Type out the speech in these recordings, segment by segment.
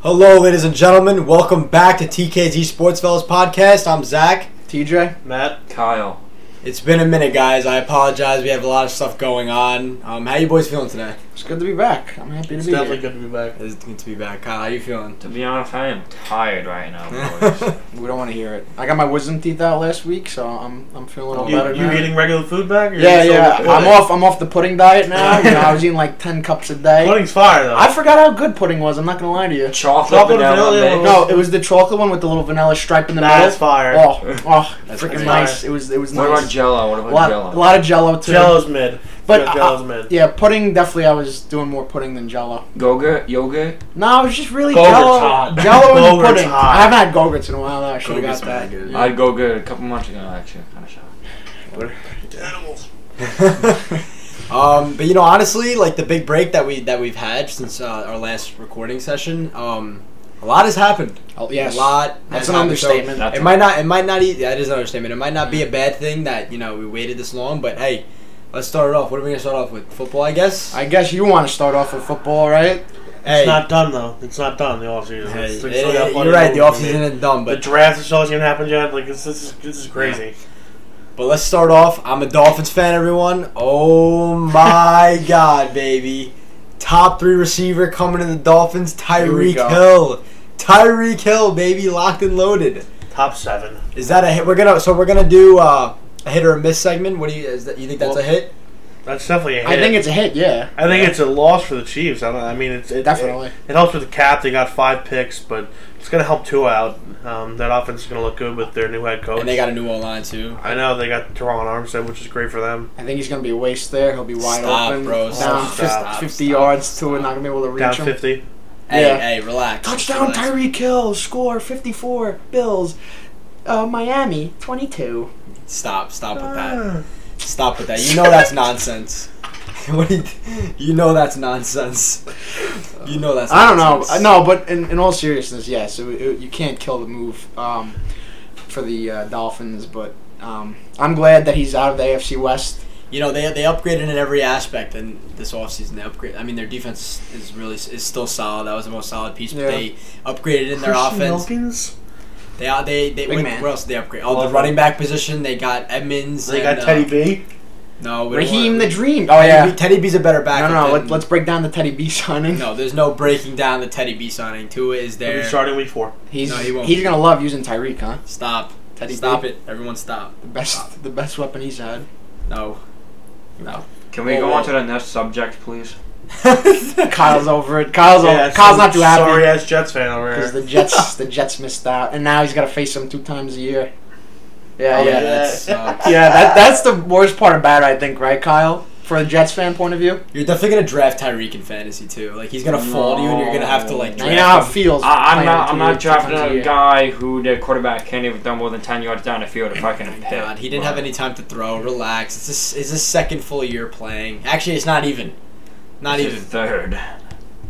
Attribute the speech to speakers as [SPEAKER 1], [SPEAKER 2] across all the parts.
[SPEAKER 1] Hello, ladies and gentlemen. Welcome back to TKZ Sports Fellas podcast. I'm Zach.
[SPEAKER 2] TJ, Matt,
[SPEAKER 3] Kyle.
[SPEAKER 1] It's been a minute, guys. I apologize. We have a lot of stuff going on. Um, how you boys feeling today?
[SPEAKER 2] it's good to be back. I'm happy to
[SPEAKER 4] It's
[SPEAKER 2] be
[SPEAKER 4] definitely
[SPEAKER 2] here.
[SPEAKER 4] good to be back.
[SPEAKER 1] It's good to be back. Kyle, how you feeling?
[SPEAKER 3] To be honest, I am tired right now, boys.
[SPEAKER 2] We don't want to hear it. I got my wisdom teeth out last week, so I'm I'm feeling all
[SPEAKER 4] You,
[SPEAKER 2] better
[SPEAKER 4] you
[SPEAKER 2] now.
[SPEAKER 4] eating regular food back? Or
[SPEAKER 2] yeah,
[SPEAKER 4] you still
[SPEAKER 2] yeah.
[SPEAKER 4] pudding?
[SPEAKER 2] I'm off. I'm off the pudding diet now. you know, I was eating like ten cups a day.
[SPEAKER 4] Pudding's fire though.
[SPEAKER 2] I forgot how good pudding was. I'm not gonna lie to you.
[SPEAKER 3] Chocolate
[SPEAKER 4] Chocolate
[SPEAKER 3] vanilla
[SPEAKER 4] vanilla.
[SPEAKER 3] mix.
[SPEAKER 2] No, it was the chocolate one with the little vanilla stripe in the
[SPEAKER 4] That's
[SPEAKER 2] middle.
[SPEAKER 4] fire.
[SPEAKER 2] Oh, oh,
[SPEAKER 1] That's
[SPEAKER 2] freaking
[SPEAKER 1] fire.
[SPEAKER 2] nice. It was it was
[SPEAKER 3] What about
[SPEAKER 2] nice.
[SPEAKER 3] Jello? What
[SPEAKER 2] A
[SPEAKER 3] about
[SPEAKER 2] lot,
[SPEAKER 3] Jello?
[SPEAKER 2] a lot of Jello too.
[SPEAKER 4] Jello's mid.
[SPEAKER 2] but
[SPEAKER 4] Yeah,
[SPEAKER 2] uh,
[SPEAKER 4] Jello's mid.
[SPEAKER 2] yeah, pudding definitely. I was doing more pudding than Jello.
[SPEAKER 3] Yogurt, yogurt.
[SPEAKER 2] No, it was just really
[SPEAKER 4] Gogurt's
[SPEAKER 2] Jello.
[SPEAKER 4] hot.
[SPEAKER 2] Jello and
[SPEAKER 4] Gogurt's
[SPEAKER 2] pudding.
[SPEAKER 4] hot.
[SPEAKER 2] I haven't had Gogurts in a while. Though. I should have
[SPEAKER 1] Gogurt's
[SPEAKER 2] got that.
[SPEAKER 1] pretty good.
[SPEAKER 2] Yeah.
[SPEAKER 3] I'd go good a couple months ago, actually. Kind of shocked.
[SPEAKER 1] um, but you know, honestly, like the big break that we that we've had since uh, our last recording session, um, a lot has happened.
[SPEAKER 2] Oh, yes.
[SPEAKER 1] A lot.
[SPEAKER 2] That's
[SPEAKER 1] has
[SPEAKER 2] an
[SPEAKER 1] happened. So
[SPEAKER 2] understatement. Mm.
[SPEAKER 3] That's
[SPEAKER 1] It might not. It might not. E- that is an understatement. It might not be a bad thing that you know we waited this long. But hey, let's start it off. What are we gonna start off with? Football, I guess.
[SPEAKER 2] I guess you want to start off with football, right?
[SPEAKER 1] hey,
[SPEAKER 4] It's not done though. It's not done. The offseason.
[SPEAKER 1] hey,
[SPEAKER 4] It's- it's
[SPEAKER 1] eh,
[SPEAKER 4] still got plenty
[SPEAKER 1] you're right.
[SPEAKER 4] of
[SPEAKER 1] The
[SPEAKER 4] moves to be
[SPEAKER 1] offseason
[SPEAKER 4] made.
[SPEAKER 1] is done,
[SPEAKER 4] The
[SPEAKER 1] but
[SPEAKER 4] draft is always gonna happen yet. Like this, this is this is crazy.
[SPEAKER 1] but let's start off. I'm a Dolphins fan, everyone. Oh my God, baby! Top three receiver coming to the Dolphins.
[SPEAKER 2] we
[SPEAKER 1] Tyreek
[SPEAKER 2] go.
[SPEAKER 1] Hill. Tyreek Hill, baby, locked and loaded.
[SPEAKER 4] Top seven.
[SPEAKER 1] Is that a hit? We're gonna so we're gonna do uh, a hit or a miss segment. What do you is that? You think that's
[SPEAKER 2] Well,
[SPEAKER 1] a hit?
[SPEAKER 4] That's definitely a hit.
[SPEAKER 2] I think it's a hit, yeah.
[SPEAKER 4] I think it's a loss for the Chiefs. I, don't, I mean, it's it,
[SPEAKER 2] Definitely.
[SPEAKER 4] It, it helps with the cap. They got five picks, but it's gonna help two out. Um, that offense is gonna look good with their new head coach.
[SPEAKER 1] And they got a new O line too.
[SPEAKER 4] I know they got Teron Armstead, which is great for them.
[SPEAKER 2] I think he's going to be a waste there. He'll be wide
[SPEAKER 1] Stop,
[SPEAKER 2] open.
[SPEAKER 1] bro.
[SPEAKER 2] Down
[SPEAKER 1] Stop,
[SPEAKER 2] 50,
[SPEAKER 1] stop,
[SPEAKER 2] 50
[SPEAKER 1] stop,
[SPEAKER 2] yards
[SPEAKER 1] stop.
[SPEAKER 2] to it, not going to be able to reach
[SPEAKER 4] Down
[SPEAKER 2] him.
[SPEAKER 4] fifty.
[SPEAKER 1] Hey,
[SPEAKER 2] Yeah.
[SPEAKER 1] hey, relax.
[SPEAKER 2] Touchdown,
[SPEAKER 1] relax.
[SPEAKER 2] Tyree Kill. Score 54. Bills. Uh, Miami, 22.
[SPEAKER 1] Stop, stop with
[SPEAKER 4] Ah.
[SPEAKER 1] that. Stop with that. You know that's nonsense. what do you, you know that's nonsense. You know that's.
[SPEAKER 2] I don't know.
[SPEAKER 1] nonsense.
[SPEAKER 2] Uh, No, but in, in all seriousness, yes. It, it, you can't kill the move um, for the uh, Dolphins, but um, I'm glad that he's out of the AFC West.
[SPEAKER 1] You know they they upgraded in every aspect, and this offseason they upgrade. I mean their defense is really is still solid. That was the most solid piece.
[SPEAKER 2] Yeah.
[SPEAKER 1] But they upgraded in their offense.
[SPEAKER 4] Wilkins?
[SPEAKER 1] They are they they
[SPEAKER 2] Big
[SPEAKER 1] what,
[SPEAKER 2] man.
[SPEAKER 1] what else did they upgrade? Oh, the
[SPEAKER 4] Love
[SPEAKER 1] running
[SPEAKER 4] him.
[SPEAKER 1] back position. They got Edmonds.
[SPEAKER 4] They
[SPEAKER 1] and,
[SPEAKER 4] got Teddy
[SPEAKER 1] Uh,
[SPEAKER 4] B.
[SPEAKER 1] no, we don't
[SPEAKER 2] Raheem
[SPEAKER 1] want-
[SPEAKER 2] the Dream. Oh,
[SPEAKER 1] Teddy,
[SPEAKER 2] yeah.
[SPEAKER 1] B, Teddy B's a better back.
[SPEAKER 2] No, no, no.
[SPEAKER 1] than-
[SPEAKER 2] Let, let's break down the Teddy B signing.
[SPEAKER 1] No, there's no breaking down the Teddy B signing. Tua is
[SPEAKER 4] He'll
[SPEAKER 1] there.
[SPEAKER 4] be starting week four.
[SPEAKER 2] He's,
[SPEAKER 1] No, he won't.
[SPEAKER 2] he's going to love using Tyreek, huh?
[SPEAKER 1] Stop.
[SPEAKER 2] Teddy
[SPEAKER 1] stop
[SPEAKER 2] B.
[SPEAKER 1] it. Everyone stop.
[SPEAKER 2] The best, the best weapon he's had.
[SPEAKER 1] No. No.
[SPEAKER 3] Can we
[SPEAKER 2] Whoa,
[SPEAKER 3] go
[SPEAKER 2] whoa.
[SPEAKER 3] on to the next subject, please?
[SPEAKER 2] Kyle's over it. Kyle's over. Kyle's not too
[SPEAKER 4] Sorry
[SPEAKER 2] happy
[SPEAKER 4] ass Jets fan over
[SPEAKER 2] because
[SPEAKER 4] here.
[SPEAKER 2] the Jets, the Jets missed out, and now he's got to face them two times a year. Yeah,
[SPEAKER 1] Oh,
[SPEAKER 2] yeah,
[SPEAKER 4] yeah.
[SPEAKER 1] that sucks.
[SPEAKER 2] yeah. That that's the worst part about it, I think, right, Kyle? For a Jets fan point of view,
[SPEAKER 1] You're definitely gonna draft Tyreek in fantasy too. Like he's gonna fall to you, and you're gonna have to like.
[SPEAKER 2] now you know how it
[SPEAKER 1] Draft him.
[SPEAKER 2] feels.
[SPEAKER 3] I, I'm
[SPEAKER 2] playing
[SPEAKER 3] not.
[SPEAKER 2] two years,
[SPEAKER 3] I'm not
[SPEAKER 2] two times
[SPEAKER 3] drafting a
[SPEAKER 2] year.
[SPEAKER 3] guy who their quarterback can't even throw more than ten yards down the field if I can pick.
[SPEAKER 1] Oh God, he didn't have any time to throw. Relax. It's his, it's his second full year playing. Actually, it's not even. Not
[SPEAKER 3] He's
[SPEAKER 1] even.
[SPEAKER 3] third,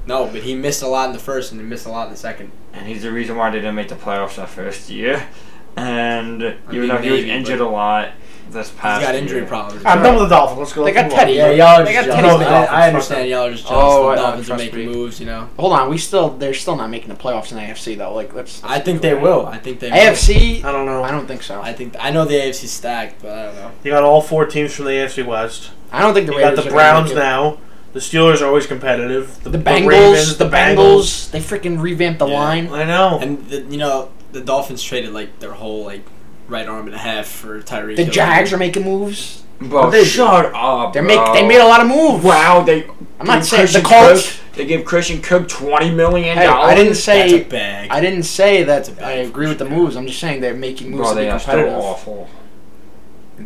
[SPEAKER 1] No, but he missed a lot in the first, and he missed a lot in the second.
[SPEAKER 3] and he's the reason why they didn't make the playoffs that first year. And even
[SPEAKER 1] mean,
[SPEAKER 3] though he was
[SPEAKER 1] maybe,
[SPEAKER 3] injured
[SPEAKER 1] but-
[SPEAKER 3] a lot this
[SPEAKER 1] He's
[SPEAKER 3] past,
[SPEAKER 1] got injury
[SPEAKER 3] year.
[SPEAKER 1] problems.
[SPEAKER 4] I'm done with the Dolphins. Let's go.
[SPEAKER 2] They got
[SPEAKER 4] Let's move
[SPEAKER 2] Teddy.
[SPEAKER 4] on.
[SPEAKER 1] Yeah, y'all are
[SPEAKER 2] They
[SPEAKER 1] just
[SPEAKER 2] got
[SPEAKER 1] jealous.
[SPEAKER 2] Teddy's
[SPEAKER 1] I,
[SPEAKER 4] back.
[SPEAKER 1] I understand y'all are just jealous.
[SPEAKER 2] Oh, I-
[SPEAKER 1] the
[SPEAKER 2] I
[SPEAKER 1] Dolphins are
[SPEAKER 2] trust
[SPEAKER 1] making
[SPEAKER 2] me.
[SPEAKER 1] moves, you know.
[SPEAKER 2] Hold on, we still they're still not making the playoffs in the AFC though. Like let's.
[SPEAKER 1] I think they will. I think they Will.
[SPEAKER 2] AFC.
[SPEAKER 4] I don't know.
[SPEAKER 2] I don't think so.
[SPEAKER 1] I think I know the AFC's stacked, but I don't know.
[SPEAKER 4] You got all four teams from the AFC West.
[SPEAKER 2] I don't think the
[SPEAKER 4] You got
[SPEAKER 2] Raiders
[SPEAKER 4] the
[SPEAKER 2] are gonna
[SPEAKER 4] Browns
[SPEAKER 2] make it.
[SPEAKER 4] now. The Steelers are always competitive.
[SPEAKER 2] The Bengals, the Bengals, they freaking revamped the
[SPEAKER 1] Yeah.
[SPEAKER 2] line.
[SPEAKER 4] I know.
[SPEAKER 1] And the, you know the Dolphins traded like their whole like right arm and a half for Tyreek.
[SPEAKER 2] The
[SPEAKER 1] Hill.
[SPEAKER 2] Jags are making moves.
[SPEAKER 3] Bro,
[SPEAKER 2] they-
[SPEAKER 3] shut up.
[SPEAKER 2] They make
[SPEAKER 3] bro.
[SPEAKER 2] they made a lot of moves.
[SPEAKER 3] Wow, they.
[SPEAKER 2] I'm not
[SPEAKER 3] gave
[SPEAKER 2] saying the
[SPEAKER 3] Christian
[SPEAKER 2] Colts-
[SPEAKER 3] Kirk- they gave Christian Kirk twenty million
[SPEAKER 2] Hey,
[SPEAKER 3] dollars.
[SPEAKER 2] I didn't
[SPEAKER 1] That's a
[SPEAKER 2] say
[SPEAKER 1] bag.
[SPEAKER 2] I didn't say that
[SPEAKER 1] That's a
[SPEAKER 2] I
[SPEAKER 1] bad
[SPEAKER 2] agree with the
[SPEAKER 1] decision.
[SPEAKER 2] moves. I'm just saying they're making moves
[SPEAKER 3] Bro,
[SPEAKER 2] to be
[SPEAKER 3] they are still
[SPEAKER 2] competitive.
[SPEAKER 3] awful.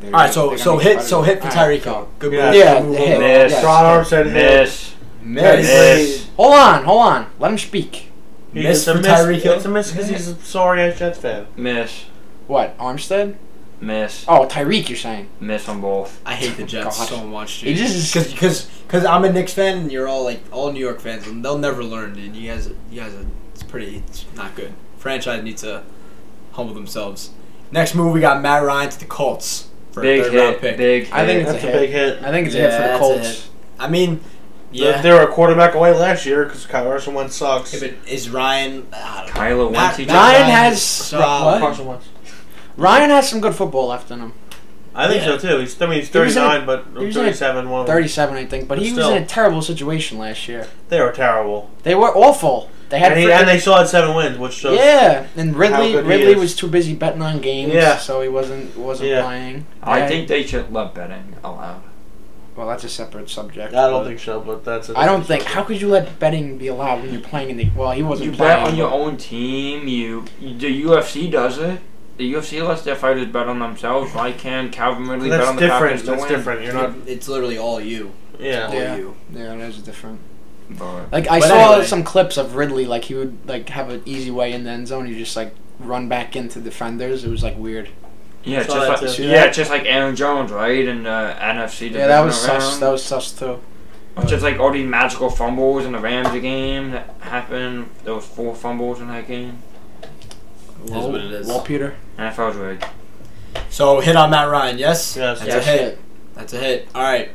[SPEAKER 1] All right, so so hit so hit for Tyreek. Hill. Good
[SPEAKER 4] Yeah.
[SPEAKER 1] move.
[SPEAKER 2] Yeah,
[SPEAKER 1] Good move.
[SPEAKER 2] hit.
[SPEAKER 1] Good
[SPEAKER 3] Miss.
[SPEAKER 2] Yes.
[SPEAKER 4] Ron Armstead hit.
[SPEAKER 3] Miss.
[SPEAKER 1] Miss.
[SPEAKER 3] Miss.
[SPEAKER 2] Hold on, hold on. Let him speak.
[SPEAKER 4] He-
[SPEAKER 1] Miss
[SPEAKER 4] it's a
[SPEAKER 1] for
[SPEAKER 4] miss.
[SPEAKER 1] Tyreek Hill.
[SPEAKER 4] It's a miss because he's a sorry ass Jets fan.
[SPEAKER 3] Miss.
[SPEAKER 2] What Armstead?
[SPEAKER 3] Miss.
[SPEAKER 2] Oh, Tyreek, you're saying?
[SPEAKER 3] Miss on both.
[SPEAKER 1] I hate the Jets
[SPEAKER 2] God.
[SPEAKER 1] so much,
[SPEAKER 2] It
[SPEAKER 1] dude.
[SPEAKER 2] just-
[SPEAKER 1] Because because because I'm a Knicks fan, and you're all like all New York fans, and they'll never learn, dude. You guys, you guys, are, it's pretty, it's not good. Franchise needs to humble themselves. Next move, we got Matt Ryan to the Colts for a
[SPEAKER 3] Big
[SPEAKER 1] third round
[SPEAKER 3] hit.
[SPEAKER 1] pick.
[SPEAKER 3] Big
[SPEAKER 2] I think
[SPEAKER 3] hit.
[SPEAKER 2] it's
[SPEAKER 4] That's
[SPEAKER 2] a
[SPEAKER 4] a
[SPEAKER 2] hit.
[SPEAKER 4] big hit.
[SPEAKER 2] I think it's
[SPEAKER 1] Yeah,
[SPEAKER 2] a hit for the
[SPEAKER 1] that's a
[SPEAKER 2] Colts.
[SPEAKER 1] I mean,
[SPEAKER 4] Yeah.
[SPEAKER 1] Yeah.
[SPEAKER 4] They, they were a quarterback away last year because Carson Wentz sucks.
[SPEAKER 1] Yeah, but is Ryan? I don't know.
[SPEAKER 3] Kylo
[SPEAKER 1] Not-
[SPEAKER 3] Wentz.
[SPEAKER 1] not-
[SPEAKER 3] He just,
[SPEAKER 2] Ryan
[SPEAKER 1] Ryan
[SPEAKER 2] has
[SPEAKER 1] is solid.
[SPEAKER 2] what?
[SPEAKER 4] Carson Wentz.
[SPEAKER 2] Ryan has some good football left in him.
[SPEAKER 4] I think
[SPEAKER 1] Yeah.
[SPEAKER 4] so too. He's, I mean, he's
[SPEAKER 2] He was in a-
[SPEAKER 4] 39, but
[SPEAKER 2] he was in a
[SPEAKER 4] 37. One of them.
[SPEAKER 2] Thirty-seven, I think, but he
[SPEAKER 4] But
[SPEAKER 2] was
[SPEAKER 4] still.
[SPEAKER 2] in a terrible situation last year.
[SPEAKER 4] They were terrible.
[SPEAKER 2] They were awful. They had
[SPEAKER 4] And, he,
[SPEAKER 2] freaking-
[SPEAKER 4] and they still had seven wins, which shows.
[SPEAKER 2] yeah, and Ridley
[SPEAKER 4] good he
[SPEAKER 2] Ridley
[SPEAKER 4] is.
[SPEAKER 2] was too busy betting on games,
[SPEAKER 4] Yeah.
[SPEAKER 2] so he wasn't wasn't
[SPEAKER 4] Yeah.
[SPEAKER 2] playing.
[SPEAKER 3] I
[SPEAKER 2] They-
[SPEAKER 3] think they should let betting allowed.
[SPEAKER 2] well, that's a separate
[SPEAKER 4] I
[SPEAKER 2] subject.
[SPEAKER 4] don't
[SPEAKER 2] but-
[SPEAKER 4] think so, but that's. a
[SPEAKER 2] I don't
[SPEAKER 4] different
[SPEAKER 2] think. How could you let betting be allowed when you're playing in the? Well, he wasn't
[SPEAKER 3] You
[SPEAKER 2] playing.
[SPEAKER 3] bet on your own team. You the UFC does it. The UFC lets their fighters bet on themselves. Why can't Calvin Ridley
[SPEAKER 4] story.
[SPEAKER 3] bet on
[SPEAKER 4] That's
[SPEAKER 3] the
[SPEAKER 4] different.
[SPEAKER 3] Falcons to
[SPEAKER 4] That's
[SPEAKER 3] win?
[SPEAKER 4] different. You're not.
[SPEAKER 1] It's literally all you.
[SPEAKER 4] Yeah.
[SPEAKER 1] All
[SPEAKER 2] Yeah.
[SPEAKER 1] you.
[SPEAKER 2] Yeah, that is different.
[SPEAKER 3] But
[SPEAKER 2] Like I
[SPEAKER 1] But
[SPEAKER 2] saw
[SPEAKER 1] anyway.
[SPEAKER 2] some clips of Ridley, like he would like have an easy way in the end zone. He just like run back into defenders. It was like weird.
[SPEAKER 3] yeah,
[SPEAKER 4] Saw that
[SPEAKER 3] just like
[SPEAKER 4] too.
[SPEAKER 3] yeah, just like Aaron Jones, right? And uh, NFC.
[SPEAKER 2] Yeah, that
[SPEAKER 3] division
[SPEAKER 2] was sus.
[SPEAKER 3] round.
[SPEAKER 2] That was sus too.
[SPEAKER 3] Just like all these magical fumbles in the Rams game that happened. There was four fumbles in that game.
[SPEAKER 1] It is what it is.
[SPEAKER 2] Well, Peter.
[SPEAKER 3] NFL's rigged.
[SPEAKER 1] So hit on Matt Ryan. Yes.
[SPEAKER 4] Yes.
[SPEAKER 1] That's
[SPEAKER 4] Yeah.
[SPEAKER 1] a hit. That's a hit. All right.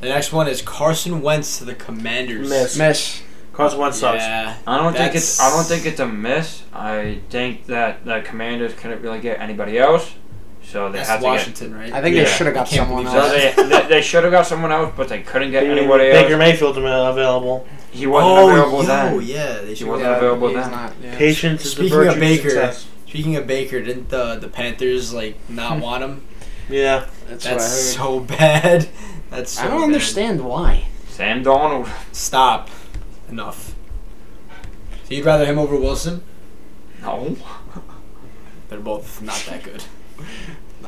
[SPEAKER 1] The next one is Carson Wentz to the Commanders.
[SPEAKER 4] Miss.
[SPEAKER 2] Miss.
[SPEAKER 4] Carson Wentz sucks.
[SPEAKER 1] Yeah.
[SPEAKER 3] I don't think it's. I don't
[SPEAKER 1] That's-
[SPEAKER 3] think it's a miss. I think that the Commanders couldn't really get anybody else, so they had
[SPEAKER 1] That's
[SPEAKER 3] to
[SPEAKER 1] Washington, right?
[SPEAKER 2] I think
[SPEAKER 3] Yeah.
[SPEAKER 2] they should have got
[SPEAKER 1] Can't
[SPEAKER 2] someone
[SPEAKER 1] believe
[SPEAKER 3] get. So
[SPEAKER 1] that.
[SPEAKER 2] else.
[SPEAKER 3] they they, they should have got someone else, but they couldn't get anybody
[SPEAKER 4] Baker
[SPEAKER 3] else.
[SPEAKER 4] Mayfield's available.
[SPEAKER 3] He wasn't
[SPEAKER 2] Oh,
[SPEAKER 3] available
[SPEAKER 1] Oh, yo,
[SPEAKER 3] then.
[SPEAKER 1] yeah. They should
[SPEAKER 3] wasn't
[SPEAKER 1] have-
[SPEAKER 3] available
[SPEAKER 2] he's
[SPEAKER 3] then.
[SPEAKER 2] not, yeah.
[SPEAKER 4] Patience is the
[SPEAKER 1] Speaking of
[SPEAKER 4] virtue of
[SPEAKER 1] Baker-
[SPEAKER 4] success.
[SPEAKER 1] Speaking of Baker, didn't the the Panthers like not want him?
[SPEAKER 4] Yeah.
[SPEAKER 2] That's,
[SPEAKER 1] That's
[SPEAKER 2] what
[SPEAKER 1] so bad. That's so
[SPEAKER 2] I heard. I don't
[SPEAKER 1] bad.
[SPEAKER 2] understand why.
[SPEAKER 3] Sam Donald.
[SPEAKER 1] Stop. Enough. So you'd rather him over Wilson?
[SPEAKER 3] No.
[SPEAKER 1] They're both not that good.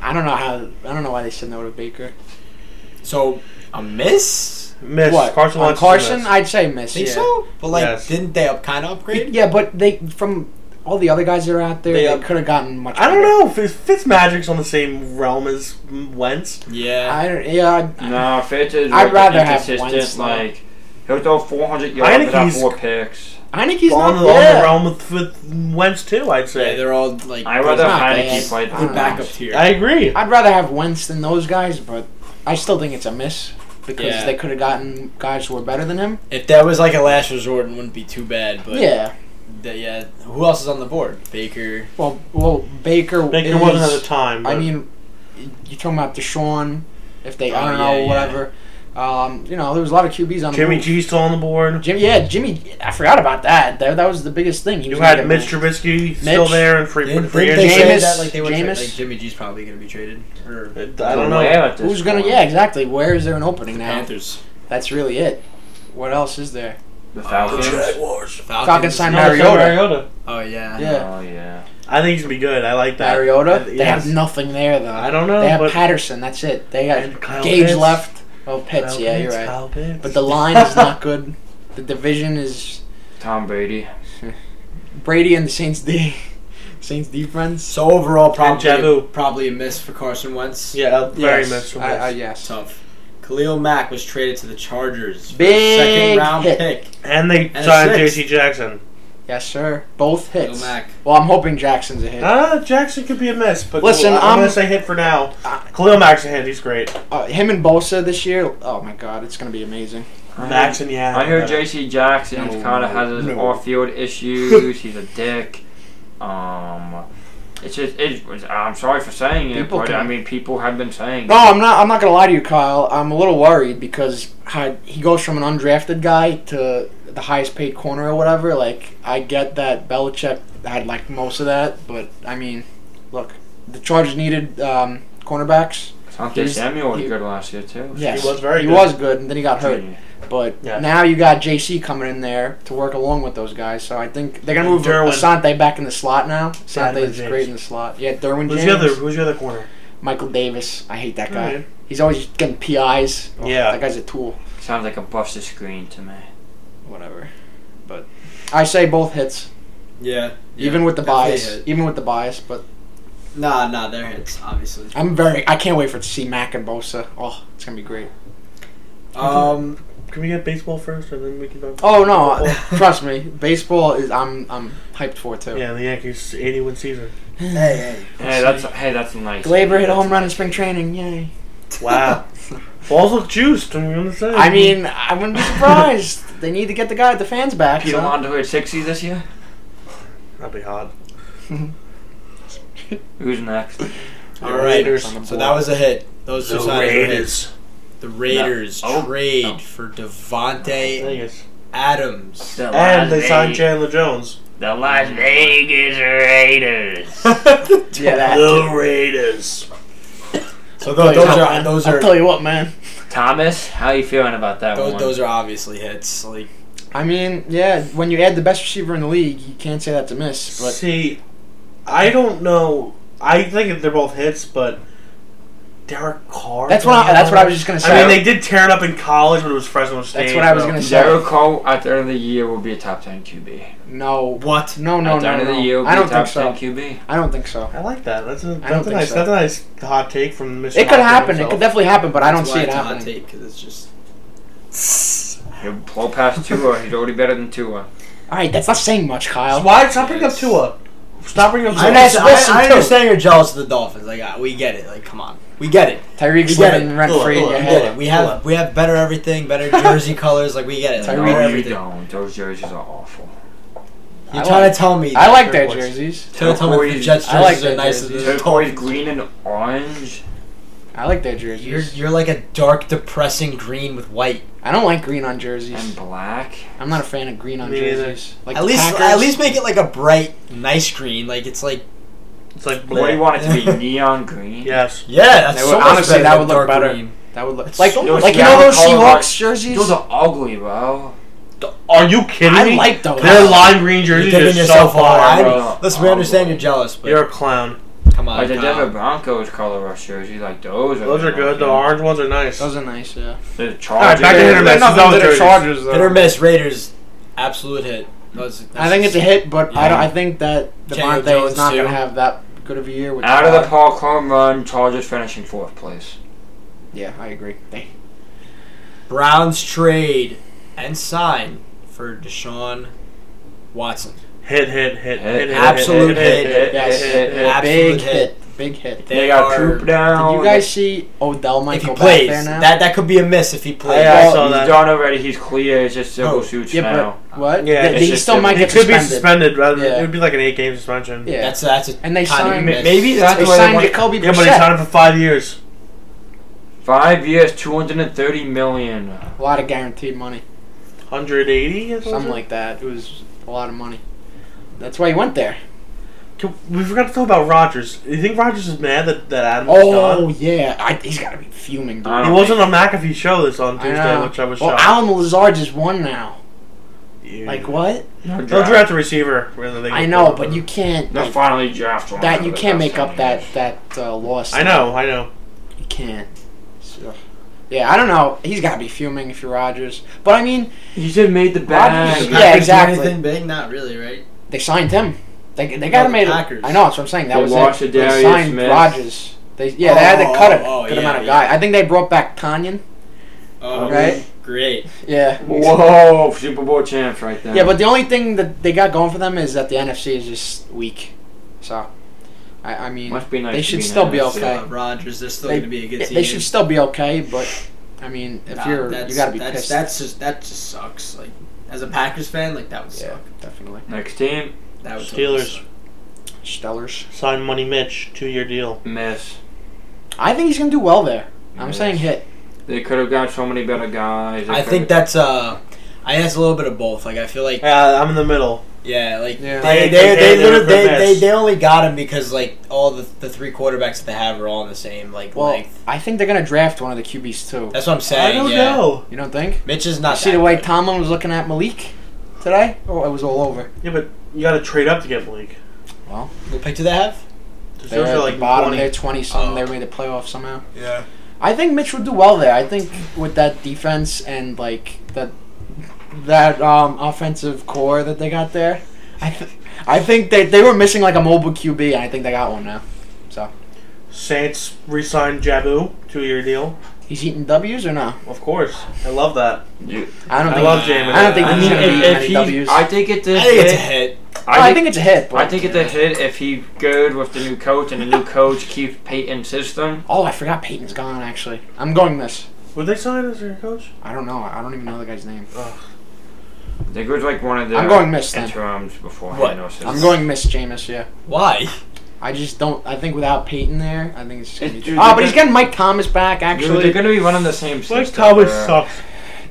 [SPEAKER 2] I don't know how. I don't know why they said no to Baker.
[SPEAKER 1] So a miss?
[SPEAKER 4] Miss.
[SPEAKER 2] what
[SPEAKER 4] Carson
[SPEAKER 2] On
[SPEAKER 4] Wentz. is a
[SPEAKER 2] Carson,
[SPEAKER 4] miss.
[SPEAKER 2] I'd say miss.
[SPEAKER 1] Think
[SPEAKER 2] yeah.
[SPEAKER 1] so? But like,
[SPEAKER 4] Yes.
[SPEAKER 1] didn't they up kind of upgrade?
[SPEAKER 2] Yeah, but they from all the other guys that are out there,
[SPEAKER 4] They
[SPEAKER 2] they,
[SPEAKER 4] up-
[SPEAKER 2] could have gotten much.
[SPEAKER 4] I don't
[SPEAKER 2] better.
[SPEAKER 4] know. Fitz, Fitzmagic's on the same realm as Wentz.
[SPEAKER 1] Yeah.
[SPEAKER 2] I don't. Yeah. I,
[SPEAKER 3] No, Fitz is
[SPEAKER 2] I'd
[SPEAKER 3] like
[SPEAKER 2] rather have
[SPEAKER 3] inconsistent.
[SPEAKER 2] Wentz, though.
[SPEAKER 3] like he'll throw 400 yards
[SPEAKER 4] I think
[SPEAKER 3] and have
[SPEAKER 4] he's-
[SPEAKER 3] four picks.
[SPEAKER 2] I think he's
[SPEAKER 4] on,
[SPEAKER 2] not
[SPEAKER 4] the, on the
[SPEAKER 2] bad.
[SPEAKER 4] realm with, with Wentz too. I'd
[SPEAKER 1] Yeah,
[SPEAKER 4] say.
[SPEAKER 1] they're all like
[SPEAKER 3] I
[SPEAKER 2] He's
[SPEAKER 3] rather
[SPEAKER 2] not
[SPEAKER 3] Heineke
[SPEAKER 2] bad.
[SPEAKER 3] play
[SPEAKER 2] I
[SPEAKER 1] good
[SPEAKER 2] don't know.
[SPEAKER 1] backup tier.
[SPEAKER 4] I agree.
[SPEAKER 2] I'd rather have Wentz than those guys, but I still think it's a miss because
[SPEAKER 1] Yeah.
[SPEAKER 2] they could have gotten guys who were better than him.
[SPEAKER 1] if that was like a last resort, it wouldn't be too bad. But
[SPEAKER 2] yeah.
[SPEAKER 1] the- yeah. Who else is on the board? Baker.
[SPEAKER 2] Well, well, Baker.
[SPEAKER 4] Baker
[SPEAKER 2] is,
[SPEAKER 4] wasn't at the time.
[SPEAKER 2] I
[SPEAKER 4] but-
[SPEAKER 2] mean, you're talking about Deshaun. If they, I
[SPEAKER 1] Oh,
[SPEAKER 2] don't
[SPEAKER 1] yeah,
[SPEAKER 2] know,
[SPEAKER 1] yeah.
[SPEAKER 2] whatever. Um, you know, there was a lot of QBs on
[SPEAKER 4] Jimmy
[SPEAKER 2] the move.
[SPEAKER 4] G's still on the board.
[SPEAKER 2] Jimmy, yeah, Jimmy. I forgot about that. That, that was the biggest thing. He
[SPEAKER 4] You
[SPEAKER 2] was
[SPEAKER 4] had
[SPEAKER 2] gonna
[SPEAKER 4] Mitch
[SPEAKER 2] get moved.
[SPEAKER 4] Trubisky still
[SPEAKER 2] Mitch.
[SPEAKER 4] there and free,
[SPEAKER 1] Didn't,
[SPEAKER 4] free
[SPEAKER 1] didn't they
[SPEAKER 4] agent.
[SPEAKER 1] say
[SPEAKER 2] Jameis?
[SPEAKER 1] that like they were
[SPEAKER 2] Jameis?
[SPEAKER 1] like Jimmy G's probably gonna be traded or
[SPEAKER 2] Uh,
[SPEAKER 4] I don't
[SPEAKER 3] Where
[SPEAKER 4] know.
[SPEAKER 3] at this
[SPEAKER 2] Who's gonna?
[SPEAKER 3] point?
[SPEAKER 2] Yeah, exactly. Where is there an opening now?
[SPEAKER 1] Panthers.
[SPEAKER 2] That's really it. What else is there?
[SPEAKER 3] The
[SPEAKER 1] Uh,
[SPEAKER 3] Falcons.
[SPEAKER 1] Jaguars. Falcons.
[SPEAKER 2] Falcons signed
[SPEAKER 4] No, it's not
[SPEAKER 2] Mariota.
[SPEAKER 1] Oh yeah.
[SPEAKER 2] Yeah.
[SPEAKER 3] Oh yeah.
[SPEAKER 4] I think he's gonna be good. I like that.
[SPEAKER 2] Mariota.
[SPEAKER 4] I-
[SPEAKER 2] They
[SPEAKER 4] yes.
[SPEAKER 2] have nothing there though.
[SPEAKER 4] I don't know,
[SPEAKER 2] They have
[SPEAKER 4] but-
[SPEAKER 2] Patterson. That's it. They
[SPEAKER 4] And Kyle
[SPEAKER 2] got Gage
[SPEAKER 4] Pitts.
[SPEAKER 2] left. Oh, Pitts.
[SPEAKER 4] Kyle
[SPEAKER 2] yeah,
[SPEAKER 4] Pitts,
[SPEAKER 2] you're right.
[SPEAKER 4] Kyle Pitts.
[SPEAKER 2] But the line is not good. The division is
[SPEAKER 3] Tom Brady.
[SPEAKER 2] Brady and the Saints D. Saints defense.
[SPEAKER 1] So overall, probably
[SPEAKER 4] Jabu.
[SPEAKER 1] probably a miss for Carson Wentz.
[SPEAKER 4] yeah, uh, very
[SPEAKER 2] Yes.
[SPEAKER 4] much.
[SPEAKER 2] I, I, yes.
[SPEAKER 1] Tough. Khalil Mack was traded to the Chargers. for a
[SPEAKER 2] Big
[SPEAKER 1] second round
[SPEAKER 2] hit.
[SPEAKER 1] pick.
[SPEAKER 4] and they
[SPEAKER 1] a
[SPEAKER 4] signed
[SPEAKER 1] six.
[SPEAKER 4] J.C. Jackson.
[SPEAKER 2] Yes, sir. Both
[SPEAKER 1] Khalil
[SPEAKER 2] hits.
[SPEAKER 1] Mack.
[SPEAKER 2] Well, I'm hoping Jackson's a hit.
[SPEAKER 4] Ah, Jackson could be a miss, but
[SPEAKER 2] Listen,
[SPEAKER 4] I'm,
[SPEAKER 2] I'm-
[SPEAKER 4] gonna say hit for now.
[SPEAKER 2] I-
[SPEAKER 4] Khalil Mack's a hit. He's great.
[SPEAKER 2] Uh, him and Bosa this year. Oh my God, it's gonna be amazing.
[SPEAKER 4] Max and Uh, yeah.
[SPEAKER 3] I heard J.C. Jackson
[SPEAKER 2] No,
[SPEAKER 3] kind of has his
[SPEAKER 2] no.
[SPEAKER 3] off-field issues. He's a dick. Um, it's just it. was- I'm sorry for saying it,
[SPEAKER 2] People
[SPEAKER 3] but I
[SPEAKER 2] can-
[SPEAKER 3] mean, people have been saying.
[SPEAKER 2] No,
[SPEAKER 3] it.
[SPEAKER 2] I'm not. I'm not gonna lie to you, Kyle. I'm a little worried because hi- he goes from an undrafted guy to the highest paid corner or whatever. Like, I get that Belichick had like most of that, but I mean, look, the Chargers needed um, cornerbacks.
[SPEAKER 3] Asante
[SPEAKER 2] he's-
[SPEAKER 3] Samuel was
[SPEAKER 2] he-
[SPEAKER 3] good last year too.
[SPEAKER 2] Yes,
[SPEAKER 4] was very
[SPEAKER 2] He
[SPEAKER 4] good.
[SPEAKER 2] was good, and then he got hurt.
[SPEAKER 3] Junior.
[SPEAKER 2] But
[SPEAKER 4] Yeah.
[SPEAKER 2] now you got JC coming in there to work along with those guys. So I think they're gonna move
[SPEAKER 4] Derwin.
[SPEAKER 2] Asante back in the slot now.
[SPEAKER 4] Derwin
[SPEAKER 2] Asante is
[SPEAKER 4] James.
[SPEAKER 2] great in the slot. Yeah, Derwin
[SPEAKER 4] Who's
[SPEAKER 2] James.
[SPEAKER 4] the other? Hmm. Who's the other corner?
[SPEAKER 2] Michael Davis. I hate that guy.
[SPEAKER 4] Alright.
[SPEAKER 2] He's always getting PIs. Oh,
[SPEAKER 4] Yeah.
[SPEAKER 2] That guy's a tool.
[SPEAKER 3] Sounds like a busted screen to me.
[SPEAKER 2] Whatever. But I say both hits.
[SPEAKER 1] Yeah.
[SPEAKER 2] even with the
[SPEAKER 1] definitely
[SPEAKER 2] bias.
[SPEAKER 1] hit.
[SPEAKER 2] Even with the bias, but
[SPEAKER 1] Nah, nah, they're hits, obviously.
[SPEAKER 2] I'm very I can't wait for to see Mac and Bosa. Oh, it's gonna be great.
[SPEAKER 1] Um,
[SPEAKER 4] Can we get baseball first, and then we can talk?
[SPEAKER 2] Oh no,
[SPEAKER 4] football?
[SPEAKER 2] trust me. Baseball is I'm I'm hyped for it, too.
[SPEAKER 4] yeah, the Yankees' 81 season.
[SPEAKER 1] hey, hey.
[SPEAKER 3] Hey, that's hey, that's nice.
[SPEAKER 2] Glaber hit a home run in spring training, yay.
[SPEAKER 4] Wow. Balls look juiced. I'm gonna say.
[SPEAKER 2] I mean, I wouldn't be surprised. they need to get the guy the fans back.
[SPEAKER 3] Peter
[SPEAKER 2] So.
[SPEAKER 3] Lonzo hit 60 this year?
[SPEAKER 4] that'd be hard.
[SPEAKER 3] Who's next?
[SPEAKER 1] All right.
[SPEAKER 2] Raiders on the
[SPEAKER 1] So
[SPEAKER 2] board.
[SPEAKER 1] that was a hit. Those two signed were hits. The Raiders
[SPEAKER 3] No. Oh,
[SPEAKER 1] trade
[SPEAKER 3] no.
[SPEAKER 1] for Devontae
[SPEAKER 4] Vegas.
[SPEAKER 1] Adams.
[SPEAKER 4] And they signed Chandler Jones.
[SPEAKER 3] The Las Vegas Raiders.
[SPEAKER 2] Yeah, that.
[SPEAKER 4] The Raiders.
[SPEAKER 1] so those, those are those
[SPEAKER 2] I'll tell
[SPEAKER 1] are
[SPEAKER 2] you what, man.
[SPEAKER 3] Thomas, how you feeling about that
[SPEAKER 1] those,
[SPEAKER 3] one?
[SPEAKER 1] those are obviously hits. Like
[SPEAKER 2] I mean, yeah, when you add the best receiver in the league, you can't say that's a miss. But
[SPEAKER 4] See, I don't know. I think they're both hits, but Derek Carr.
[SPEAKER 2] that's what I, that's what I was just gonna say.
[SPEAKER 4] I mean, they did tear it up in college, but it was Fresno State.
[SPEAKER 2] That's what I was
[SPEAKER 4] so-
[SPEAKER 2] gonna say.
[SPEAKER 3] Derek Cole at the end of the year will be a top 10 QB.
[SPEAKER 2] no,
[SPEAKER 1] what?
[SPEAKER 2] no, no,
[SPEAKER 3] at the
[SPEAKER 2] no,
[SPEAKER 3] end of the year
[SPEAKER 2] no.
[SPEAKER 3] will
[SPEAKER 2] I
[SPEAKER 3] be
[SPEAKER 2] don't
[SPEAKER 3] top
[SPEAKER 2] think so.
[SPEAKER 3] 10 QB.
[SPEAKER 2] I don't think so.
[SPEAKER 4] I like that. That's a,
[SPEAKER 2] don't
[SPEAKER 4] that's a
[SPEAKER 2] think
[SPEAKER 4] nice
[SPEAKER 2] so.
[SPEAKER 4] that's a nice hot take from Mr.
[SPEAKER 2] It could
[SPEAKER 4] Hot Take
[SPEAKER 2] happen. It
[SPEAKER 4] himself.
[SPEAKER 2] could definitely happen, but I don't
[SPEAKER 1] That's
[SPEAKER 2] see
[SPEAKER 1] why
[SPEAKER 2] it
[SPEAKER 1] it's a hot
[SPEAKER 2] happening.
[SPEAKER 1] take 'cause it's just.
[SPEAKER 3] He'll blow past Tua. He's already better than Tua.
[SPEAKER 2] All right, that's not saying much, Kyle.
[SPEAKER 4] So why stop bringing up Tua? Stop bringing up
[SPEAKER 1] I,
[SPEAKER 2] And
[SPEAKER 4] Tua.
[SPEAKER 2] that's
[SPEAKER 1] understand-
[SPEAKER 2] Wilson,
[SPEAKER 1] I, I
[SPEAKER 2] too.
[SPEAKER 1] understand you're jealous of the Dolphins. Like uh, we get it. Like come on, we get it.
[SPEAKER 2] Tyreek's
[SPEAKER 1] You get
[SPEAKER 2] living
[SPEAKER 1] it.
[SPEAKER 2] rent free in
[SPEAKER 4] Look,
[SPEAKER 1] We
[SPEAKER 2] your
[SPEAKER 4] look,
[SPEAKER 1] get
[SPEAKER 2] head.
[SPEAKER 1] it. We have we have better everything, better jersey colors. Like we get it. Like,
[SPEAKER 2] Tyreek-
[SPEAKER 1] better
[SPEAKER 3] no, you
[SPEAKER 1] everything.
[SPEAKER 3] don't. Those jerseys are awful.
[SPEAKER 1] You're
[SPEAKER 2] I
[SPEAKER 1] trying
[SPEAKER 2] like-
[SPEAKER 1] to tell me.
[SPEAKER 2] I like
[SPEAKER 4] Sure
[SPEAKER 2] their
[SPEAKER 4] was.
[SPEAKER 2] jerseys.
[SPEAKER 1] Trying to tell me the
[SPEAKER 3] Turquoise,
[SPEAKER 1] Jets jerseys
[SPEAKER 2] I like
[SPEAKER 1] are
[SPEAKER 2] that
[SPEAKER 1] nicer
[SPEAKER 2] jersey.
[SPEAKER 1] than the
[SPEAKER 3] turquoise,
[SPEAKER 1] Dolphins.
[SPEAKER 3] green, and orange.
[SPEAKER 2] I like their
[SPEAKER 1] You're
[SPEAKER 2] jerseys.
[SPEAKER 1] you're like a dark, depressing green with white.
[SPEAKER 2] I don't like green on
[SPEAKER 3] And
[SPEAKER 2] jerseys.
[SPEAKER 3] black.
[SPEAKER 2] I'm not a fan of green on
[SPEAKER 4] Me neither.
[SPEAKER 2] jerseys. Like
[SPEAKER 1] at
[SPEAKER 2] the
[SPEAKER 1] least
[SPEAKER 2] Packers.
[SPEAKER 1] at least make it like a bright, nice green. Like it's like
[SPEAKER 4] It's like
[SPEAKER 3] What do you
[SPEAKER 4] blue.
[SPEAKER 3] want it to be? Neon green?
[SPEAKER 4] Yes.
[SPEAKER 1] yeah, that's
[SPEAKER 2] That would-
[SPEAKER 1] so much
[SPEAKER 2] honestly,
[SPEAKER 1] better
[SPEAKER 2] that
[SPEAKER 1] than
[SPEAKER 2] would look
[SPEAKER 1] dark
[SPEAKER 2] better.
[SPEAKER 1] green.
[SPEAKER 2] that would look
[SPEAKER 1] It's
[SPEAKER 2] like
[SPEAKER 1] so
[SPEAKER 3] much
[SPEAKER 2] like you know those
[SPEAKER 3] better.
[SPEAKER 2] Seahawks jerseys.
[SPEAKER 3] Those are ugly, bro.
[SPEAKER 4] Are you kidding
[SPEAKER 2] I
[SPEAKER 4] me?
[SPEAKER 2] like those.
[SPEAKER 4] Their lime green
[SPEAKER 1] You're
[SPEAKER 4] jerseys are
[SPEAKER 1] digging
[SPEAKER 4] so
[SPEAKER 1] yourself a lot.
[SPEAKER 4] far.
[SPEAKER 1] I-
[SPEAKER 4] bro.
[SPEAKER 3] bro.
[SPEAKER 1] Listen, we understand you're jealous, but
[SPEAKER 4] You're a clown.
[SPEAKER 1] come on,
[SPEAKER 3] Like the
[SPEAKER 1] Kyle.
[SPEAKER 3] Denver Broncos color rush jerseys, like those. Are
[SPEAKER 4] Those are good. The
[SPEAKER 3] though.
[SPEAKER 4] orange ones are nice.
[SPEAKER 2] Those are nice. Yeah.
[SPEAKER 3] The
[SPEAKER 4] All right,
[SPEAKER 3] Chargers.
[SPEAKER 4] back to hit or miss.
[SPEAKER 2] nothing
[SPEAKER 4] Those
[SPEAKER 2] to the
[SPEAKER 4] jerseys.
[SPEAKER 2] Chargers,
[SPEAKER 1] hit or miss Raiders, absolute hit. That was-
[SPEAKER 2] I think it's a hit, but I, don't,
[SPEAKER 1] Yeah.
[SPEAKER 2] I think that
[SPEAKER 1] Daniel
[SPEAKER 2] Devontae is
[SPEAKER 1] Jones,
[SPEAKER 2] not
[SPEAKER 1] too.
[SPEAKER 2] going to have that good of a year. With
[SPEAKER 3] Out of the Paul Cone run, Chargers finishing fourth place.
[SPEAKER 2] yeah, I agree. Thank-
[SPEAKER 1] Browns trade and sign for Deshaun Watson.
[SPEAKER 4] Hit, hit, hit,
[SPEAKER 3] Hit,
[SPEAKER 4] hit, hit,
[SPEAKER 1] absolute hit,
[SPEAKER 4] hit, hit,
[SPEAKER 2] yes.
[SPEAKER 4] hit, hit.
[SPEAKER 1] Absolute
[SPEAKER 2] Big
[SPEAKER 1] hit.
[SPEAKER 2] hit. Big hit.
[SPEAKER 1] They
[SPEAKER 3] They, got
[SPEAKER 1] are-
[SPEAKER 3] Troop
[SPEAKER 2] Did
[SPEAKER 3] down.
[SPEAKER 2] you guys see Odell
[SPEAKER 1] if he
[SPEAKER 2] Michael back
[SPEAKER 1] plays,
[SPEAKER 2] there now?
[SPEAKER 1] that that could be a miss if he plays.
[SPEAKER 4] Yeah, I
[SPEAKER 3] Well,
[SPEAKER 4] saw
[SPEAKER 3] he's
[SPEAKER 4] that.
[SPEAKER 3] done already. He's clear. It's just civil
[SPEAKER 1] Oh,
[SPEAKER 3] suits
[SPEAKER 2] yeah,
[SPEAKER 3] now.
[SPEAKER 2] but what?
[SPEAKER 4] Yeah,
[SPEAKER 2] Th-
[SPEAKER 3] it's
[SPEAKER 2] he
[SPEAKER 3] just
[SPEAKER 2] still might
[SPEAKER 4] It
[SPEAKER 2] get
[SPEAKER 4] could be
[SPEAKER 2] suspended.
[SPEAKER 4] suspended. Rather, than-
[SPEAKER 2] Yeah.
[SPEAKER 4] it would be like an eight-game suspension.
[SPEAKER 2] Yeah,
[SPEAKER 1] That's that's a
[SPEAKER 2] and they
[SPEAKER 1] kind of
[SPEAKER 2] signed
[SPEAKER 1] miss.
[SPEAKER 3] maybe that's
[SPEAKER 2] they
[SPEAKER 3] why they
[SPEAKER 2] signed
[SPEAKER 3] wanna-
[SPEAKER 2] Jacoby
[SPEAKER 4] Yeah, but he
[SPEAKER 2] Brissett.
[SPEAKER 4] signed him for five years.
[SPEAKER 3] Five years, two hundred and thirty million.
[SPEAKER 2] a lot of guaranteed money,
[SPEAKER 4] 180 or
[SPEAKER 2] something like that. It was a lot of money. That's why he went there.
[SPEAKER 4] Can- We forgot to talk about Rogers. You think Rogers is mad that that Adams is
[SPEAKER 2] Oh
[SPEAKER 4] gone?
[SPEAKER 2] yeah, I, he's got to be fuming, dude.
[SPEAKER 3] I
[SPEAKER 4] He
[SPEAKER 3] don't
[SPEAKER 4] wasn't on McAfee show this on
[SPEAKER 2] I
[SPEAKER 4] Tuesday,
[SPEAKER 2] know.
[SPEAKER 4] which I was
[SPEAKER 2] Well,
[SPEAKER 4] shocked.
[SPEAKER 2] Alan Lazard just won now. Like what?
[SPEAKER 3] No
[SPEAKER 4] They'll draft a receiver. whether they
[SPEAKER 2] I
[SPEAKER 4] go
[SPEAKER 2] know,
[SPEAKER 4] for
[SPEAKER 2] but
[SPEAKER 4] him.
[SPEAKER 2] you can't.
[SPEAKER 3] They'll
[SPEAKER 2] like,
[SPEAKER 3] finally draft one.
[SPEAKER 2] that
[SPEAKER 3] out
[SPEAKER 2] you
[SPEAKER 3] of the
[SPEAKER 2] can't
[SPEAKER 3] best
[SPEAKER 2] make up that
[SPEAKER 3] teams.
[SPEAKER 2] that uh, loss.
[SPEAKER 4] I know, I know.
[SPEAKER 2] you can't. So, yeah, I don't know. He's got to be fuming if you're Rodgers. But I mean,
[SPEAKER 3] He just made the
[SPEAKER 2] Rodgers-
[SPEAKER 3] bag.
[SPEAKER 2] Yeah, exactly.
[SPEAKER 1] Anything big? Not really, right?
[SPEAKER 2] they signed him. They they got
[SPEAKER 1] No,
[SPEAKER 2] him
[SPEAKER 1] the
[SPEAKER 2] made.
[SPEAKER 1] Packers.
[SPEAKER 2] I know that's what I'm saying. That
[SPEAKER 3] They
[SPEAKER 2] was
[SPEAKER 3] lost to
[SPEAKER 2] it. They
[SPEAKER 3] Darius
[SPEAKER 2] signed
[SPEAKER 3] Smith.
[SPEAKER 2] Rodgers. They yeah they had
[SPEAKER 1] Oh,
[SPEAKER 2] to cut a
[SPEAKER 1] oh,
[SPEAKER 2] good
[SPEAKER 1] yeah,
[SPEAKER 2] amount of
[SPEAKER 1] yeah.
[SPEAKER 2] guy. I think they brought back Tanyan.
[SPEAKER 1] Oh,
[SPEAKER 2] Right.
[SPEAKER 1] Great.
[SPEAKER 2] Yeah.
[SPEAKER 3] Whoa, Super Bowl champs right there.
[SPEAKER 2] Yeah, but the only thing that they got going for them is that the NFC is just weak. So, I I mean,
[SPEAKER 3] must be nice.
[SPEAKER 2] They
[SPEAKER 3] to
[SPEAKER 2] should
[SPEAKER 3] be in
[SPEAKER 2] still be
[SPEAKER 3] NFC.
[SPEAKER 2] Okay.
[SPEAKER 1] So, Rodgers, they're still
[SPEAKER 2] They-
[SPEAKER 1] going to be a good team.
[SPEAKER 2] they should still be okay. But I mean, if
[SPEAKER 1] Nah,
[SPEAKER 2] you're
[SPEAKER 1] that's-
[SPEAKER 2] you got to be
[SPEAKER 1] that's,
[SPEAKER 2] pissed.
[SPEAKER 1] That's just that just sucks. Like as a Packers fan, like that would
[SPEAKER 2] yeah,
[SPEAKER 1] suck.
[SPEAKER 2] definitely.
[SPEAKER 3] Next team,
[SPEAKER 1] That would totally
[SPEAKER 4] Steelers
[SPEAKER 1] suck.
[SPEAKER 2] Stellars.
[SPEAKER 4] sign Money Mitch, two-year deal.
[SPEAKER 3] miss.
[SPEAKER 2] I think he's gonna do well there. I'm
[SPEAKER 3] Yes.
[SPEAKER 2] saying hit.
[SPEAKER 3] They could have got so many better guys. They
[SPEAKER 1] I
[SPEAKER 3] could've-
[SPEAKER 1] think that's uh, I think that's a little bit of both. Like I feel like
[SPEAKER 4] Yeah, I'm in the middle.
[SPEAKER 1] yeah, like
[SPEAKER 2] Yeah.
[SPEAKER 1] they they, they,
[SPEAKER 4] Like, they-
[SPEAKER 1] they,
[SPEAKER 4] they
[SPEAKER 1] literally-
[SPEAKER 4] were
[SPEAKER 1] they,
[SPEAKER 4] the
[SPEAKER 1] they,
[SPEAKER 4] best.
[SPEAKER 1] they only got him because like all the, the three quarterbacks that they have are all in the same like
[SPEAKER 2] Well,
[SPEAKER 1] length.
[SPEAKER 2] I think they're gonna draft one of the QBs too.
[SPEAKER 1] That's what I'm
[SPEAKER 4] I
[SPEAKER 1] saying.
[SPEAKER 4] don't
[SPEAKER 1] yeah.
[SPEAKER 4] know.
[SPEAKER 2] You don't think?
[SPEAKER 1] Mitch is
[SPEAKER 2] I
[SPEAKER 1] not.
[SPEAKER 2] see
[SPEAKER 1] that
[SPEAKER 2] the way
[SPEAKER 1] good.
[SPEAKER 2] Tomlin was looking at Malik today. Oh, it was all over.
[SPEAKER 4] Yeah, but you got to trade up to get Blake.
[SPEAKER 1] What pick do they have?
[SPEAKER 4] Those
[SPEAKER 2] They're
[SPEAKER 4] are
[SPEAKER 2] at
[SPEAKER 4] like
[SPEAKER 2] the bottom.
[SPEAKER 4] 20.
[SPEAKER 2] They're twenty something.
[SPEAKER 1] Oh.
[SPEAKER 2] They made the playoff somehow.
[SPEAKER 1] Yeah.
[SPEAKER 2] I think Mitch would do well there. I think with that defense and like that that um, offensive core that they got there, I th- I think they they were missing like a mobile QB, and I think they got one now.
[SPEAKER 4] Saints re-signed Jabu, two-year deal.
[SPEAKER 2] He's eating W's or no?
[SPEAKER 4] Of course, I love that.
[SPEAKER 3] You-
[SPEAKER 2] I don't
[SPEAKER 4] I
[SPEAKER 2] think.
[SPEAKER 4] love Jameis.
[SPEAKER 2] I don't think
[SPEAKER 3] I
[SPEAKER 2] he's
[SPEAKER 3] mean,
[SPEAKER 2] gonna be
[SPEAKER 3] if,
[SPEAKER 2] eating
[SPEAKER 3] if
[SPEAKER 2] any
[SPEAKER 3] he,
[SPEAKER 2] W's.
[SPEAKER 3] I think it's a
[SPEAKER 1] I think it's a
[SPEAKER 3] hit.
[SPEAKER 1] hit.
[SPEAKER 2] Well, Oh, I
[SPEAKER 3] I think,
[SPEAKER 2] think it's a hit. But
[SPEAKER 3] I think it's a hit if he good with the new coach and the new coach keeps Peyton's system.
[SPEAKER 2] Oh, I forgot Peyton's gone. Actually, I'm going this.
[SPEAKER 4] Would they sign as their coach?
[SPEAKER 2] I don't know. I don't even know the guy's name.
[SPEAKER 3] I think it was like one of the
[SPEAKER 2] I'm going miss then.
[SPEAKER 3] interims before
[SPEAKER 1] What?
[SPEAKER 3] Hinosis.
[SPEAKER 2] I'm going Miss Jameis. Yeah.
[SPEAKER 1] Why?
[SPEAKER 2] I just don't. I think without Peyton there, I think it's just. Gonna
[SPEAKER 3] It-
[SPEAKER 2] be
[SPEAKER 3] dude,
[SPEAKER 2] oh,
[SPEAKER 3] they're
[SPEAKER 2] but he's
[SPEAKER 3] gonna-
[SPEAKER 2] getting Mike Thomas back.
[SPEAKER 3] Dude, they're
[SPEAKER 2] Actually,
[SPEAKER 3] gonna be running the same system.
[SPEAKER 4] Mike Thomas
[SPEAKER 3] bro.
[SPEAKER 4] sucks.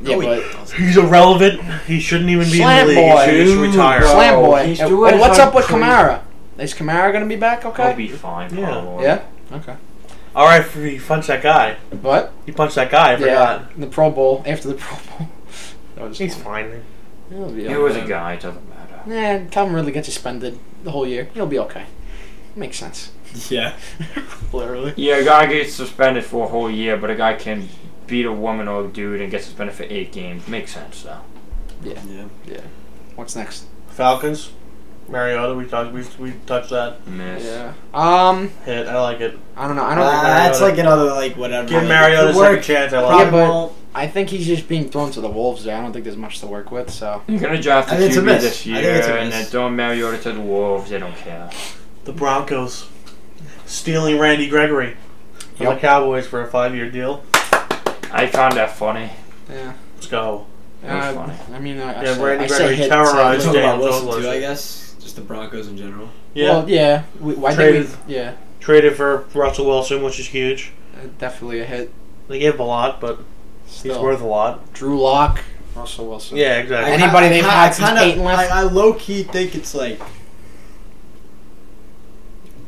[SPEAKER 2] Yeah,
[SPEAKER 1] No, he
[SPEAKER 2] but-
[SPEAKER 1] doesn't.
[SPEAKER 4] He's irrelevant. He shouldn't even be
[SPEAKER 2] Slam
[SPEAKER 4] in the league.
[SPEAKER 2] boy.
[SPEAKER 4] He should just
[SPEAKER 3] Dude,
[SPEAKER 4] retire.
[SPEAKER 3] bro.
[SPEAKER 2] slam boy.
[SPEAKER 3] He's
[SPEAKER 2] And-
[SPEAKER 3] doing
[SPEAKER 2] and what's up with
[SPEAKER 3] something
[SPEAKER 2] Kamara? Is Kamara gonna be back?
[SPEAKER 3] He'll
[SPEAKER 2] Okay.
[SPEAKER 3] be fine.
[SPEAKER 4] Yeah.
[SPEAKER 3] Probably.
[SPEAKER 2] Yeah. Okay.
[SPEAKER 4] All right, he punched that guy.
[SPEAKER 2] What?
[SPEAKER 4] He punched that guy. I
[SPEAKER 2] Yeah.
[SPEAKER 4] forgot.
[SPEAKER 2] The Pro Bowl after the Pro Bowl. That was.
[SPEAKER 4] He's fine.
[SPEAKER 2] He'll be
[SPEAKER 3] He was a
[SPEAKER 2] okay.
[SPEAKER 3] guy. It doesn't matter.
[SPEAKER 2] Nah, Tom really gets suspended the whole year. He'll be okay. Makes sense.
[SPEAKER 1] Yeah.
[SPEAKER 2] Literally.
[SPEAKER 3] Yeah, a guy gets suspended for a whole year, but a guy can beat a woman or a dude and get suspended for eight games. Makes sense though.
[SPEAKER 1] Yeah.
[SPEAKER 2] What's next?
[SPEAKER 4] Falcons. Mariota. We talked. We, we touched that
[SPEAKER 3] Miss.
[SPEAKER 2] Um,
[SPEAKER 4] hit. I like it.
[SPEAKER 2] I don't know. I don't.
[SPEAKER 1] Uh,
[SPEAKER 2] think
[SPEAKER 1] that's like another like whatever.
[SPEAKER 4] Give
[SPEAKER 1] like,
[SPEAKER 4] Mariota a
[SPEAKER 1] it could
[SPEAKER 4] second
[SPEAKER 1] work.
[SPEAKER 4] chance. I
[SPEAKER 2] Yeah,
[SPEAKER 4] like. it.
[SPEAKER 2] but-
[SPEAKER 1] Probably.
[SPEAKER 2] I think he's just being thrown to the wolves there. I don't think there's much to work with. So
[SPEAKER 3] You're gonna draft a
[SPEAKER 1] I think it's a
[SPEAKER 3] QB
[SPEAKER 1] miss.
[SPEAKER 3] this
[SPEAKER 1] I
[SPEAKER 3] year,
[SPEAKER 1] think it's a
[SPEAKER 3] and
[SPEAKER 1] miss.
[SPEAKER 3] then don't Mariota to the Wolves. They don't care.
[SPEAKER 4] The Broncos stealing Randy Gregory from
[SPEAKER 2] Yep.
[SPEAKER 4] the Cowboys for a five-year deal.
[SPEAKER 3] I found that funny.
[SPEAKER 2] yeah.
[SPEAKER 4] Let's go.
[SPEAKER 3] That was funny.
[SPEAKER 2] I mean, uh, I, I
[SPEAKER 4] uh, Yeah,
[SPEAKER 2] say,
[SPEAKER 4] Randy
[SPEAKER 2] I say
[SPEAKER 4] Gregory
[SPEAKER 2] hit,
[SPEAKER 4] terrorized
[SPEAKER 2] so-
[SPEAKER 1] Talk
[SPEAKER 4] him.
[SPEAKER 1] about
[SPEAKER 4] Yeah,
[SPEAKER 1] Wilson
[SPEAKER 4] Wilson.
[SPEAKER 1] too, I guess. Just the Broncos in general.
[SPEAKER 4] Yeah.
[SPEAKER 2] Well, yeah. We, why
[SPEAKER 4] Traded.
[SPEAKER 2] did we? Yeah,
[SPEAKER 4] Traded for Russell Wilson, which is huge.
[SPEAKER 2] uh, definitely a hit.
[SPEAKER 4] They gave him a lot, but he's
[SPEAKER 2] Still.
[SPEAKER 4] worth a lot.
[SPEAKER 2] Drew Lock, Russell Wilson.
[SPEAKER 4] Yeah, exactly.
[SPEAKER 2] And- Anybody they've
[SPEAKER 1] ki-
[SPEAKER 2] had since
[SPEAKER 1] kinda-
[SPEAKER 2] Peyton left?
[SPEAKER 1] I, I low key think it's like.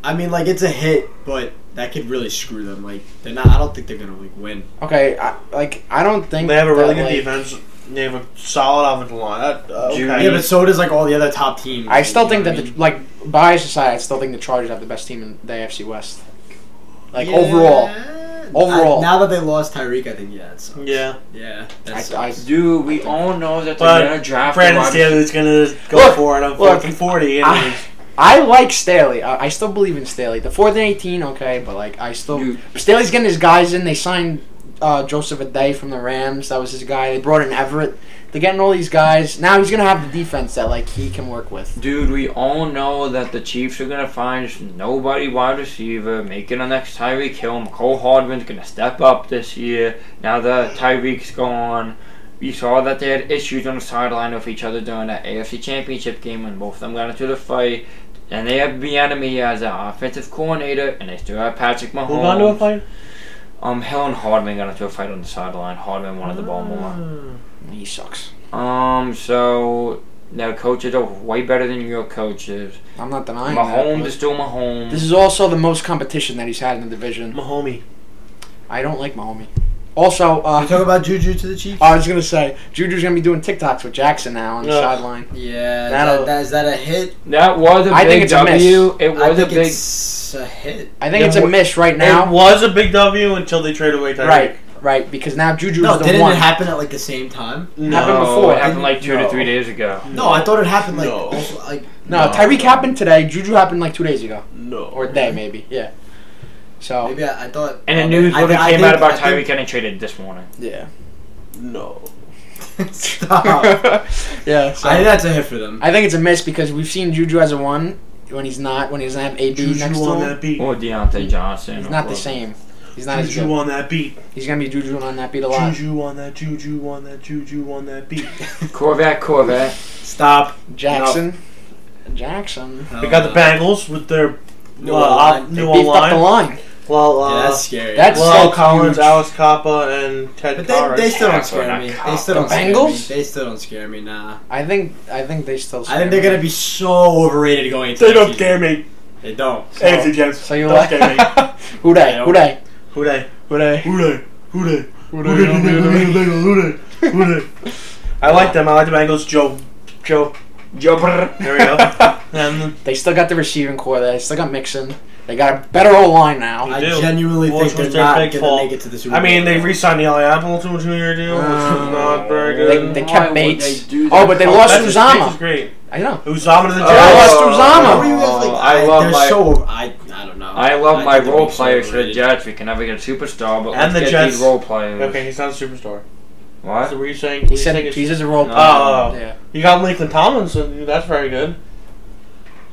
[SPEAKER 1] I mean, like it's a hit, but that could really screw them. Like they're not. I don't think they're gonna like win.
[SPEAKER 2] Okay. I, like I don't think
[SPEAKER 4] They have a really
[SPEAKER 2] that,
[SPEAKER 4] good
[SPEAKER 2] like-
[SPEAKER 4] defense. They have a solid offensive line. That, uh,
[SPEAKER 3] Dude.
[SPEAKER 4] okay.
[SPEAKER 1] Yeah, but so does like all the other top teams.
[SPEAKER 2] I still
[SPEAKER 1] You
[SPEAKER 2] think
[SPEAKER 1] know
[SPEAKER 2] that
[SPEAKER 1] what I
[SPEAKER 2] the like bias aside, I still think the Chargers have the best team in the AFC West. Like
[SPEAKER 1] mean?
[SPEAKER 2] overall,
[SPEAKER 1] Yeah.
[SPEAKER 2] Overall.
[SPEAKER 1] I- now that they lost Tyreek, I think yeah, it sucks.
[SPEAKER 4] yeah.
[SPEAKER 1] yeah. That
[SPEAKER 2] I,
[SPEAKER 1] sucks.
[SPEAKER 2] I,
[SPEAKER 3] Dude, we all know that
[SPEAKER 4] But
[SPEAKER 3] they're gonna draft. a
[SPEAKER 4] Brandon
[SPEAKER 3] wide-
[SPEAKER 4] Staley is going to go
[SPEAKER 2] Look,
[SPEAKER 4] for it on
[SPEAKER 2] look,
[SPEAKER 4] fourth and 40.
[SPEAKER 2] I-
[SPEAKER 4] anyways.
[SPEAKER 2] I like Staley. I, I still believe in Staley. The fourth and eighteen, okay, but like I still
[SPEAKER 3] Dude,
[SPEAKER 2] Staley's getting his guys in. They signed uh, Joseph Aday from the Rams. That was his guy. They brought in Everett. They're getting all these guys. Now he's gonna have the defense that like he can work with.
[SPEAKER 3] Dude, we all know that the Chiefs are gonna find nobody wide receiver, making the next Tyreek Hill. Cole Hardman's gonna step up this year. Now that Tyreek's gone, we saw that they had issues on the sideline with each other during that AFC Championship game, and both of them got into the fight. And they have Bienemy as their offensive coordinator, and they still have Patrick Mahomes.
[SPEAKER 4] Who got into a fight?
[SPEAKER 3] Um, Hill and Hardman got into a fight on the sideline. Hardman wanted the ball more.
[SPEAKER 4] Mm.
[SPEAKER 2] He sucks.
[SPEAKER 3] Um, so their coaches are way better than your coaches.
[SPEAKER 2] I'm not denying
[SPEAKER 3] Mahomes is
[SPEAKER 2] that.
[SPEAKER 3] still
[SPEAKER 2] but
[SPEAKER 3] Mahomes.
[SPEAKER 2] This is also the most competition that he's had in the division.
[SPEAKER 4] Mahomie.
[SPEAKER 2] I don't like Mahomes. Also, uh,
[SPEAKER 1] you talk about Juju to the Chiefs.
[SPEAKER 2] I was gonna say Juju's gonna be doing TikToks with Jackson now on the
[SPEAKER 4] Ugh.
[SPEAKER 2] sideline.
[SPEAKER 1] yeah, is
[SPEAKER 2] That'll-
[SPEAKER 1] that, that, is that a hit?
[SPEAKER 3] That was a
[SPEAKER 2] I
[SPEAKER 3] big
[SPEAKER 2] think it's a miss.
[SPEAKER 3] W. It
[SPEAKER 1] I
[SPEAKER 3] was a
[SPEAKER 1] think
[SPEAKER 3] big.
[SPEAKER 1] it's a hit.
[SPEAKER 2] I think
[SPEAKER 4] Yeah,
[SPEAKER 2] it's a
[SPEAKER 4] wha-
[SPEAKER 2] miss right
[SPEAKER 4] It
[SPEAKER 2] now.
[SPEAKER 4] was a big W until they traded away Tyreek.
[SPEAKER 2] Right, right, because now Juju
[SPEAKER 1] No,
[SPEAKER 2] is
[SPEAKER 1] didn't
[SPEAKER 2] the one.
[SPEAKER 1] it happen at like the same time?
[SPEAKER 4] No.
[SPEAKER 2] Happened
[SPEAKER 3] No,
[SPEAKER 2] before,
[SPEAKER 3] It happened
[SPEAKER 2] didn't-
[SPEAKER 3] like two
[SPEAKER 4] no.
[SPEAKER 3] to three days ago.
[SPEAKER 1] No, I thought it happened like
[SPEAKER 4] No.
[SPEAKER 1] also, like
[SPEAKER 2] no,
[SPEAKER 3] No.
[SPEAKER 2] Tyreek happened today. Juju happened like two days ago
[SPEAKER 4] No.
[SPEAKER 2] or a day maybe. Yeah. So
[SPEAKER 1] maybe I, I thought.
[SPEAKER 3] And the news
[SPEAKER 1] I-
[SPEAKER 3] literally
[SPEAKER 1] I
[SPEAKER 3] came
[SPEAKER 1] think-
[SPEAKER 3] out about
[SPEAKER 1] I
[SPEAKER 3] Tyreek
[SPEAKER 1] think-
[SPEAKER 3] getting traded this morning.
[SPEAKER 2] yeah,
[SPEAKER 4] No.
[SPEAKER 1] Stop.
[SPEAKER 2] yeah. So.
[SPEAKER 1] I think that's a hit for them.
[SPEAKER 2] I think it's a miss because we've seen Juju as a one when he's not when he doesn't have AB next
[SPEAKER 4] Juju
[SPEAKER 2] to
[SPEAKER 4] on
[SPEAKER 2] him.
[SPEAKER 4] that beat.
[SPEAKER 3] Or Deontay Johnson.
[SPEAKER 2] He's
[SPEAKER 3] or
[SPEAKER 2] not the
[SPEAKER 3] whoever.
[SPEAKER 2] same. He's not as
[SPEAKER 4] Juju
[SPEAKER 2] good.
[SPEAKER 4] on that beat.
[SPEAKER 2] He's gonna be Juju on that beat a lot.
[SPEAKER 4] Juju on that. Juju on that. Juju on that beat.
[SPEAKER 3] Corvette, Corvette.
[SPEAKER 4] Stop.
[SPEAKER 2] Jackson. Jackson.
[SPEAKER 4] They got the Bengals with their
[SPEAKER 1] New
[SPEAKER 4] uh,
[SPEAKER 1] O-line.
[SPEAKER 4] op-
[SPEAKER 1] They
[SPEAKER 4] new
[SPEAKER 2] Beefed up the
[SPEAKER 4] line.
[SPEAKER 2] line.
[SPEAKER 4] Well,
[SPEAKER 1] Yeah,
[SPEAKER 4] uh,
[SPEAKER 1] that's scary.
[SPEAKER 2] That's
[SPEAKER 4] Well,
[SPEAKER 2] so
[SPEAKER 4] Collins,
[SPEAKER 2] huge.
[SPEAKER 4] Alex Coppa, and Ted
[SPEAKER 1] but
[SPEAKER 4] Karras.
[SPEAKER 1] they, they still don't
[SPEAKER 3] That's
[SPEAKER 1] scare
[SPEAKER 3] not
[SPEAKER 1] me.
[SPEAKER 3] cop.
[SPEAKER 1] They still
[SPEAKER 2] The
[SPEAKER 1] don't scare
[SPEAKER 2] Bengals?
[SPEAKER 1] me. They still don't scare me. Nah,
[SPEAKER 2] I think I think they still.
[SPEAKER 1] I think they're gonna be so overrated going into.
[SPEAKER 4] They
[SPEAKER 1] next
[SPEAKER 4] don't
[SPEAKER 1] season.
[SPEAKER 4] scare me.
[SPEAKER 1] They don't.
[SPEAKER 4] AFC champs.
[SPEAKER 2] So you
[SPEAKER 4] don't
[SPEAKER 2] like
[SPEAKER 4] scare me.
[SPEAKER 2] who
[SPEAKER 1] I
[SPEAKER 2] they?
[SPEAKER 1] don't-
[SPEAKER 2] Who they?
[SPEAKER 4] Who they?
[SPEAKER 2] Who they?
[SPEAKER 4] Who they? Who they?
[SPEAKER 2] Who
[SPEAKER 4] Who they? Who they? Who they? Who they? I like them. I like the Bengals. Joe. Joe.
[SPEAKER 3] Jobber.
[SPEAKER 4] There we go. and
[SPEAKER 2] They still got the receiving core. They still got Mixon. They got a better O line now.
[SPEAKER 1] I
[SPEAKER 4] do.
[SPEAKER 1] genuinely
[SPEAKER 4] Well,
[SPEAKER 1] think
[SPEAKER 4] it was
[SPEAKER 1] they're
[SPEAKER 4] their
[SPEAKER 1] not
[SPEAKER 4] big
[SPEAKER 1] gonna
[SPEAKER 4] fault.
[SPEAKER 1] make it to the Super
[SPEAKER 4] I mean,
[SPEAKER 1] Bowl.
[SPEAKER 4] they re-signed Eli Apple to a two-year deal, which is not very good.
[SPEAKER 2] Uh, They- they kept Bates.
[SPEAKER 3] do
[SPEAKER 2] Oh, but they
[SPEAKER 3] that?
[SPEAKER 2] lost
[SPEAKER 4] That's just-
[SPEAKER 2] Uzama.
[SPEAKER 4] Bates is great.
[SPEAKER 2] I know.
[SPEAKER 4] Uzama to the
[SPEAKER 2] Oh, I
[SPEAKER 4] Jets.
[SPEAKER 2] lost Uzama.
[SPEAKER 1] What do you guys, like,
[SPEAKER 3] I love
[SPEAKER 1] they're
[SPEAKER 3] my-
[SPEAKER 1] so. I, I don't know.
[SPEAKER 3] I love
[SPEAKER 1] think
[SPEAKER 3] my
[SPEAKER 1] they're
[SPEAKER 3] role
[SPEAKER 1] so
[SPEAKER 3] players for the
[SPEAKER 1] overrated.
[SPEAKER 3] Jets. We can never get a superstar, but
[SPEAKER 4] And
[SPEAKER 3] let's
[SPEAKER 4] the
[SPEAKER 3] get
[SPEAKER 4] Jets.
[SPEAKER 3] these role players.
[SPEAKER 4] Okay, he's not a superstar.
[SPEAKER 3] What?
[SPEAKER 4] So were you saying?
[SPEAKER 2] He
[SPEAKER 4] you
[SPEAKER 2] said
[SPEAKER 4] think it's-
[SPEAKER 2] he's just a role.
[SPEAKER 3] No.
[SPEAKER 2] player.
[SPEAKER 4] Oh,
[SPEAKER 2] Yeah.
[SPEAKER 4] you got Lakeland Tomlinson. That's very good.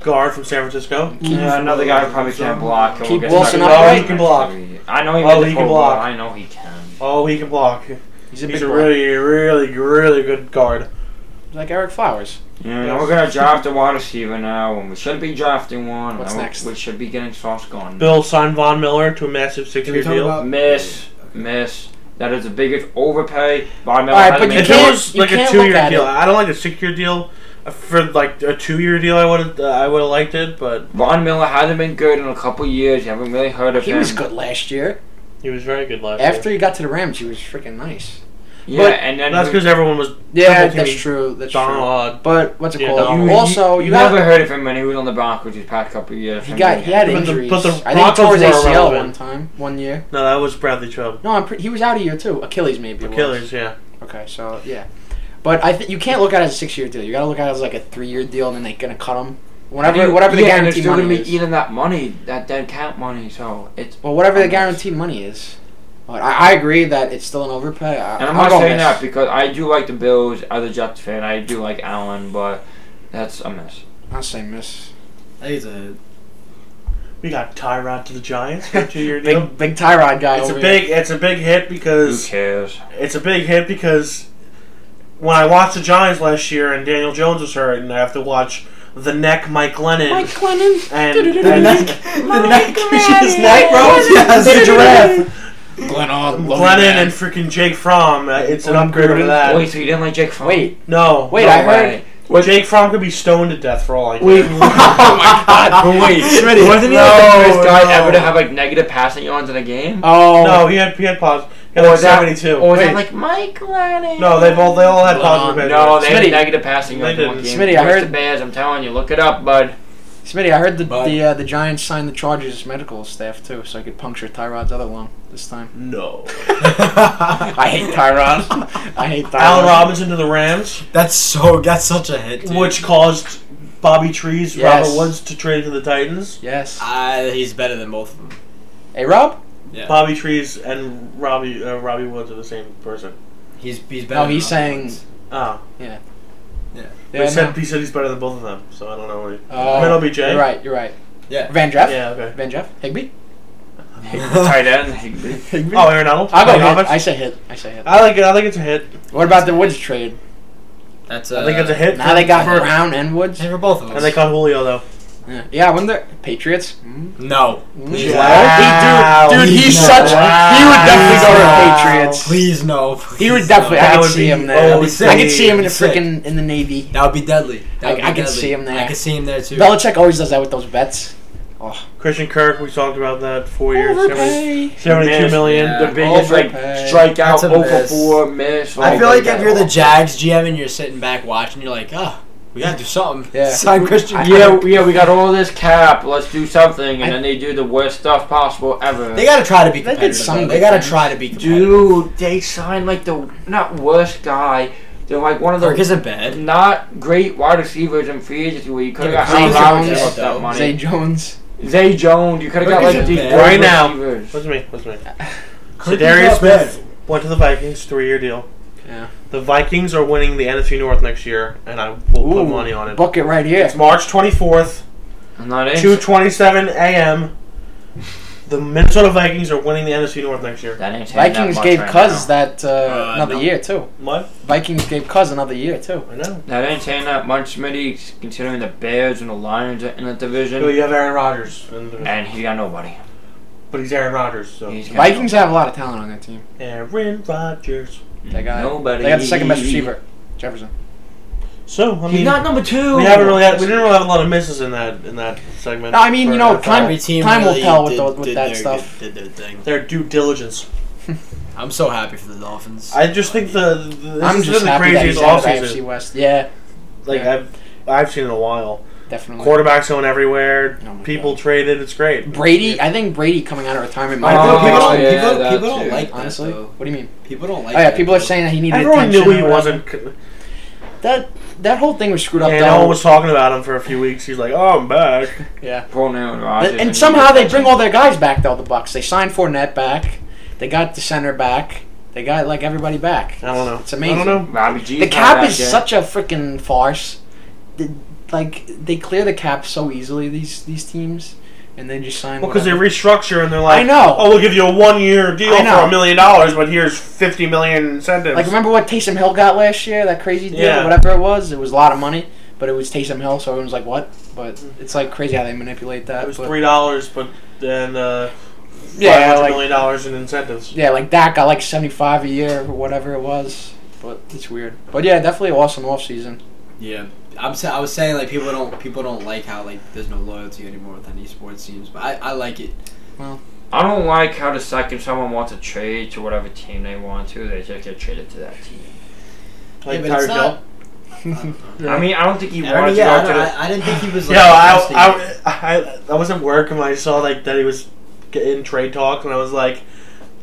[SPEAKER 4] guard from San Francisco.
[SPEAKER 3] Yeah, another guy probably can't block. and we'll
[SPEAKER 2] Keep
[SPEAKER 3] get
[SPEAKER 2] Wilson
[SPEAKER 3] stuck.
[SPEAKER 2] upright.
[SPEAKER 4] Oh, he can block.
[SPEAKER 3] I know he
[SPEAKER 4] Oh,
[SPEAKER 3] made the
[SPEAKER 4] he
[SPEAKER 3] Pro
[SPEAKER 4] can
[SPEAKER 3] Bowl.
[SPEAKER 4] block.
[SPEAKER 3] I know he can.
[SPEAKER 4] Oh, he can block.
[SPEAKER 2] He's a big
[SPEAKER 4] He's a
[SPEAKER 2] boy.
[SPEAKER 4] really, really, really good guard.
[SPEAKER 2] like Eric Flowers.
[SPEAKER 3] Yeah, now we're gonna draft a wide receiver now, and we should be drafting one.
[SPEAKER 2] What's
[SPEAKER 3] and we-
[SPEAKER 2] next?
[SPEAKER 3] We should be getting Sauce gone.
[SPEAKER 4] Bill signed Von Miller to a massive
[SPEAKER 1] Can we
[SPEAKER 4] six-year
[SPEAKER 1] talk
[SPEAKER 4] deal.
[SPEAKER 1] about-
[SPEAKER 3] Miss, miss. That is the biggest overpay. Von Miller
[SPEAKER 2] Alright,
[SPEAKER 3] had
[SPEAKER 2] but
[SPEAKER 3] to
[SPEAKER 2] you
[SPEAKER 4] If
[SPEAKER 3] make-
[SPEAKER 4] it
[SPEAKER 2] can't-
[SPEAKER 4] was
[SPEAKER 2] you
[SPEAKER 4] like a
[SPEAKER 2] can't
[SPEAKER 4] two-year
[SPEAKER 2] look at
[SPEAKER 4] deal,
[SPEAKER 2] it.
[SPEAKER 4] I don't like a six-year deal. Uh, For like a two-year deal, I would uh, I would have liked it, but
[SPEAKER 3] Von Miller hasn't been good in a couple years. You haven't really heard of
[SPEAKER 2] He
[SPEAKER 3] him.
[SPEAKER 2] was good last year.
[SPEAKER 4] he was very good last
[SPEAKER 2] After
[SPEAKER 4] year.
[SPEAKER 2] he got to the Rams, he was freaking nice.
[SPEAKER 3] Yeah,
[SPEAKER 2] But
[SPEAKER 3] and then
[SPEAKER 4] That's
[SPEAKER 3] we-
[SPEAKER 4] because everyone was
[SPEAKER 2] Yeah,
[SPEAKER 4] Double
[SPEAKER 2] that's
[SPEAKER 4] team.
[SPEAKER 2] true. That's true.
[SPEAKER 4] Donald.
[SPEAKER 2] But what's it
[SPEAKER 4] Yeah,
[SPEAKER 2] called?
[SPEAKER 4] Donald.
[SPEAKER 2] also,
[SPEAKER 3] you,
[SPEAKER 2] you got
[SPEAKER 3] never heard of him when he was on the Broncos these past couple of years.
[SPEAKER 2] he got he had
[SPEAKER 4] But the-
[SPEAKER 2] injuries.
[SPEAKER 4] but the
[SPEAKER 2] I think he tore his
[SPEAKER 4] Broncos were
[SPEAKER 2] ACL one
[SPEAKER 4] irrelevant.
[SPEAKER 2] time, one year.
[SPEAKER 4] No, that was Bradley Chubb.
[SPEAKER 2] No, I'm pre- he was out a year too. Achilles maybe. it was.
[SPEAKER 4] Killers, yeah.
[SPEAKER 2] Okay, so yeah, but I think you can't look at it as a six-year deal. You got to look at it as like a three-year deal, and then they're gonna cut him whatever whatever the
[SPEAKER 3] yeah, and they're
[SPEAKER 2] guaranteed
[SPEAKER 3] still
[SPEAKER 2] money
[SPEAKER 3] gonna be
[SPEAKER 2] is.
[SPEAKER 3] eating that money, that dead count money. So it's
[SPEAKER 2] well, whatever the
[SPEAKER 3] I'm not-
[SPEAKER 2] guaranteed money is. But I, I agree that it's still an overpay. I,
[SPEAKER 3] And I'm
[SPEAKER 2] I'll
[SPEAKER 3] not
[SPEAKER 2] go
[SPEAKER 3] saying
[SPEAKER 2] miss.
[SPEAKER 3] that because I do like the Bills as a Jets fan. I do like Allen, but that's a miss.
[SPEAKER 2] I'll say miss.
[SPEAKER 1] I think it's a
[SPEAKER 4] We got Tyrod to the Giants for a two-year deal.
[SPEAKER 2] Big big Tyrod guy.
[SPEAKER 4] It's a
[SPEAKER 2] over
[SPEAKER 4] big, it's a big hit
[SPEAKER 3] Oh, Who
[SPEAKER 4] because
[SPEAKER 3] cares?
[SPEAKER 4] it's a big hit because when I watched the Giants last year and Daniel Jones was hurt, and I have to watch the neck Mike Lennon
[SPEAKER 2] Here. Mike Glennon.
[SPEAKER 4] and,
[SPEAKER 2] The
[SPEAKER 4] and
[SPEAKER 2] neck.
[SPEAKER 1] the neck.
[SPEAKER 2] His neck, bro.
[SPEAKER 1] Yes.
[SPEAKER 2] The giraffe. Glenn
[SPEAKER 4] Glennon and freaking Jake Fromm. Uh, It's an upgrade over that.
[SPEAKER 3] Wait, so you didn't like Jake Fromm?
[SPEAKER 2] Wait,
[SPEAKER 4] No,
[SPEAKER 2] wait,
[SPEAKER 3] No
[SPEAKER 2] I heard.
[SPEAKER 3] way. What-
[SPEAKER 4] Jake Fromm could be stoned to death for all I know.
[SPEAKER 2] Wait, oh my god.
[SPEAKER 3] But wait,
[SPEAKER 1] Smitty.
[SPEAKER 3] wasn't he like the
[SPEAKER 4] No,
[SPEAKER 3] first guy
[SPEAKER 4] no.
[SPEAKER 3] ever to have like negative passing yards in a game?
[SPEAKER 2] Oh,
[SPEAKER 4] No, he had he had pause. He had like
[SPEAKER 3] Or was that-
[SPEAKER 4] seventy-two.
[SPEAKER 3] Or was
[SPEAKER 2] wait.
[SPEAKER 3] that like Mike Lennon?
[SPEAKER 4] no, they've all they all had positive.
[SPEAKER 3] No, they
[SPEAKER 2] Smitty.
[SPEAKER 3] had negative passing
[SPEAKER 4] They
[SPEAKER 3] yards in one game.
[SPEAKER 4] didn't.
[SPEAKER 2] Smitty, I
[SPEAKER 3] Versus
[SPEAKER 2] heard-
[SPEAKER 3] the Bears. I'm telling you, look it up, bud.
[SPEAKER 2] Smitty, I heard the
[SPEAKER 1] But-
[SPEAKER 2] the, uh, the Giants signed the Chargers medical staff too, so I could puncture Tyrod's other lung this time.
[SPEAKER 4] no.
[SPEAKER 2] I hate Tyrod. I hate Tyrod.
[SPEAKER 4] Allen Robinson to the Rams,
[SPEAKER 1] that's so that's such a hit. Dude.
[SPEAKER 4] which caused Bobby Trees,
[SPEAKER 2] Yes.
[SPEAKER 4] Robert Woods to trade to the Titans.
[SPEAKER 2] Yes.
[SPEAKER 1] I- Uh, he's better than both of them.
[SPEAKER 2] Uh, Hey Rob.
[SPEAKER 1] Yeah,
[SPEAKER 4] Bobby Trees and Robbie uh, Robbie Woods are the same person.
[SPEAKER 1] he's he's better.
[SPEAKER 2] No,
[SPEAKER 1] than
[SPEAKER 2] he's
[SPEAKER 1] both of them.
[SPEAKER 2] saying. Ah.
[SPEAKER 4] Oh,
[SPEAKER 2] Yeah,
[SPEAKER 4] he, said,
[SPEAKER 2] no.
[SPEAKER 4] he said he's better than both of them, so I don't know. Really.
[SPEAKER 2] Oh,
[SPEAKER 4] Middle BJ.
[SPEAKER 2] You're right. You're right.
[SPEAKER 1] Yeah.
[SPEAKER 2] Van Jeff.
[SPEAKER 4] Yeah, okay.
[SPEAKER 2] Van Jeff. Higby.
[SPEAKER 3] Tight end. Higby.
[SPEAKER 2] Higby.
[SPEAKER 4] Oh, Aaron Donald.
[SPEAKER 2] I'll go Uh,
[SPEAKER 4] Wait,
[SPEAKER 2] hit.
[SPEAKER 4] how much?
[SPEAKER 2] I say hit. I say hit.
[SPEAKER 4] I like it. I think it's a hit.
[SPEAKER 2] What about the Woods trade?
[SPEAKER 1] That's.
[SPEAKER 4] I think it's a hit.
[SPEAKER 2] Now Uh, they got
[SPEAKER 4] for,
[SPEAKER 2] Brown and Woods.
[SPEAKER 1] Hey, for both of us.
[SPEAKER 4] and they caught Julio though.
[SPEAKER 2] Yeah, yeah I wonder. Patriots. Mm.
[SPEAKER 1] no. Please,
[SPEAKER 4] Wow.
[SPEAKER 2] He- Dude, dude, he's
[SPEAKER 1] Wow.
[SPEAKER 2] such. He would definitely go to the
[SPEAKER 4] Wow.
[SPEAKER 2] Patriots.
[SPEAKER 1] please no.
[SPEAKER 2] He would
[SPEAKER 1] please
[SPEAKER 2] definitely.
[SPEAKER 1] No.
[SPEAKER 4] That
[SPEAKER 2] I could
[SPEAKER 4] would
[SPEAKER 2] see
[SPEAKER 4] be-
[SPEAKER 2] him
[SPEAKER 4] oh,
[SPEAKER 2] there.
[SPEAKER 4] that would
[SPEAKER 1] be
[SPEAKER 2] I
[SPEAKER 1] sick.
[SPEAKER 2] could see him in the
[SPEAKER 1] Sick.
[SPEAKER 2] freaking in the Navy.
[SPEAKER 1] That would be deadly. That
[SPEAKER 2] I-
[SPEAKER 1] would be
[SPEAKER 2] I could
[SPEAKER 1] deadly.
[SPEAKER 2] see him there.
[SPEAKER 1] I could see him there too.
[SPEAKER 2] Belichick always does that with those bets.
[SPEAKER 4] Christian Kirk, we talked about that four years, seventy-
[SPEAKER 2] Overpay.
[SPEAKER 4] seventy-two
[SPEAKER 3] Miss.
[SPEAKER 4] million.
[SPEAKER 1] Yeah.
[SPEAKER 3] The biggest like
[SPEAKER 2] Overpay.
[SPEAKER 3] strikeout
[SPEAKER 1] That's a
[SPEAKER 3] over
[SPEAKER 1] miss.
[SPEAKER 3] four miss.
[SPEAKER 1] I
[SPEAKER 3] oh,
[SPEAKER 1] feel like
[SPEAKER 3] they
[SPEAKER 1] if
[SPEAKER 3] got
[SPEAKER 1] you're the
[SPEAKER 3] all-
[SPEAKER 1] Jags GM and you're sitting back watching, you're like, ah, we gotta do something.
[SPEAKER 2] Yeah.
[SPEAKER 1] Sign Christian.
[SPEAKER 3] Yeah,
[SPEAKER 1] Kirk.
[SPEAKER 3] we- yeah, we got all this cap. Let's do something, and
[SPEAKER 2] I-
[SPEAKER 3] then they do the worst stuff possible ever.
[SPEAKER 1] They gotta try to be
[SPEAKER 2] They did
[SPEAKER 1] competitive. though.
[SPEAKER 2] some
[SPEAKER 1] They
[SPEAKER 2] good
[SPEAKER 1] gotta
[SPEAKER 2] things.
[SPEAKER 1] try to be competitive.
[SPEAKER 3] Dude, they signed like the not worst guy. They're like one of
[SPEAKER 1] Kirk
[SPEAKER 3] the
[SPEAKER 1] isn't bad.
[SPEAKER 3] not great wide receivers in free agency where you could have
[SPEAKER 1] Yeah,
[SPEAKER 3] got
[SPEAKER 1] but
[SPEAKER 3] Allen
[SPEAKER 2] Zay
[SPEAKER 3] Robinson
[SPEAKER 2] Jones,
[SPEAKER 3] with that money.
[SPEAKER 2] Zay
[SPEAKER 3] Zay,
[SPEAKER 2] Jones.
[SPEAKER 3] Jones, you could have
[SPEAKER 1] Kirk
[SPEAKER 3] got like
[SPEAKER 1] isn't
[SPEAKER 3] these
[SPEAKER 1] bad.
[SPEAKER 3] great
[SPEAKER 4] Right now.
[SPEAKER 3] receivers.
[SPEAKER 4] What's me? What's me?
[SPEAKER 1] Kirk
[SPEAKER 4] Darius
[SPEAKER 1] is not bad.
[SPEAKER 4] Smith went to the Vikings, three-year deal.
[SPEAKER 2] Yeah.
[SPEAKER 4] The Vikings are winning the NFC North next year, and I will
[SPEAKER 2] Ooh,
[SPEAKER 4] put money on it.
[SPEAKER 2] Bucket right here.
[SPEAKER 4] It's March 24th,
[SPEAKER 3] I'm not in.
[SPEAKER 4] 2:27 a.m. The Minnesota Vikings are winning the NFC North next year.
[SPEAKER 3] That ain't saying that
[SPEAKER 2] Vikings
[SPEAKER 3] much
[SPEAKER 2] gave
[SPEAKER 3] right
[SPEAKER 2] Cuz
[SPEAKER 3] now.
[SPEAKER 2] that uh,
[SPEAKER 1] Uh,
[SPEAKER 2] another
[SPEAKER 1] no.
[SPEAKER 2] year too.
[SPEAKER 4] What?
[SPEAKER 2] Vikings gave Cuz another year too.
[SPEAKER 4] I know.
[SPEAKER 3] that ain't saying that much, Smitty, considering the Bears and the Lions are in the
[SPEAKER 4] Well,
[SPEAKER 3] division,
[SPEAKER 4] you have Aaron Rodgers, and,
[SPEAKER 3] and he got nobody.
[SPEAKER 4] but he's Aaron Rodgers. So
[SPEAKER 3] He's got
[SPEAKER 2] Vikings have a lot of talent on their team.
[SPEAKER 4] Aaron Rodgers.
[SPEAKER 2] They got
[SPEAKER 3] nobody.
[SPEAKER 2] They got the second best receiver, Jefferson.
[SPEAKER 4] So I
[SPEAKER 3] He's
[SPEAKER 4] mean,
[SPEAKER 3] not number two.
[SPEAKER 4] we haven't really had, we didn't really have a lot of misses in that in that segment.
[SPEAKER 2] No, I mean, you
[SPEAKER 4] for
[SPEAKER 2] know,
[SPEAKER 4] NFL.
[SPEAKER 2] time-
[SPEAKER 1] Every team
[SPEAKER 2] Time will
[SPEAKER 1] really
[SPEAKER 2] tell with
[SPEAKER 1] did,
[SPEAKER 2] tho- with
[SPEAKER 1] did
[SPEAKER 2] that
[SPEAKER 1] their,
[SPEAKER 2] stuff.
[SPEAKER 1] Did their thing.
[SPEAKER 4] their due diligence.
[SPEAKER 1] I'm so happy for the Dolphins.
[SPEAKER 4] I just think the, the this
[SPEAKER 2] I'm
[SPEAKER 4] is
[SPEAKER 2] just
[SPEAKER 4] the
[SPEAKER 2] happy that he's
[SPEAKER 4] craziest
[SPEAKER 2] out of the AFC
[SPEAKER 4] offseason.
[SPEAKER 2] West. Yeah,
[SPEAKER 4] Like
[SPEAKER 2] Yeah.
[SPEAKER 4] I've I've seen in a while.
[SPEAKER 2] definitely.
[SPEAKER 4] Quarterbacks going everywhere.
[SPEAKER 2] Oh my
[SPEAKER 4] people traded. It's great.
[SPEAKER 2] Brady, I think Brady coming out of retirement.
[SPEAKER 1] I
[SPEAKER 2] Might
[SPEAKER 1] feel
[SPEAKER 3] Oh,
[SPEAKER 1] people don't,
[SPEAKER 3] yeah,
[SPEAKER 1] people,
[SPEAKER 3] that
[SPEAKER 1] people don't
[SPEAKER 3] too.
[SPEAKER 1] like
[SPEAKER 2] honestly,
[SPEAKER 1] honestly. That, though.
[SPEAKER 2] what do you mean?
[SPEAKER 1] People don't like.
[SPEAKER 2] oh yeah,
[SPEAKER 1] that,
[SPEAKER 2] people are
[SPEAKER 1] though.
[SPEAKER 2] saying that he needed.
[SPEAKER 4] Everyone
[SPEAKER 2] attention
[SPEAKER 4] knew he
[SPEAKER 2] or whatever.
[SPEAKER 4] wasn't. c-
[SPEAKER 2] That that whole thing was screwed up.
[SPEAKER 4] And
[SPEAKER 2] though.
[SPEAKER 4] no one was talking about him for a few weeks. He's like, "Oh, I'm back."
[SPEAKER 2] yeah.
[SPEAKER 3] Poor Aaron Rodgers.
[SPEAKER 2] And, and somehow they bring all their guys back though. The Bucks they signed Fournette back. They got the center back. They got like everybody back.
[SPEAKER 4] I don't know.
[SPEAKER 2] It's amazing.
[SPEAKER 4] I don't know.
[SPEAKER 3] Robbie G's
[SPEAKER 2] The
[SPEAKER 3] not
[SPEAKER 2] cap
[SPEAKER 3] back
[SPEAKER 2] is
[SPEAKER 3] yet.
[SPEAKER 2] such a freaking farce. The, like they clear the cap so easily. These these teams, and they just sign.
[SPEAKER 4] Well, because they
[SPEAKER 2] whatever.
[SPEAKER 4] restructure and they're like,
[SPEAKER 2] I know.
[SPEAKER 4] oh, we'll give you a one-year deal
[SPEAKER 2] I
[SPEAKER 4] for
[SPEAKER 2] know.
[SPEAKER 4] a million dollars, but here's fifty million incentives.
[SPEAKER 2] like remember what Taysom Hill got last year? That crazy deal,
[SPEAKER 4] Yeah.
[SPEAKER 2] whatever it was. It was a lot of money, but it was Taysom Hill, so everyone's like, "What?" But it's like crazy how they manipulate that.
[SPEAKER 4] it was
[SPEAKER 2] but-
[SPEAKER 4] three dollars, but then uh,
[SPEAKER 2] Yeah,
[SPEAKER 4] $500
[SPEAKER 2] like-
[SPEAKER 4] million dollars in incentives.
[SPEAKER 2] Yeah, like that got like 75 a year or whatever it was. But it's weird. But yeah, definitely awesome off season.
[SPEAKER 1] Yeah, I'm. Sa- I was saying like people don't people don't like how like there's no loyalty anymore with any sports teams, but I, I like it.
[SPEAKER 3] I don't like how the second someone wants a trade to whatever team they want to, they just get traded to that team.
[SPEAKER 4] Like
[SPEAKER 1] yeah, but it's
[SPEAKER 4] Tyreek Hill.
[SPEAKER 1] not. I don't know.
[SPEAKER 3] I mean, I don't think he
[SPEAKER 1] I don't-
[SPEAKER 3] wanted
[SPEAKER 1] yeah, I,
[SPEAKER 3] to
[SPEAKER 1] don't-
[SPEAKER 3] go to the
[SPEAKER 1] I, I didn't think he was.
[SPEAKER 4] Yo,
[SPEAKER 1] Like,
[SPEAKER 4] I,
[SPEAKER 1] investing in it.
[SPEAKER 4] I, I, I was at work and I saw like that he was in trade talks, and I was like,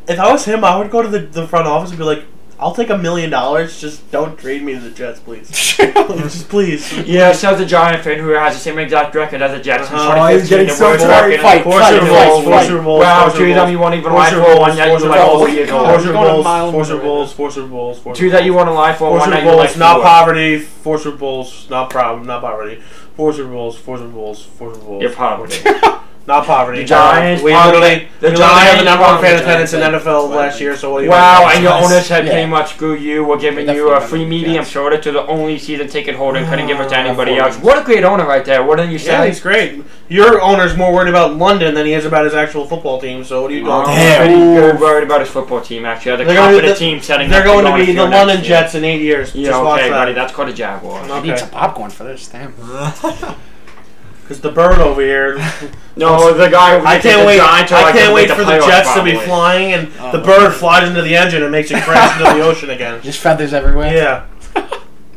[SPEAKER 4] if I was him, I would go to the, the front office and be like, I'll take a million dollars, just don't trade me to the Jets, please, just please.
[SPEAKER 3] Yeah, so the Giant fan who has the same exact record as the Jets in
[SPEAKER 4] Uh-huh.
[SPEAKER 1] Oh, he's
[SPEAKER 3] 2015.
[SPEAKER 1] getting
[SPEAKER 3] the
[SPEAKER 1] so
[SPEAKER 3] worst
[SPEAKER 1] bored.
[SPEAKER 3] record.
[SPEAKER 2] Fight,
[SPEAKER 4] Four
[SPEAKER 2] fight,
[SPEAKER 4] Super
[SPEAKER 2] fight,
[SPEAKER 4] Bowls, four
[SPEAKER 2] fight.
[SPEAKER 4] Super Bowls,
[SPEAKER 3] Wow,
[SPEAKER 4] four Super
[SPEAKER 3] two of them
[SPEAKER 4] Bowls.
[SPEAKER 3] you won't even
[SPEAKER 4] Four
[SPEAKER 3] lie
[SPEAKER 4] Super
[SPEAKER 3] for.
[SPEAKER 4] Bowls,
[SPEAKER 3] One that you
[SPEAKER 4] four
[SPEAKER 3] like
[SPEAKER 4] Super
[SPEAKER 3] four
[SPEAKER 4] Bowls,
[SPEAKER 3] years
[SPEAKER 2] Four
[SPEAKER 3] old.
[SPEAKER 4] Four Super
[SPEAKER 2] Going
[SPEAKER 4] Bowls,
[SPEAKER 2] mild
[SPEAKER 4] four
[SPEAKER 2] on
[SPEAKER 4] Super
[SPEAKER 2] it.
[SPEAKER 4] Bowls, four Super Bowls, four
[SPEAKER 3] Two
[SPEAKER 4] Super
[SPEAKER 3] that
[SPEAKER 4] Bowls.
[SPEAKER 3] you want to lie for.
[SPEAKER 4] Four
[SPEAKER 3] One
[SPEAKER 4] Super
[SPEAKER 3] that you like
[SPEAKER 4] Bowls, not
[SPEAKER 3] for.
[SPEAKER 4] poverty. Four Super Bowls, not problem, not poverty. Four Super Bowls, four Super Bowls, four Super Bowls.
[SPEAKER 3] You're poverty.
[SPEAKER 4] Not poverty.
[SPEAKER 3] The Giants,
[SPEAKER 4] We
[SPEAKER 3] poverty.
[SPEAKER 4] literally,
[SPEAKER 3] The
[SPEAKER 4] the we literally had the
[SPEAKER 3] Giants,
[SPEAKER 4] number one fan
[SPEAKER 3] poverty.
[SPEAKER 4] attendance in NFL last year. So what do you
[SPEAKER 3] Wow,
[SPEAKER 4] want?
[SPEAKER 3] and your owners had
[SPEAKER 2] Yeah.
[SPEAKER 3] pretty much screw you. We're giving
[SPEAKER 2] They
[SPEAKER 3] you a
[SPEAKER 2] definitely
[SPEAKER 3] free
[SPEAKER 2] got the
[SPEAKER 3] medium
[SPEAKER 2] Jets.
[SPEAKER 3] soda to the only season ticket holder and couldn't give it to
[SPEAKER 4] Ah,
[SPEAKER 3] anybody
[SPEAKER 4] four
[SPEAKER 3] else.
[SPEAKER 4] wins.
[SPEAKER 3] What a great owner right there. What didn't you
[SPEAKER 4] Yeah,
[SPEAKER 3] say?
[SPEAKER 4] he's great. Your owner's more worried about London than he is about his actual football team. So what are you doing?
[SPEAKER 3] Oh,
[SPEAKER 1] Damn.
[SPEAKER 3] pretty good worried about his football team, actually. Had a
[SPEAKER 4] They're gonna be
[SPEAKER 3] competent
[SPEAKER 4] the-
[SPEAKER 3] team setting
[SPEAKER 4] They're
[SPEAKER 3] up
[SPEAKER 4] going
[SPEAKER 3] on
[SPEAKER 4] to be
[SPEAKER 3] field
[SPEAKER 4] the
[SPEAKER 3] next
[SPEAKER 4] London
[SPEAKER 3] year.
[SPEAKER 4] Jets in eight years.
[SPEAKER 3] Yeah,
[SPEAKER 4] Just watch
[SPEAKER 3] okay, buddy.
[SPEAKER 4] that.
[SPEAKER 3] That's called a Jaguar.
[SPEAKER 2] I need some
[SPEAKER 4] Okay,
[SPEAKER 2] popcorn for this, damn.
[SPEAKER 4] because the bird over here.
[SPEAKER 3] No, the guy.
[SPEAKER 4] I can't wait. I can't wait for the Jets to be
[SPEAKER 3] flying.
[SPEAKER 4] flying, and
[SPEAKER 2] Oh,
[SPEAKER 4] the
[SPEAKER 2] my
[SPEAKER 4] bird
[SPEAKER 2] goodness.
[SPEAKER 4] flies into the engine and makes it crash into the ocean again.
[SPEAKER 2] Just feathers everywhere.
[SPEAKER 4] Yeah,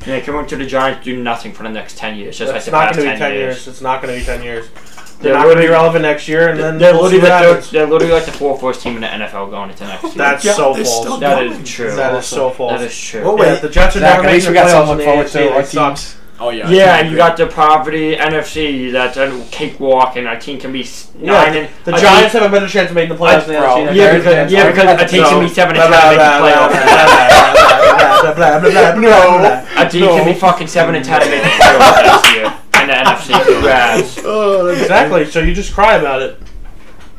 [SPEAKER 3] Yeah, coming to the Giants, do nothing for the next ten years. Just like
[SPEAKER 4] it's
[SPEAKER 3] the
[SPEAKER 4] not
[SPEAKER 3] past
[SPEAKER 4] going to
[SPEAKER 3] ten,
[SPEAKER 4] be ten
[SPEAKER 3] years.
[SPEAKER 4] years. It's not going to be ten years.
[SPEAKER 3] They're
[SPEAKER 4] They're not going to be
[SPEAKER 3] literally-
[SPEAKER 4] relevant next year, and
[SPEAKER 3] They're,
[SPEAKER 4] then
[SPEAKER 3] they're
[SPEAKER 4] we'll
[SPEAKER 3] literally
[SPEAKER 4] see what
[SPEAKER 3] the third,
[SPEAKER 4] happens.
[SPEAKER 3] they're literally like the fourth worst team in the NFL going into next year.
[SPEAKER 4] That's
[SPEAKER 1] Yeah,
[SPEAKER 4] so
[SPEAKER 1] they're
[SPEAKER 4] false.
[SPEAKER 1] still-
[SPEAKER 3] that is true.
[SPEAKER 4] That is so
[SPEAKER 3] That
[SPEAKER 4] false.
[SPEAKER 3] is true.
[SPEAKER 1] Well,
[SPEAKER 4] Yeah,
[SPEAKER 1] wait.
[SPEAKER 4] the Jets are
[SPEAKER 2] Zach,
[SPEAKER 4] never
[SPEAKER 2] at
[SPEAKER 4] going
[SPEAKER 2] least
[SPEAKER 4] to
[SPEAKER 2] we
[SPEAKER 4] make
[SPEAKER 2] got
[SPEAKER 4] the playoffs in
[SPEAKER 2] something to
[SPEAKER 4] the
[SPEAKER 2] look forward
[SPEAKER 4] AFC.
[SPEAKER 2] to.
[SPEAKER 4] They
[SPEAKER 2] Our
[SPEAKER 4] suck.
[SPEAKER 2] teams.
[SPEAKER 1] Oh yeah.
[SPEAKER 3] yeah, and you got the poverty NFC. That's a cakewalk, and our team can be s- nine
[SPEAKER 4] Yeah,
[SPEAKER 3] and
[SPEAKER 4] the
[SPEAKER 3] a team-
[SPEAKER 4] Giants have a better chance of making the playoffs than the
[SPEAKER 2] Bro,
[SPEAKER 4] AFC.
[SPEAKER 3] Yeah,
[SPEAKER 2] They're-
[SPEAKER 3] because yeah,
[SPEAKER 2] they're-
[SPEAKER 3] because a team can be
[SPEAKER 4] So,
[SPEAKER 3] seven and
[SPEAKER 4] blah,
[SPEAKER 3] ten and make
[SPEAKER 4] blah, blah,
[SPEAKER 3] the
[SPEAKER 4] blah,
[SPEAKER 3] playoffs.
[SPEAKER 4] blah, blah, blah, blah, blah, blah, blah, blah.
[SPEAKER 3] A team can be fucking seven and ten and make the playoffs next year. And the NFC, congrats.
[SPEAKER 4] Oh, Exactly. So you just cry about it.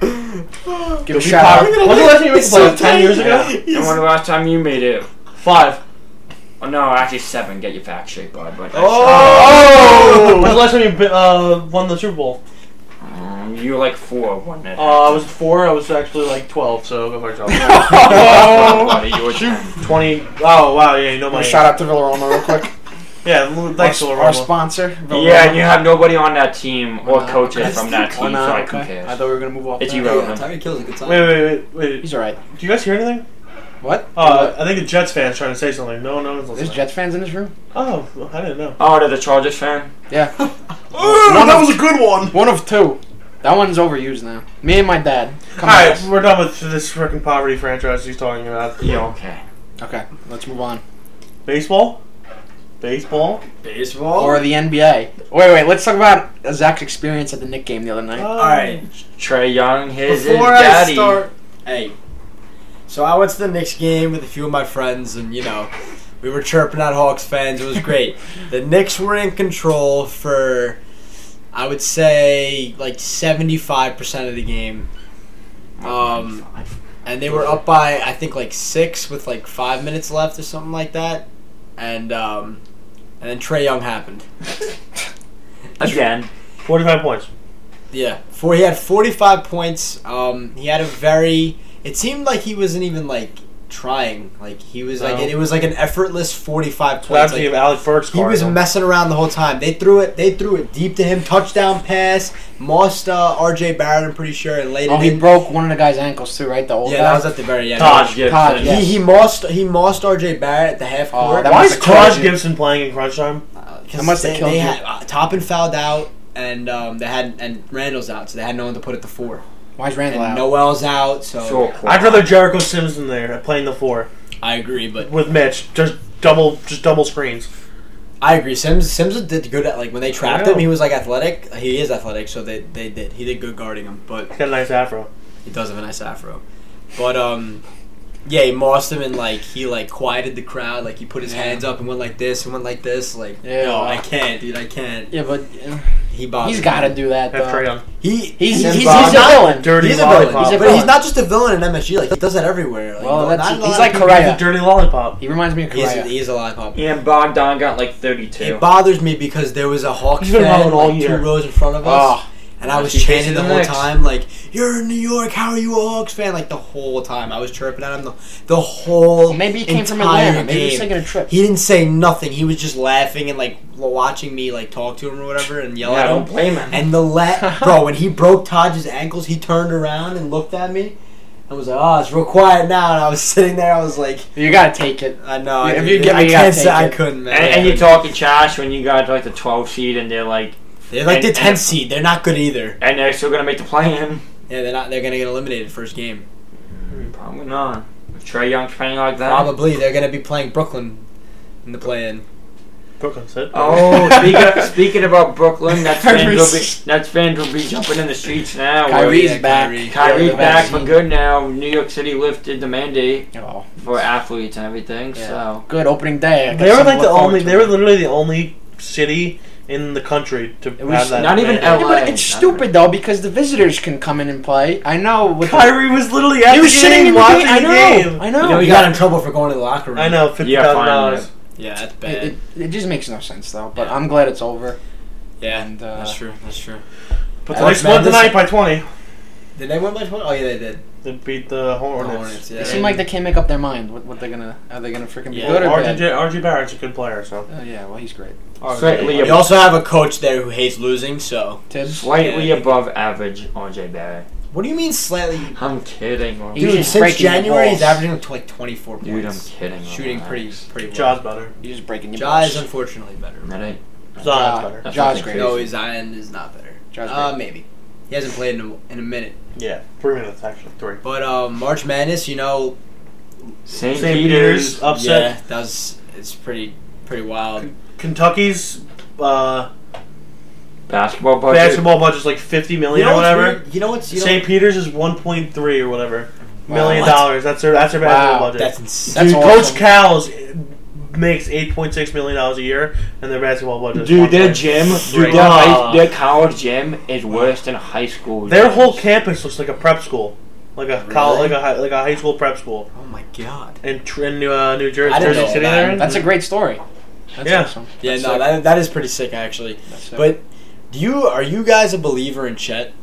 [SPEAKER 2] Give a
[SPEAKER 4] Be
[SPEAKER 2] shout out.
[SPEAKER 4] poverty- When's the last time you made the playoffs? Ten years
[SPEAKER 3] Yeah.
[SPEAKER 4] ago.
[SPEAKER 3] And when the last time you made it?
[SPEAKER 4] Five.
[SPEAKER 3] Oh, no, actually seven. Get your facts straight, bud. But
[SPEAKER 4] Oh. When's the last time you uh, won the Super Bowl?
[SPEAKER 3] Um, you were like four, wasn't it?
[SPEAKER 4] Uh, I was four. I was actually like twelve. So go for yourself.
[SPEAKER 1] Oh.
[SPEAKER 3] Buddy, you were ten.
[SPEAKER 4] Twenty. Oh wow. Yeah. You know my.
[SPEAKER 2] Give a shout out to Villaroma real quick.
[SPEAKER 4] Yeah. l- Thanks,
[SPEAKER 2] our,
[SPEAKER 4] Laura.
[SPEAKER 2] our sponsor. Villaroma.
[SPEAKER 3] Yeah, and you have nobody on that team or
[SPEAKER 2] We're not.
[SPEAKER 3] coaches
[SPEAKER 2] Okay.
[SPEAKER 3] from that
[SPEAKER 2] We're
[SPEAKER 3] team, so
[SPEAKER 2] not,
[SPEAKER 3] I
[SPEAKER 2] okay.
[SPEAKER 3] can
[SPEAKER 2] I
[SPEAKER 3] care.
[SPEAKER 2] thought we were gonna move off.
[SPEAKER 3] It's
[SPEAKER 2] that.
[SPEAKER 3] you.
[SPEAKER 1] Yeah, Tyreek Hill's a good
[SPEAKER 4] Wait,
[SPEAKER 1] sign.
[SPEAKER 4] wait, wait, wait.
[SPEAKER 2] He's alright.
[SPEAKER 4] Do you guys hear anything?
[SPEAKER 2] What?
[SPEAKER 4] Uh, I think the Jets fan's trying to say something. No, no one's
[SPEAKER 2] There's
[SPEAKER 4] listening.
[SPEAKER 2] Jets fans in this room.
[SPEAKER 4] Oh, well, I didn't know.
[SPEAKER 3] Oh, they're the Chargers fan.
[SPEAKER 2] Yeah,
[SPEAKER 4] Oh,
[SPEAKER 2] that was
[SPEAKER 4] a good one.
[SPEAKER 2] one of two. That one's overused now. Me and my dad.
[SPEAKER 4] All
[SPEAKER 2] Come
[SPEAKER 4] right,
[SPEAKER 2] on.
[SPEAKER 4] we're done with this freaking poverty franchise he's talking about.
[SPEAKER 3] Yeah, okay.
[SPEAKER 2] Okay, let's move on.
[SPEAKER 4] Baseball, baseball.
[SPEAKER 1] Baseball.
[SPEAKER 2] Or the NBA. Wait, wait. Let's talk about Zach's experience at the Nick game the other
[SPEAKER 4] Uh,
[SPEAKER 2] night.
[SPEAKER 1] All right.
[SPEAKER 3] Trey Young, his is
[SPEAKER 1] Before I
[SPEAKER 3] daddy.
[SPEAKER 1] start, hey. So I went to the Knicks game with a few of my friends, and you know, we were chirping at Hawks fans. It was great. the Knicks were in control for, I would say, like seventy-five percent of the game. Um, and they were up by I think like six with like five minutes left or something like that, and um, and then Trey Young happened.
[SPEAKER 3] Again,
[SPEAKER 4] Forty-five points.
[SPEAKER 1] Yeah, for he had 45 points. Um, he had a very. It seemed like he wasn't even like trying. Like he was like
[SPEAKER 4] No.
[SPEAKER 1] it was like an effortless 45
[SPEAKER 4] Glad
[SPEAKER 1] points.
[SPEAKER 4] to
[SPEAKER 1] Like,
[SPEAKER 4] give Alec Burks.
[SPEAKER 1] he was messing around the whole time. They threw it. They threw it deep to him. Touchdown pass. Mossed uh, RJ Barrett. I'm pretty sure and laid
[SPEAKER 2] Oh,
[SPEAKER 1] it
[SPEAKER 2] he
[SPEAKER 1] in.
[SPEAKER 2] broke one of the guy's ankles too, right? The old
[SPEAKER 1] yeah,
[SPEAKER 2] guy.
[SPEAKER 1] that was at the very end.
[SPEAKER 3] Todd Gibson.
[SPEAKER 2] Todd, yeah.
[SPEAKER 1] He he mossed he mossed RJ Barrett at the half
[SPEAKER 2] Oh,
[SPEAKER 1] court.
[SPEAKER 2] that
[SPEAKER 4] Why
[SPEAKER 2] must
[SPEAKER 4] is
[SPEAKER 2] have killed
[SPEAKER 4] Taj
[SPEAKER 2] you.
[SPEAKER 4] Gibson playing in crunch time?
[SPEAKER 1] Uh,
[SPEAKER 2] That must have
[SPEAKER 1] they,
[SPEAKER 2] killed
[SPEAKER 1] they
[SPEAKER 2] you.
[SPEAKER 1] had, uh, Toppin fouled out and um, they had and Randall's out, so they had no one to put at the four.
[SPEAKER 2] Why is Randall
[SPEAKER 1] And
[SPEAKER 2] out?
[SPEAKER 1] Noel's out, so
[SPEAKER 3] so cool.
[SPEAKER 4] I'd rather Jericho Sims in there playing the four
[SPEAKER 1] I agree, but
[SPEAKER 4] with Mitch. Just double, just double screens.
[SPEAKER 1] I agree. Sims Sims did good at like when they trapped
[SPEAKER 4] Yeah.
[SPEAKER 1] him. He was like athletic. He is athletic, so they they did. He did good guarding him, but
[SPEAKER 4] He's got a nice afro.
[SPEAKER 1] he does have a nice afro. But um, yeah, he mossed him and like he like quieted the crowd. Like he put his
[SPEAKER 2] Yeah.
[SPEAKER 1] hands up and went like this and went like this. Like
[SPEAKER 2] Yeah.
[SPEAKER 1] no, I can't, dude, I can't.
[SPEAKER 2] Yeah, but uh,
[SPEAKER 1] He bothered.
[SPEAKER 2] he's
[SPEAKER 1] me.
[SPEAKER 2] got to do that
[SPEAKER 4] Have Trey
[SPEAKER 2] though.
[SPEAKER 4] on.
[SPEAKER 1] He
[SPEAKER 2] He's
[SPEAKER 4] Sin
[SPEAKER 2] he's, he's
[SPEAKER 4] Bob.
[SPEAKER 2] a villain.
[SPEAKER 4] Dirty
[SPEAKER 1] he's a villain.
[SPEAKER 4] lollipop.
[SPEAKER 2] He's a
[SPEAKER 1] but he's
[SPEAKER 2] villain.
[SPEAKER 1] not just a villain in MSG. Like he does that everywhere. Like,
[SPEAKER 2] Well,
[SPEAKER 1] no-
[SPEAKER 2] that's-
[SPEAKER 1] not a lot
[SPEAKER 2] he's
[SPEAKER 1] of
[SPEAKER 2] like
[SPEAKER 1] people-
[SPEAKER 2] Correa.
[SPEAKER 4] He's a dirty lollipop.
[SPEAKER 2] He reminds me of
[SPEAKER 1] He's a,
[SPEAKER 2] Correa.
[SPEAKER 1] he's a lollipop.
[SPEAKER 3] And Bogdan got like 32.
[SPEAKER 1] It bothers me because there was a Hawks
[SPEAKER 4] He's been
[SPEAKER 1] fan
[SPEAKER 4] rolling all
[SPEAKER 1] like, two
[SPEAKER 4] year.
[SPEAKER 1] rows in front of us,
[SPEAKER 2] Oh,
[SPEAKER 1] and I was
[SPEAKER 3] He's
[SPEAKER 1] chanting
[SPEAKER 3] chasing
[SPEAKER 1] the
[SPEAKER 3] the
[SPEAKER 1] whole
[SPEAKER 3] Knicks.
[SPEAKER 1] time, like "You're in New York, how are you a Hawks fan?" Like the whole time, I was chirping at him the, the whole
[SPEAKER 2] maybe he came from
[SPEAKER 1] entire
[SPEAKER 2] Atlanta. Maybe he was
[SPEAKER 1] game.
[SPEAKER 2] taking a trip.
[SPEAKER 1] He didn't say nothing. He was just laughing and like l- watching me like talk to him or whatever and yell
[SPEAKER 3] yeah, I
[SPEAKER 1] at him.
[SPEAKER 3] don't blame him.
[SPEAKER 1] And the la- bro, when he broke Todd's ankles, he turned around and looked at me and was like, "Oh, it's real quiet now." And I was sitting there. I was like,
[SPEAKER 2] You gotta take it.
[SPEAKER 1] "I know."
[SPEAKER 2] Yeah,
[SPEAKER 1] I,
[SPEAKER 2] if
[SPEAKER 1] didn't-
[SPEAKER 2] you get-
[SPEAKER 1] I
[SPEAKER 2] you gotta
[SPEAKER 1] can't
[SPEAKER 2] take
[SPEAKER 1] say I
[SPEAKER 2] it.
[SPEAKER 1] couldn't, man.
[SPEAKER 3] and, and you're talking trash when you got like the 12 seed and they're like,
[SPEAKER 1] They're like the
[SPEAKER 3] and-
[SPEAKER 1] 10th
[SPEAKER 3] and-
[SPEAKER 1] seed. They're not good either.
[SPEAKER 3] and they're still gonna make the play-in.
[SPEAKER 1] Yeah, they're not. They're gonna get eliminated first game.
[SPEAKER 3] Probably not. If Trey Young's playing like that.
[SPEAKER 1] Probably they're gonna be playing Brooklyn in the play-in.
[SPEAKER 4] Brooklyn said.
[SPEAKER 3] Oh, speaking, speaking about Brooklyn, Nets fans will be
[SPEAKER 2] Kyrie's-
[SPEAKER 3] Nets fans will be jumping in the streets now.
[SPEAKER 1] Kyrie-
[SPEAKER 2] Kyrie's
[SPEAKER 1] yeah,
[SPEAKER 2] back.
[SPEAKER 1] Kyrie.
[SPEAKER 3] Kyrie's
[SPEAKER 2] Yeah, the
[SPEAKER 3] back for
[SPEAKER 2] vaccine.
[SPEAKER 3] good now. New York City lifted the mandate
[SPEAKER 2] Oh,
[SPEAKER 3] for athletes and everything.
[SPEAKER 2] Yeah.
[SPEAKER 3] So
[SPEAKER 2] good opening day. I got
[SPEAKER 4] They were
[SPEAKER 2] something
[SPEAKER 4] like
[SPEAKER 2] to
[SPEAKER 4] the
[SPEAKER 2] look forward
[SPEAKER 4] only.
[SPEAKER 2] to.
[SPEAKER 4] They were literally the only city in the country to
[SPEAKER 2] was
[SPEAKER 4] have that.
[SPEAKER 3] not even
[SPEAKER 4] mandate.
[SPEAKER 2] Yeah,
[SPEAKER 3] L-
[SPEAKER 2] but it's
[SPEAKER 3] LA.
[SPEAKER 2] stupid though because the visitors can come in and play. I know. With the-
[SPEAKER 4] Kyrie was literally at
[SPEAKER 2] he
[SPEAKER 4] the
[SPEAKER 2] was sitting
[SPEAKER 4] game
[SPEAKER 2] in the
[SPEAKER 4] watching
[SPEAKER 2] game. I
[SPEAKER 4] the
[SPEAKER 2] know.
[SPEAKER 4] game.
[SPEAKER 2] I know.
[SPEAKER 3] You know,
[SPEAKER 1] We
[SPEAKER 3] you
[SPEAKER 1] got in trouble for going to the locker room.
[SPEAKER 4] I know fifty
[SPEAKER 3] yeah,
[SPEAKER 4] thousand
[SPEAKER 3] finally.
[SPEAKER 4] dollars.
[SPEAKER 1] Yeah, that's bad.
[SPEAKER 2] It, it, it just makes no sense though. But I'm glad it's over.
[SPEAKER 1] yeah,
[SPEAKER 2] And, uh,
[SPEAKER 1] that's true. That's true.
[SPEAKER 4] But
[SPEAKER 1] Alex
[SPEAKER 4] the Knicks won
[SPEAKER 1] Madison-
[SPEAKER 4] tonight by twenty.
[SPEAKER 1] Did they win by 20? Oh yeah, they did.
[SPEAKER 4] They beat the Hornets.
[SPEAKER 1] Hornets, yeah.
[SPEAKER 2] It seems like they can't make up their mind. What, what they're gonna? Are they gonna freaking be
[SPEAKER 1] Yeah.
[SPEAKER 2] good or
[SPEAKER 4] Well,
[SPEAKER 2] bad?
[SPEAKER 4] RJ, RJ Barrett's a good player, so.
[SPEAKER 2] Oh, yeah, well he's great.
[SPEAKER 3] Slightly
[SPEAKER 1] We also have a coach there who hates losing. So
[SPEAKER 2] Tibbs.
[SPEAKER 3] slightly
[SPEAKER 1] Yeah.
[SPEAKER 3] above average RJ Barrett.
[SPEAKER 1] what do you mean slightly?
[SPEAKER 3] I'm kidding.
[SPEAKER 2] He-
[SPEAKER 1] Dude,
[SPEAKER 2] was just
[SPEAKER 1] since
[SPEAKER 2] breaking the
[SPEAKER 1] January he's
[SPEAKER 2] balls.
[SPEAKER 1] averaging like, to, like 24 points.
[SPEAKER 3] Dude, I'm kidding.
[SPEAKER 1] Shooting pretty,
[SPEAKER 3] Relax.
[SPEAKER 1] pretty well.
[SPEAKER 4] Jaw's better.
[SPEAKER 2] You're just breaking your
[SPEAKER 1] Ja
[SPEAKER 2] balls.
[SPEAKER 1] is unfortunately better.
[SPEAKER 3] That ain't-
[SPEAKER 4] Zion's better.
[SPEAKER 3] That's
[SPEAKER 2] Ja's
[SPEAKER 3] nothing
[SPEAKER 2] great.
[SPEAKER 3] crazy.
[SPEAKER 1] No, Zion is not better.
[SPEAKER 2] Ja's
[SPEAKER 1] Uh, maybe. He hasn't played in a, in a minute.
[SPEAKER 4] Yeah, three minutes actually. Three.
[SPEAKER 1] But um, March Madness, you know,
[SPEAKER 4] St.
[SPEAKER 3] St. Peter's.
[SPEAKER 4] Peter's upset.
[SPEAKER 1] yeah, that's it's pretty pretty wild.
[SPEAKER 4] Kentucky's uh,
[SPEAKER 3] basketball budget.
[SPEAKER 4] basketball budget's like fifty million or
[SPEAKER 1] what's
[SPEAKER 4] whatever.
[SPEAKER 1] weird? You know what's you know-
[SPEAKER 4] St. Peter's is one point three or whatever
[SPEAKER 2] Wow.
[SPEAKER 4] million
[SPEAKER 1] What?
[SPEAKER 4] dollars. That's their that's their basketball
[SPEAKER 2] Wow,
[SPEAKER 4] budget.
[SPEAKER 1] That's insane.
[SPEAKER 2] That's
[SPEAKER 4] Dude,
[SPEAKER 2] awesome.
[SPEAKER 4] Coach Cal's makes eight point six million dollars a year, and their basketball budget. is
[SPEAKER 3] Dude, their
[SPEAKER 4] 1.3.
[SPEAKER 3] gym,
[SPEAKER 4] Right.
[SPEAKER 3] dude, their, high, their college gym is worse than high school.
[SPEAKER 4] Ah. Their
[SPEAKER 3] gyms.
[SPEAKER 4] whole campus looks like a prep school, like a col-
[SPEAKER 1] Really?
[SPEAKER 4] like a high, like a high school prep school
[SPEAKER 1] Oh my god.
[SPEAKER 4] in Tr- in New, uh, New Jersey,
[SPEAKER 1] I didn't
[SPEAKER 4] Jersey
[SPEAKER 1] know
[SPEAKER 4] City.
[SPEAKER 1] that.
[SPEAKER 4] There,
[SPEAKER 2] That's a great story. That's
[SPEAKER 4] Yeah.
[SPEAKER 2] awesome.
[SPEAKER 1] Yeah,
[SPEAKER 2] That's
[SPEAKER 1] no,
[SPEAKER 2] sick.
[SPEAKER 1] that, that is pretty sick actually.
[SPEAKER 2] That's sick.
[SPEAKER 1] But do you are you guys a believer in Chet?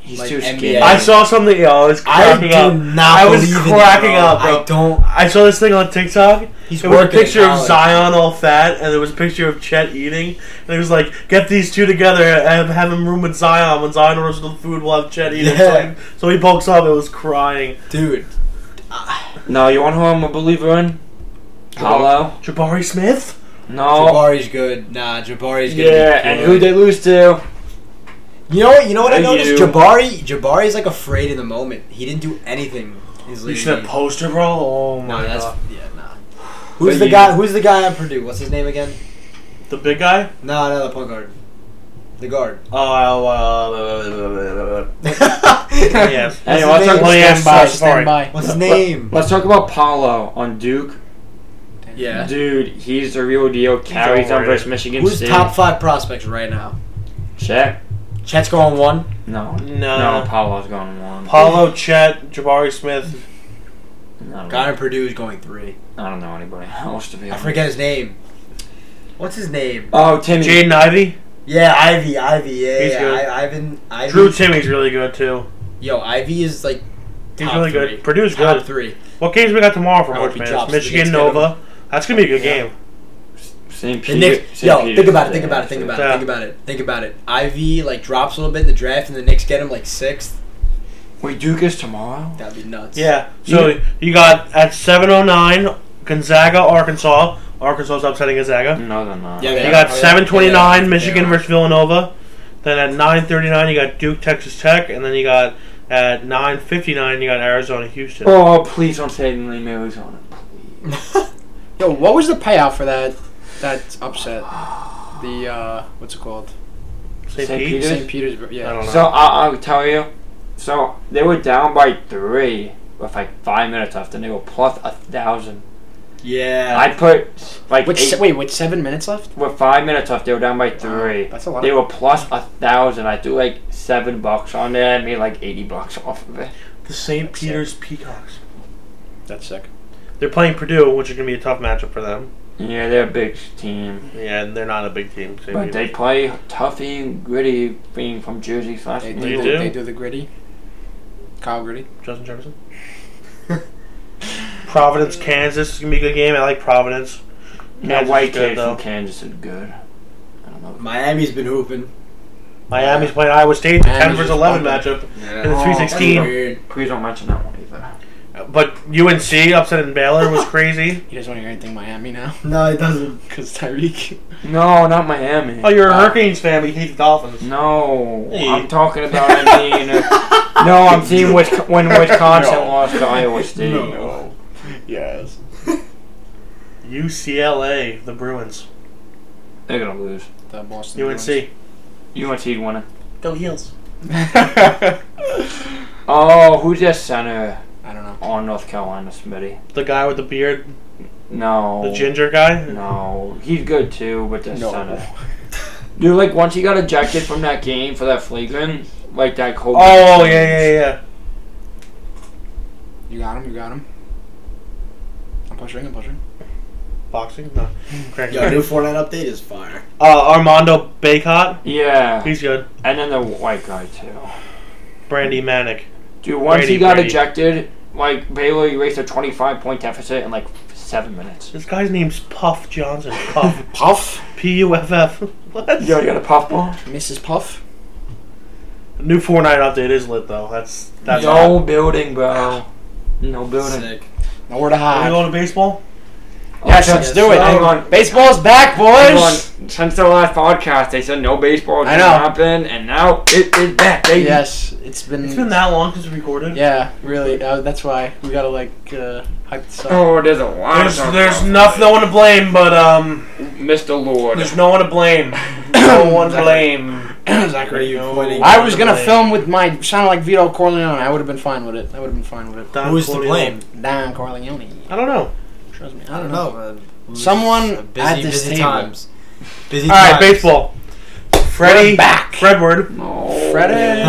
[SPEAKER 3] He's
[SPEAKER 1] like
[SPEAKER 3] too
[SPEAKER 1] NBA.
[SPEAKER 3] skinny.
[SPEAKER 4] I saw something. Yo, I was
[SPEAKER 1] I
[SPEAKER 4] cracking
[SPEAKER 1] do
[SPEAKER 4] up.
[SPEAKER 1] not.
[SPEAKER 4] I was
[SPEAKER 1] believe in
[SPEAKER 4] cracking
[SPEAKER 1] him,
[SPEAKER 4] up,
[SPEAKER 1] bro.
[SPEAKER 4] bro.
[SPEAKER 1] I don't.
[SPEAKER 4] I saw this thing on TikTok.
[SPEAKER 1] He's
[SPEAKER 4] It was a
[SPEAKER 1] working in
[SPEAKER 4] picture of
[SPEAKER 1] college.
[SPEAKER 4] Zion all fat, and there was a picture of Chet eating, and it was like, "Get these two together and have him room with Zion. When Zion orders the food, we'll have Chet eat it." So
[SPEAKER 1] Yeah.
[SPEAKER 4] he, so he pokes up. It was crying.
[SPEAKER 1] dude.
[SPEAKER 3] No, you want who I'm a believer in? Paolo.
[SPEAKER 4] Jabari Smith. Oh.
[SPEAKER 3] No.
[SPEAKER 1] Jabari's good. Nah, Jabari's good.
[SPEAKER 3] Yeah, and who they lose to?
[SPEAKER 1] You know what? You know what I
[SPEAKER 3] Hey,
[SPEAKER 1] noticed?
[SPEAKER 3] you.
[SPEAKER 1] Jabari. Jabari's like afraid in the moment. He didn't do anything. His
[SPEAKER 4] You
[SPEAKER 1] league
[SPEAKER 4] see that
[SPEAKER 1] game.
[SPEAKER 4] poster, bro? Oh
[SPEAKER 1] No,
[SPEAKER 4] my
[SPEAKER 1] that's
[SPEAKER 4] god.
[SPEAKER 1] yeah, nah. Who's
[SPEAKER 3] But
[SPEAKER 1] the
[SPEAKER 3] you-
[SPEAKER 1] guy? Who's the guy on Purdue? What's his name again?
[SPEAKER 4] The big guy.
[SPEAKER 1] No, no, the point guard. The guard.
[SPEAKER 4] Oh, uh, uh, yeah.
[SPEAKER 1] What's
[SPEAKER 3] Hey,
[SPEAKER 1] his
[SPEAKER 3] what's
[SPEAKER 1] name?
[SPEAKER 3] up, William?
[SPEAKER 2] stand by,
[SPEAKER 4] sorry.
[SPEAKER 2] stand by.
[SPEAKER 1] What's his name?
[SPEAKER 3] Let's talk about Paolo on Duke.
[SPEAKER 1] Yeah.
[SPEAKER 3] Dude, he's the real deal. Carries on
[SPEAKER 4] overrated.
[SPEAKER 3] versus Michigan
[SPEAKER 1] Who's
[SPEAKER 3] State.
[SPEAKER 1] top five prospects right now?
[SPEAKER 3] Check.
[SPEAKER 1] Chet's going one.
[SPEAKER 3] No.
[SPEAKER 4] No.
[SPEAKER 3] No, Paolo's going one.
[SPEAKER 4] Paulo, Chet, Jabari Smith.
[SPEAKER 3] I, don't
[SPEAKER 1] Guy
[SPEAKER 3] know.
[SPEAKER 1] on Purdue is going three.
[SPEAKER 3] I don't know anybody else to be
[SPEAKER 1] I
[SPEAKER 3] honest.
[SPEAKER 1] forget his name. What's his name?
[SPEAKER 3] Oh, Timmy.
[SPEAKER 4] Jaden Ivey.
[SPEAKER 1] Yeah, Ivy. Ivy. Yeah,
[SPEAKER 4] He's
[SPEAKER 1] yeah.
[SPEAKER 4] good.
[SPEAKER 1] I, Ivan. Ivy.
[SPEAKER 4] Drew Timmy's really good too.
[SPEAKER 1] Yo, Ivy is like
[SPEAKER 4] He's
[SPEAKER 1] Top
[SPEAKER 4] really
[SPEAKER 1] three.
[SPEAKER 4] good. Purdue's
[SPEAKER 1] top
[SPEAKER 4] good.
[SPEAKER 1] three.
[SPEAKER 4] What games we got tomorrow for
[SPEAKER 1] I hope
[SPEAKER 4] March
[SPEAKER 1] he
[SPEAKER 4] Madness?
[SPEAKER 1] drops the Knicks,
[SPEAKER 4] Michigan
[SPEAKER 1] get
[SPEAKER 4] Nova. That's gonna be a good
[SPEAKER 1] Yeah.
[SPEAKER 4] game.
[SPEAKER 3] St.
[SPEAKER 1] The
[SPEAKER 3] Peter.
[SPEAKER 1] Knicks,
[SPEAKER 3] St.
[SPEAKER 1] yo,
[SPEAKER 3] Peter's
[SPEAKER 1] think about it,
[SPEAKER 3] is
[SPEAKER 1] think
[SPEAKER 3] there,
[SPEAKER 1] about it, think
[SPEAKER 3] actually.
[SPEAKER 1] about
[SPEAKER 4] Yeah.
[SPEAKER 1] it, think about it, think about it. Ivy like drops a little bit in the draft, and the Knicks get him like sixth.
[SPEAKER 3] Wait, Duke is tomorrow?
[SPEAKER 1] That'd be nuts.
[SPEAKER 4] Yeah. So you got at seven oh nine Gonzaga, Arkansas. Arkansas's upsetting Gonzaga.
[SPEAKER 3] No, they're not.
[SPEAKER 1] Yeah, they
[SPEAKER 4] You
[SPEAKER 1] are.
[SPEAKER 4] got
[SPEAKER 1] Oh, yeah.
[SPEAKER 4] seven twenty
[SPEAKER 1] They
[SPEAKER 4] nine
[SPEAKER 1] are.
[SPEAKER 4] Michigan versus Villanova. Then at nine thirty nine you got Duke, Texas Tech, and then you got at nine fifty nine you got Arizona, Houston.
[SPEAKER 3] Oh, please don't say the name Arizona.
[SPEAKER 2] Yo, what was the payout for that? That upset. The uh, what's it called?
[SPEAKER 4] St.
[SPEAKER 3] St.
[SPEAKER 4] Pete.
[SPEAKER 3] Peter's?
[SPEAKER 2] St. Petersburg.
[SPEAKER 4] I
[SPEAKER 2] Yeah.
[SPEAKER 4] don't know.
[SPEAKER 3] So I, I'll tell you. So they were down by three, with like five minutes left, and they were plus a thousand.
[SPEAKER 1] Yeah.
[SPEAKER 3] I put like
[SPEAKER 2] With
[SPEAKER 3] eight,
[SPEAKER 2] se- wait, with seven minutes left?
[SPEAKER 3] with five minutes left, they were down by three.
[SPEAKER 2] That's a lot.
[SPEAKER 3] They were plus a thousand. I threw like seven bucks on there. I made like eighty bucks off of it.
[SPEAKER 4] The St.
[SPEAKER 2] That's
[SPEAKER 4] Peter's Peacocks.
[SPEAKER 2] That's sick.
[SPEAKER 4] They're playing Purdue, which is going to be a tough matchup for them.
[SPEAKER 3] Yeah, they're a big team,
[SPEAKER 4] Yeah, and they're not a big team. St.
[SPEAKER 3] but they
[SPEAKER 4] Peter's.
[SPEAKER 3] play toughy, gritty being from Jersey. Slash
[SPEAKER 2] They
[SPEAKER 3] New
[SPEAKER 2] do,
[SPEAKER 4] You
[SPEAKER 2] the,
[SPEAKER 3] York.
[SPEAKER 4] do?
[SPEAKER 2] they do the gritty. Kyle Gritty.
[SPEAKER 4] Justin Jefferson. Providence, Kansas is going to be a good game. I like Providence.
[SPEAKER 3] That
[SPEAKER 4] Kansas
[SPEAKER 3] white
[SPEAKER 4] is good,
[SPEAKER 3] kid
[SPEAKER 4] though.
[SPEAKER 3] from Kansas is good. I don't know.
[SPEAKER 1] Miami's been hooping.
[SPEAKER 4] Miami's playing Iowa State. The
[SPEAKER 2] Miami's
[SPEAKER 4] 10 versus
[SPEAKER 2] just
[SPEAKER 4] 11 matchup.
[SPEAKER 2] bumping.
[SPEAKER 1] Yeah.
[SPEAKER 4] And the 316.
[SPEAKER 1] Oh, Weird.
[SPEAKER 3] Please don't mention that one either.
[SPEAKER 4] But UNC upsetting Baylor was crazy.
[SPEAKER 2] He doesn't want to hear anything Miami now
[SPEAKER 1] No, it doesn't.
[SPEAKER 2] because Tyreek.
[SPEAKER 3] No, not Miami.
[SPEAKER 4] Oh, you're a Hurricanes fan, but you hate the Dolphins.
[SPEAKER 3] No,
[SPEAKER 4] Hey.
[SPEAKER 3] I'm talking about. I mean, uh, no, I'm seeing Wis- when Wisconsin
[SPEAKER 2] No.
[SPEAKER 3] lost to Iowa State.
[SPEAKER 2] Yes.
[SPEAKER 4] UCLA, the Bruins.
[SPEAKER 3] They're gonna lose.
[SPEAKER 2] The Boston.
[SPEAKER 4] UNC.
[SPEAKER 3] UNC winning.
[SPEAKER 4] Go Heels.
[SPEAKER 2] Bruins. I
[SPEAKER 3] Oh, who's that center
[SPEAKER 2] don't know.
[SPEAKER 3] on North Carolina, Smitty?
[SPEAKER 4] The guy with the beard,
[SPEAKER 3] No.
[SPEAKER 4] the ginger guy.
[SPEAKER 3] Oh, No, he's good too, but the
[SPEAKER 2] No.
[SPEAKER 3] center. Dude, like once he got ejected from that game for that flagrant, like that cold.
[SPEAKER 4] Oh yeah, yeah, yeah.
[SPEAKER 2] You got him. You got him. I'm pushing. I'm pushing.
[SPEAKER 4] Boxing. No. Correct.
[SPEAKER 1] Yo, new Fortnite update is fire.
[SPEAKER 4] Uh, Armando Baycott.
[SPEAKER 3] Yeah,
[SPEAKER 4] He's good.
[SPEAKER 3] and then the white guy too.
[SPEAKER 4] Brandy Manic.
[SPEAKER 3] Dude, once
[SPEAKER 4] Brady,
[SPEAKER 3] he got
[SPEAKER 4] Brady.
[SPEAKER 3] ejected, like Baylor erased a 25 point deficit in like seven minutes.
[SPEAKER 4] This guy's name's Puff Johnson. Puff.
[SPEAKER 2] Puff.
[SPEAKER 4] P U F F. What?
[SPEAKER 3] Yo, you got a puffball?
[SPEAKER 2] Mrs. Puff.
[SPEAKER 4] New Fortnite update is lit though. That's that's.
[SPEAKER 3] no building, bro. No building. Oh,
[SPEAKER 1] Sick.
[SPEAKER 2] Nowhere to
[SPEAKER 4] Are we
[SPEAKER 2] hide.
[SPEAKER 4] going to baseball?
[SPEAKER 2] Yes, let's do it.
[SPEAKER 3] Hang on.
[SPEAKER 2] Baseball's back,
[SPEAKER 3] Hang
[SPEAKER 2] boys.
[SPEAKER 3] on. Since the last podcast, they said no baseball
[SPEAKER 2] I
[SPEAKER 3] can
[SPEAKER 2] know.
[SPEAKER 3] happen, and now it is back, baby.
[SPEAKER 2] Yes, it's been.
[SPEAKER 4] It's been that long since we recorded.
[SPEAKER 2] Yeah, really. Uh, that's why we gotta like uh, hype this up.
[SPEAKER 3] Oh, there's a lot.
[SPEAKER 4] There's
[SPEAKER 3] to talk
[SPEAKER 4] there's
[SPEAKER 3] about.
[SPEAKER 4] noth- no one to blame, but um,
[SPEAKER 3] Mr. Lord.
[SPEAKER 4] there's no one to blame. No one to blame.
[SPEAKER 1] What are you pointing
[SPEAKER 2] I
[SPEAKER 1] at?
[SPEAKER 2] was
[SPEAKER 4] to
[SPEAKER 2] gonna
[SPEAKER 4] blame.
[SPEAKER 2] film with my sounded like Vito Corleone. I would have been fine with it. I would have been fine with it.
[SPEAKER 4] Don
[SPEAKER 1] Who's to blame?
[SPEAKER 4] Corleone.
[SPEAKER 2] Don Corleone.
[SPEAKER 4] I don't know.
[SPEAKER 2] Trust me. I
[SPEAKER 1] I
[SPEAKER 2] don't
[SPEAKER 1] don't
[SPEAKER 2] know.
[SPEAKER 1] know.
[SPEAKER 2] Uh, Someone
[SPEAKER 1] It was busy,
[SPEAKER 2] at this
[SPEAKER 1] busy
[SPEAKER 2] table.
[SPEAKER 1] times. Busy
[SPEAKER 4] All right,
[SPEAKER 1] times.
[SPEAKER 4] baseball. Freddie
[SPEAKER 2] We're back.
[SPEAKER 4] Fredward
[SPEAKER 3] No.
[SPEAKER 2] Freddie.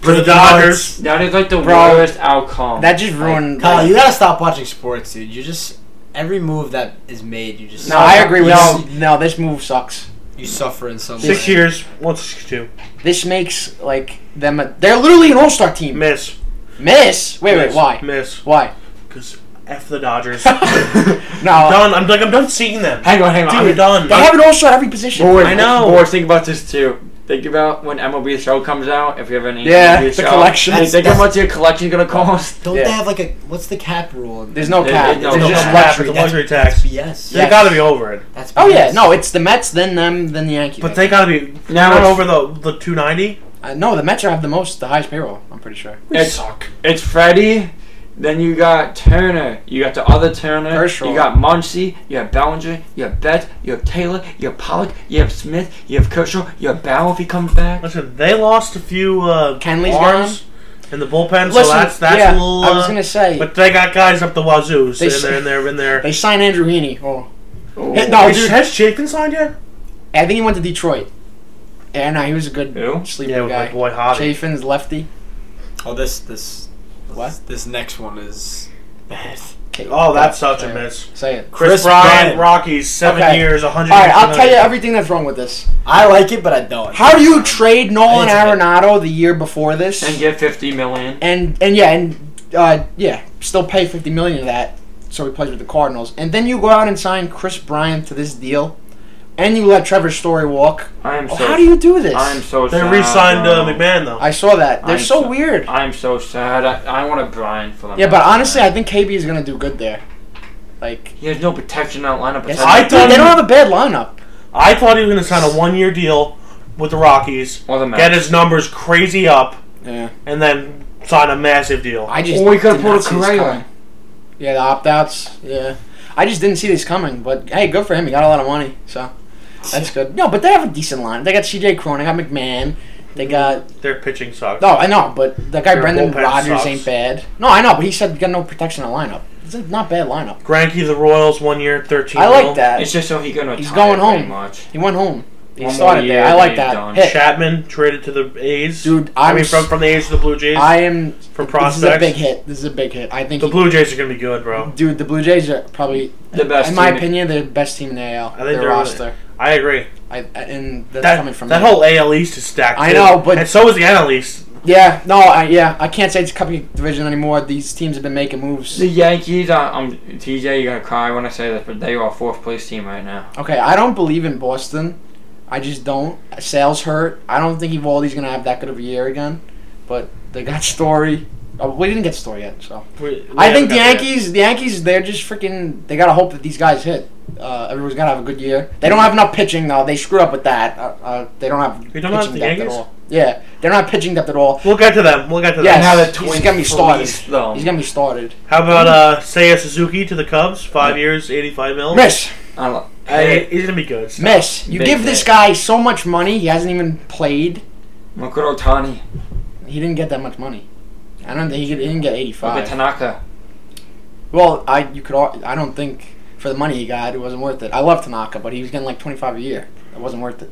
[SPEAKER 4] for the Dodgers.
[SPEAKER 3] That is like the
[SPEAKER 2] Bro.
[SPEAKER 3] worst outcome.
[SPEAKER 2] That just ruined.
[SPEAKER 1] Kyle, you gotta stop watching sports, dude. You just every move that is made, you just
[SPEAKER 2] no, I agree with
[SPEAKER 1] you.
[SPEAKER 2] no. No, this move sucks.
[SPEAKER 1] You suffer in some
[SPEAKER 4] Six
[SPEAKER 1] way.
[SPEAKER 4] years, one sixty-two.
[SPEAKER 2] This makes like them. A, they're literally an all-star team.
[SPEAKER 4] Miss.
[SPEAKER 2] Miss. Wait,
[SPEAKER 4] Miss.
[SPEAKER 2] wait. Why?
[SPEAKER 4] Miss?
[SPEAKER 2] Why?
[SPEAKER 4] Because f the Dodgers.
[SPEAKER 2] No,
[SPEAKER 4] done. I'm like I'm done seeing them.
[SPEAKER 3] Hang on, hang
[SPEAKER 4] Dude,
[SPEAKER 3] on.
[SPEAKER 4] I'm done.
[SPEAKER 2] they have an all-star every position.
[SPEAKER 3] Boys,
[SPEAKER 4] I know.
[SPEAKER 3] Boys, think about this too. Think about when MLB show comes out. If you have any,
[SPEAKER 2] Yeah,
[SPEAKER 3] MLB
[SPEAKER 2] the
[SPEAKER 3] show.
[SPEAKER 2] collection.
[SPEAKER 3] Hey, think
[SPEAKER 1] That's-
[SPEAKER 3] how much your collection's gonna cost.
[SPEAKER 1] Don't
[SPEAKER 2] Yeah.
[SPEAKER 1] they have like a what's the cap rule?
[SPEAKER 2] There's no
[SPEAKER 3] They-
[SPEAKER 2] cap.
[SPEAKER 3] they don't
[SPEAKER 2] It's
[SPEAKER 1] know.
[SPEAKER 2] just
[SPEAKER 1] Cap.
[SPEAKER 4] It's
[SPEAKER 2] luxury.
[SPEAKER 4] a
[SPEAKER 1] That's-
[SPEAKER 4] luxury tax.
[SPEAKER 1] That's BS.
[SPEAKER 2] Yeah.
[SPEAKER 4] They gotta be over it.
[SPEAKER 1] That's
[SPEAKER 2] Oh yeah,
[SPEAKER 1] BS.
[SPEAKER 2] no, it's the Mets, then them, then the Yankees.
[SPEAKER 4] But they gotta be
[SPEAKER 3] Now
[SPEAKER 4] not
[SPEAKER 3] it's-
[SPEAKER 4] over the the 290.
[SPEAKER 2] uh, no, the Mets have the most, the highest payroll. I'm pretty sure.
[SPEAKER 4] We
[SPEAKER 3] It's-
[SPEAKER 4] suck.
[SPEAKER 3] It's Freddie. Then you got Turner. You got the other Turner.
[SPEAKER 2] Kershaw.
[SPEAKER 3] You got Muncy. You have Bellinger. You have Betts. You have Taylor. You have Pollock. You have Smith. You have Kershaw. You have Bow if he comes back.
[SPEAKER 4] Listen, they lost a few uh,
[SPEAKER 2] Kenley's
[SPEAKER 4] arms in the bullpen, so
[SPEAKER 2] Listen,
[SPEAKER 4] that's that's
[SPEAKER 2] yeah,
[SPEAKER 4] a little.
[SPEAKER 2] I was
[SPEAKER 4] uh,
[SPEAKER 2] gonna say,
[SPEAKER 4] but they got guys up the wazoo, so
[SPEAKER 2] They
[SPEAKER 4] in there,
[SPEAKER 2] s-
[SPEAKER 4] in there, in there.
[SPEAKER 2] they signed Andrew Heaney. Oh,
[SPEAKER 3] Oh.
[SPEAKER 2] no,
[SPEAKER 4] Has-
[SPEAKER 2] dude.
[SPEAKER 4] has Jake been signed yet?
[SPEAKER 2] I think he went to Detroit. Yeah, no, he was a good
[SPEAKER 3] Who?
[SPEAKER 2] sleeper
[SPEAKER 4] Yeah, with my
[SPEAKER 2] guy.
[SPEAKER 4] boy Javi.
[SPEAKER 2] Chafin's lefty.
[SPEAKER 1] Oh, this this
[SPEAKER 2] What?
[SPEAKER 1] This next one is bad.
[SPEAKER 2] Okay,
[SPEAKER 4] Oh, that's
[SPEAKER 2] say
[SPEAKER 4] such
[SPEAKER 2] it.
[SPEAKER 4] a miss.
[SPEAKER 2] Say it.
[SPEAKER 4] Chris,
[SPEAKER 1] Chris
[SPEAKER 4] Bryant,
[SPEAKER 1] Bryant.
[SPEAKER 4] Rockies, seven
[SPEAKER 2] Okay.
[SPEAKER 4] years, 100.
[SPEAKER 2] All right, I'll tell you everything that's wrong with this.
[SPEAKER 1] I like it, but I don't.
[SPEAKER 2] How do you trade Nolan
[SPEAKER 1] It's a hit.
[SPEAKER 2] Arenado the year before this
[SPEAKER 3] And get fifty million.
[SPEAKER 2] and and yeah, and uh, yeah, still pay fifty million of that, so he plays with the Cardinals. And then you go out and sign Chris Bryant to this deal, and you let Trevor Story walk.
[SPEAKER 3] I am so.
[SPEAKER 2] Oh, How do you do this?
[SPEAKER 3] I am so.
[SPEAKER 4] They
[SPEAKER 3] sad,
[SPEAKER 4] re-signed uh,
[SPEAKER 3] bro.
[SPEAKER 4] McMahon though.
[SPEAKER 2] I saw that. They're
[SPEAKER 3] I'm
[SPEAKER 2] so
[SPEAKER 3] so-
[SPEAKER 2] weird.
[SPEAKER 3] I'm so sad. I, I want a Brian for them.
[SPEAKER 2] yeah, but honestly, I think KB is gonna do good there. Like,
[SPEAKER 3] he has no protection in that lineup.
[SPEAKER 2] yes,
[SPEAKER 3] except-
[SPEAKER 4] I
[SPEAKER 2] dude,
[SPEAKER 4] thought
[SPEAKER 2] they
[SPEAKER 4] he-
[SPEAKER 2] don't have a bad lineup.
[SPEAKER 4] I thought he was going to sign a one-year deal with the Rockies,
[SPEAKER 3] Or the Mets.
[SPEAKER 4] get his numbers crazy up,
[SPEAKER 2] Yeah,
[SPEAKER 4] and then sign a massive deal.
[SPEAKER 2] I just.
[SPEAKER 3] Or we could've
[SPEAKER 2] did
[SPEAKER 3] pulled
[SPEAKER 2] not
[SPEAKER 3] a
[SPEAKER 2] see this
[SPEAKER 3] Correa.
[SPEAKER 2] coming. Yeah, the opt outs. Yeah, I just didn't see this coming. But hey, good for him. He got a lot of money, so that's good. No, but they have a decent line. They got C.J. Cron. They got McMahon. They got
[SPEAKER 4] Their pitching sucks.
[SPEAKER 2] no, I know, but that guy
[SPEAKER 4] Their
[SPEAKER 2] Brendan
[SPEAKER 4] bullpen
[SPEAKER 2] Rodgers
[SPEAKER 4] sucks.
[SPEAKER 2] ain't bad. No, I know, but he said he got no protection in the lineup. It's a not bad lineup.
[SPEAKER 4] Granke, the Royals, one year, 13
[SPEAKER 2] I like that.
[SPEAKER 3] It's just so he can retire.
[SPEAKER 2] He's going
[SPEAKER 3] pretty
[SPEAKER 2] home.
[SPEAKER 3] Much.
[SPEAKER 2] He went home. He
[SPEAKER 3] One more
[SPEAKER 2] started
[SPEAKER 3] year,
[SPEAKER 2] there. I
[SPEAKER 3] then
[SPEAKER 2] like
[SPEAKER 3] he's
[SPEAKER 2] that
[SPEAKER 3] done.
[SPEAKER 2] hit.
[SPEAKER 4] Chapman traded to the A's.
[SPEAKER 2] Dude,
[SPEAKER 4] I
[SPEAKER 2] I'm
[SPEAKER 4] mean, from,
[SPEAKER 2] s-
[SPEAKER 4] from the A's to the Blue Jays.
[SPEAKER 2] I am.
[SPEAKER 4] for
[SPEAKER 2] This is a
[SPEAKER 4] prospects.
[SPEAKER 2] big hit. This is a big hit. I think.
[SPEAKER 4] The
[SPEAKER 2] he-
[SPEAKER 4] Blue Jays are going to be good, bro.
[SPEAKER 2] dude, the Blue Jays are probably
[SPEAKER 3] The best
[SPEAKER 2] In my
[SPEAKER 3] team-
[SPEAKER 2] opinion, they're the best team in the AL.
[SPEAKER 4] think
[SPEAKER 2] their
[SPEAKER 4] they're-
[SPEAKER 2] roster.
[SPEAKER 4] I agree.
[SPEAKER 2] I, and that's
[SPEAKER 4] That,
[SPEAKER 2] coming from
[SPEAKER 4] that
[SPEAKER 2] me.
[SPEAKER 4] whole AL East is stacked.
[SPEAKER 2] I
[SPEAKER 4] too.
[SPEAKER 2] know, but-
[SPEAKER 4] and so is the NL East.
[SPEAKER 2] Yeah, no, I yeah, I can't say it's cupcake division anymore. These teams have been making moves.
[SPEAKER 3] The Yankees, I, I'm TJ. You're gonna cry when I say this, but they are a fourth place team right now.
[SPEAKER 2] Okay, I don't believe in Boston. I just don't. Sales hurt. I don't think Evaldi's gonna have that good of a year again. But they got Story. Oh, we didn't get Story yet, so I think the Yankees. The Yankees, they're just freaking. They gotta hope that these guys hit. Uh, everyone's gotta have a good year. They don't have enough pitching though. They screwed up with that. Uh, uh, they don't have
[SPEAKER 4] We
[SPEAKER 2] pitching
[SPEAKER 4] don't have the
[SPEAKER 2] depth
[SPEAKER 4] Yankees?
[SPEAKER 2] at all. Yeah, they're not pitching depth at all.
[SPEAKER 4] We'll get to them. We'll get to
[SPEAKER 2] Yes.
[SPEAKER 4] them.
[SPEAKER 2] Now the He's Twins gonna be started. fleeced
[SPEAKER 3] Though.
[SPEAKER 2] He's gonna be started.
[SPEAKER 4] How about uh, Seiya Suzuki to the Cubs? Five years, 85 mil.
[SPEAKER 2] Miss,
[SPEAKER 3] I lo-
[SPEAKER 4] Hey,
[SPEAKER 3] uh, hey,
[SPEAKER 4] he's going to be good. Oh.
[SPEAKER 2] miss. You
[SPEAKER 3] Big
[SPEAKER 2] give this
[SPEAKER 3] hit.
[SPEAKER 2] guy so much money. He hasn't even played.
[SPEAKER 3] look at Otani.
[SPEAKER 2] He didn't get that much money. I don't think he, could, he didn't get eighty
[SPEAKER 3] Look at
[SPEAKER 2] five.
[SPEAKER 3] Tanaka.
[SPEAKER 2] Well, I you could al- I don't think for the money he got it wasn't worth it. I love Tanaka, but he was getting like twenty five a year. It wasn't worth it.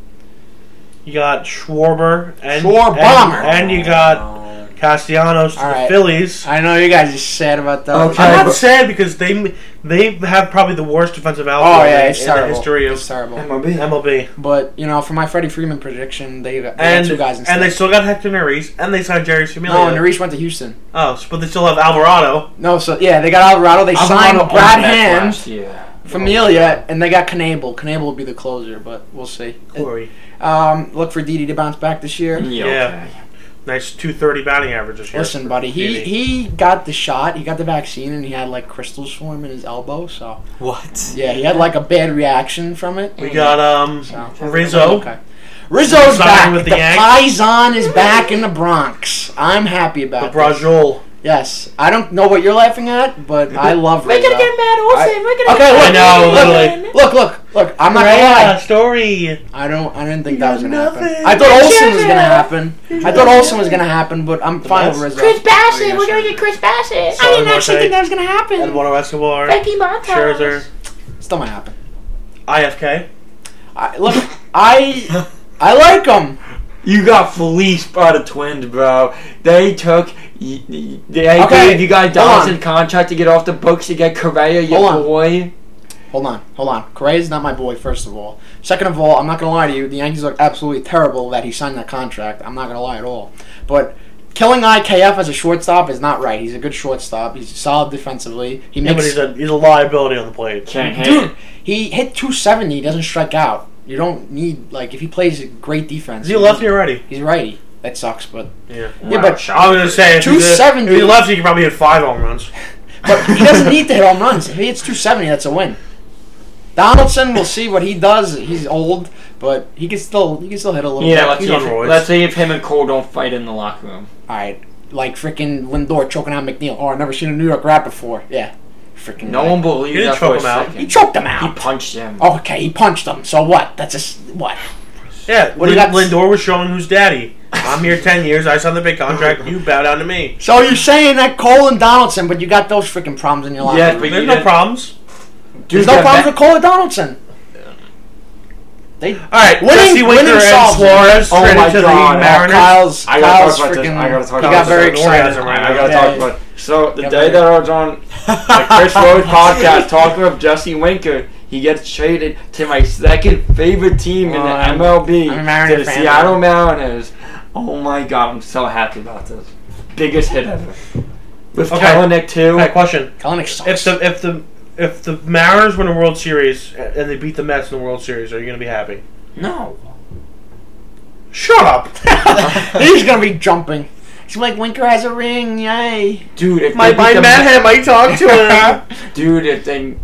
[SPEAKER 4] You got Schwarber and
[SPEAKER 2] Schwarber.
[SPEAKER 4] and, and you got
[SPEAKER 3] Oh.
[SPEAKER 4] Castellanos to
[SPEAKER 2] All right.
[SPEAKER 4] the Phillies.
[SPEAKER 2] I know you guys are sad about that.
[SPEAKER 3] Okay.
[SPEAKER 4] I'm
[SPEAKER 3] but-
[SPEAKER 4] not sad because they they have probably the worst defensive outfield
[SPEAKER 2] Oh yeah,
[SPEAKER 4] in-
[SPEAKER 2] it's
[SPEAKER 4] in
[SPEAKER 2] terrible.
[SPEAKER 4] the history of
[SPEAKER 2] it's terrible.
[SPEAKER 3] MLB.
[SPEAKER 4] MLB.
[SPEAKER 2] But you know, for my Freddie Freeman prediction, they got, they got
[SPEAKER 4] And
[SPEAKER 2] two guys instead.
[SPEAKER 4] and they still got Hector Neris and they signed Jerry
[SPEAKER 2] no,
[SPEAKER 4] Familia.
[SPEAKER 2] Narish went to Houston.
[SPEAKER 4] oh, so- but they still have Alvarado.
[SPEAKER 2] No, so yeah, they got Alvarado. They signed
[SPEAKER 3] Alvarado
[SPEAKER 2] Brad
[SPEAKER 3] owned that
[SPEAKER 2] Hand,
[SPEAKER 3] last year.
[SPEAKER 2] Familia, and they got Knable. Knable will be the closer, but we'll see.
[SPEAKER 4] Corey,
[SPEAKER 2] Um, look for Didi to bounce back this year.
[SPEAKER 3] Yeah.
[SPEAKER 4] Yeah.
[SPEAKER 3] okay.
[SPEAKER 4] nice two thirty batting average this year.
[SPEAKER 2] Listen, buddy, he
[SPEAKER 4] Didi.
[SPEAKER 2] he got the shot, he got the vaccine, and he had like crystals form in his elbow. So
[SPEAKER 1] What?
[SPEAKER 2] yeah, he had like a bad reaction from it.
[SPEAKER 4] we got um
[SPEAKER 2] So
[SPEAKER 4] Rizzo.
[SPEAKER 2] Okay. Rizzo's
[SPEAKER 4] Signing
[SPEAKER 2] back.
[SPEAKER 4] with
[SPEAKER 2] the
[SPEAKER 4] the Yanks.
[SPEAKER 2] Paisan is back in the Bronx. I'm happy
[SPEAKER 4] the
[SPEAKER 2] about this.
[SPEAKER 4] Brajol.
[SPEAKER 2] Yes, I don't know what you're laughing at, but I love Rizzo.
[SPEAKER 4] mad
[SPEAKER 3] Olsen,
[SPEAKER 4] We're
[SPEAKER 2] Okay, look,
[SPEAKER 4] I know,
[SPEAKER 2] look, look, look, look, look, I'm not gonna lie.
[SPEAKER 4] Yeah, story.
[SPEAKER 2] I don't. I didn't think that was
[SPEAKER 4] got
[SPEAKER 2] gonna happen.
[SPEAKER 4] nothing.
[SPEAKER 2] I thought Olsen was gonna happen. I thought Olsen was gonna happen, but I'm fine with
[SPEAKER 4] Mets?
[SPEAKER 2] Rizzo.
[SPEAKER 5] Bassett. We're gonna get Chris Bassett.
[SPEAKER 4] I didn't
[SPEAKER 2] actually think that was gonna happen.
[SPEAKER 4] Eduardo Escobar,
[SPEAKER 5] Becky Montage.
[SPEAKER 4] Scherzer,
[SPEAKER 2] Still might happen.
[SPEAKER 4] IFK.
[SPEAKER 2] I, look, I I like him.
[SPEAKER 3] You got fleeced by the Twins, bro. They took. y- y- They
[SPEAKER 2] Okay,
[SPEAKER 3] gave you guys
[SPEAKER 2] hold on.
[SPEAKER 3] Donaldson contract to get off the books to get Correa, your
[SPEAKER 2] Hold on.
[SPEAKER 3] boy.
[SPEAKER 2] Hold on, hold on. Correa's not my boy. First of all, second of all, I'm not gonna lie to you. The Yankees look absolutely terrible that he signed that contract. I'm not gonna lie at all. But killing IKF as a shortstop is not right. He's a good shortstop. He's solid defensively. He
[SPEAKER 4] Yeah, but
[SPEAKER 2] makes
[SPEAKER 4] he's a he's a liability on the plate.
[SPEAKER 3] Can't hit.
[SPEAKER 2] Dude, he hit 270. He doesn't strike out. You don't need like if he plays a great defense.
[SPEAKER 4] Is he lefty or righty?
[SPEAKER 2] He's righty. That sucks, but
[SPEAKER 4] Yeah.
[SPEAKER 2] yeah, but
[SPEAKER 4] I was gonna say if he's a-
[SPEAKER 2] 270.
[SPEAKER 4] If he left, he could probably hit five home runs.
[SPEAKER 2] but he doesn't need to hit home runs. If he hits 270, that's a win. Donaldson, we'll see what he does. He's old, but he can still he can still hit a little.
[SPEAKER 3] Yeah,
[SPEAKER 2] bit.
[SPEAKER 3] let's
[SPEAKER 4] he's
[SPEAKER 3] see,
[SPEAKER 4] on
[SPEAKER 3] if,
[SPEAKER 4] roids.
[SPEAKER 3] let's see if him and Cole don't fight in the locker room.
[SPEAKER 2] All right, like freaking Lindor choking out McNeil. Oh, I never seen a New York rat before. Yeah, freaking
[SPEAKER 3] No one
[SPEAKER 4] He
[SPEAKER 3] believes
[SPEAKER 4] didn't
[SPEAKER 3] that for a
[SPEAKER 4] choke him out.
[SPEAKER 3] second.
[SPEAKER 2] He choked him
[SPEAKER 3] He
[SPEAKER 2] out. Oh,
[SPEAKER 3] punched him.
[SPEAKER 2] okay, he punched him. So what? That's a s- what?
[SPEAKER 4] Yeah,
[SPEAKER 2] What do
[SPEAKER 4] Lin-
[SPEAKER 2] you got?
[SPEAKER 4] Lindor was showing who's daddy. I'm here ten years. I signed the big contract. You bow down to me.
[SPEAKER 2] So you're saying that Cole and Donaldson, but you got those freaking problems in your locker
[SPEAKER 3] Yeah,
[SPEAKER 2] room.
[SPEAKER 3] but you
[SPEAKER 4] There's no
[SPEAKER 3] didn't-
[SPEAKER 4] problems.
[SPEAKER 2] There's
[SPEAKER 3] Dude,
[SPEAKER 2] no
[SPEAKER 3] that
[SPEAKER 2] problems
[SPEAKER 3] ba-
[SPEAKER 2] with Cole Donaldson. They
[SPEAKER 4] All right,
[SPEAKER 2] Winning-
[SPEAKER 4] Jesse Winker
[SPEAKER 2] winning
[SPEAKER 4] and
[SPEAKER 2] solves it.
[SPEAKER 4] Suarez
[SPEAKER 3] Oh
[SPEAKER 4] traded
[SPEAKER 3] my
[SPEAKER 4] to
[SPEAKER 3] God,
[SPEAKER 4] the
[SPEAKER 3] uh,
[SPEAKER 4] Mariners.
[SPEAKER 2] Kyle's
[SPEAKER 3] I gotta
[SPEAKER 2] Kyle's
[SPEAKER 3] talk about this.
[SPEAKER 2] freaking.
[SPEAKER 3] I gotta talk
[SPEAKER 2] he
[SPEAKER 3] about
[SPEAKER 2] got
[SPEAKER 3] this.
[SPEAKER 2] very
[SPEAKER 4] Don't worry,
[SPEAKER 2] excited.
[SPEAKER 4] doesn't
[SPEAKER 3] I
[SPEAKER 4] matter.
[SPEAKER 3] I gotta
[SPEAKER 2] Yeah.
[SPEAKER 3] talk about. So the
[SPEAKER 2] Yeah,
[SPEAKER 3] day
[SPEAKER 2] but-
[SPEAKER 3] that I was on the Chris Rose podcast talking of Jesse Winker, he gets traded to my second favorite team in the
[SPEAKER 2] Oh, I'm-
[SPEAKER 3] MLB,
[SPEAKER 2] I'm a Mariner
[SPEAKER 3] to the
[SPEAKER 2] fan.
[SPEAKER 3] Seattle Mariners. Oh my god, I'm so happy about this. Biggest hit ever. With
[SPEAKER 4] Okay.
[SPEAKER 3] Kalanick too.
[SPEAKER 4] Okay, question:
[SPEAKER 2] Kalanick
[SPEAKER 4] If
[SPEAKER 2] sucks.
[SPEAKER 4] the if the if the Mariners win a World Series and they beat the Mets in the World Series, are you gonna be happy?
[SPEAKER 3] No.
[SPEAKER 4] Shut up.
[SPEAKER 2] He's gonna be jumping. He's like Winker has a ring, yay!
[SPEAKER 3] Dude, if
[SPEAKER 4] My
[SPEAKER 3] they beat
[SPEAKER 4] my
[SPEAKER 3] the
[SPEAKER 4] man
[SPEAKER 3] Mets-
[SPEAKER 4] had my talk to him.
[SPEAKER 3] Dude, if they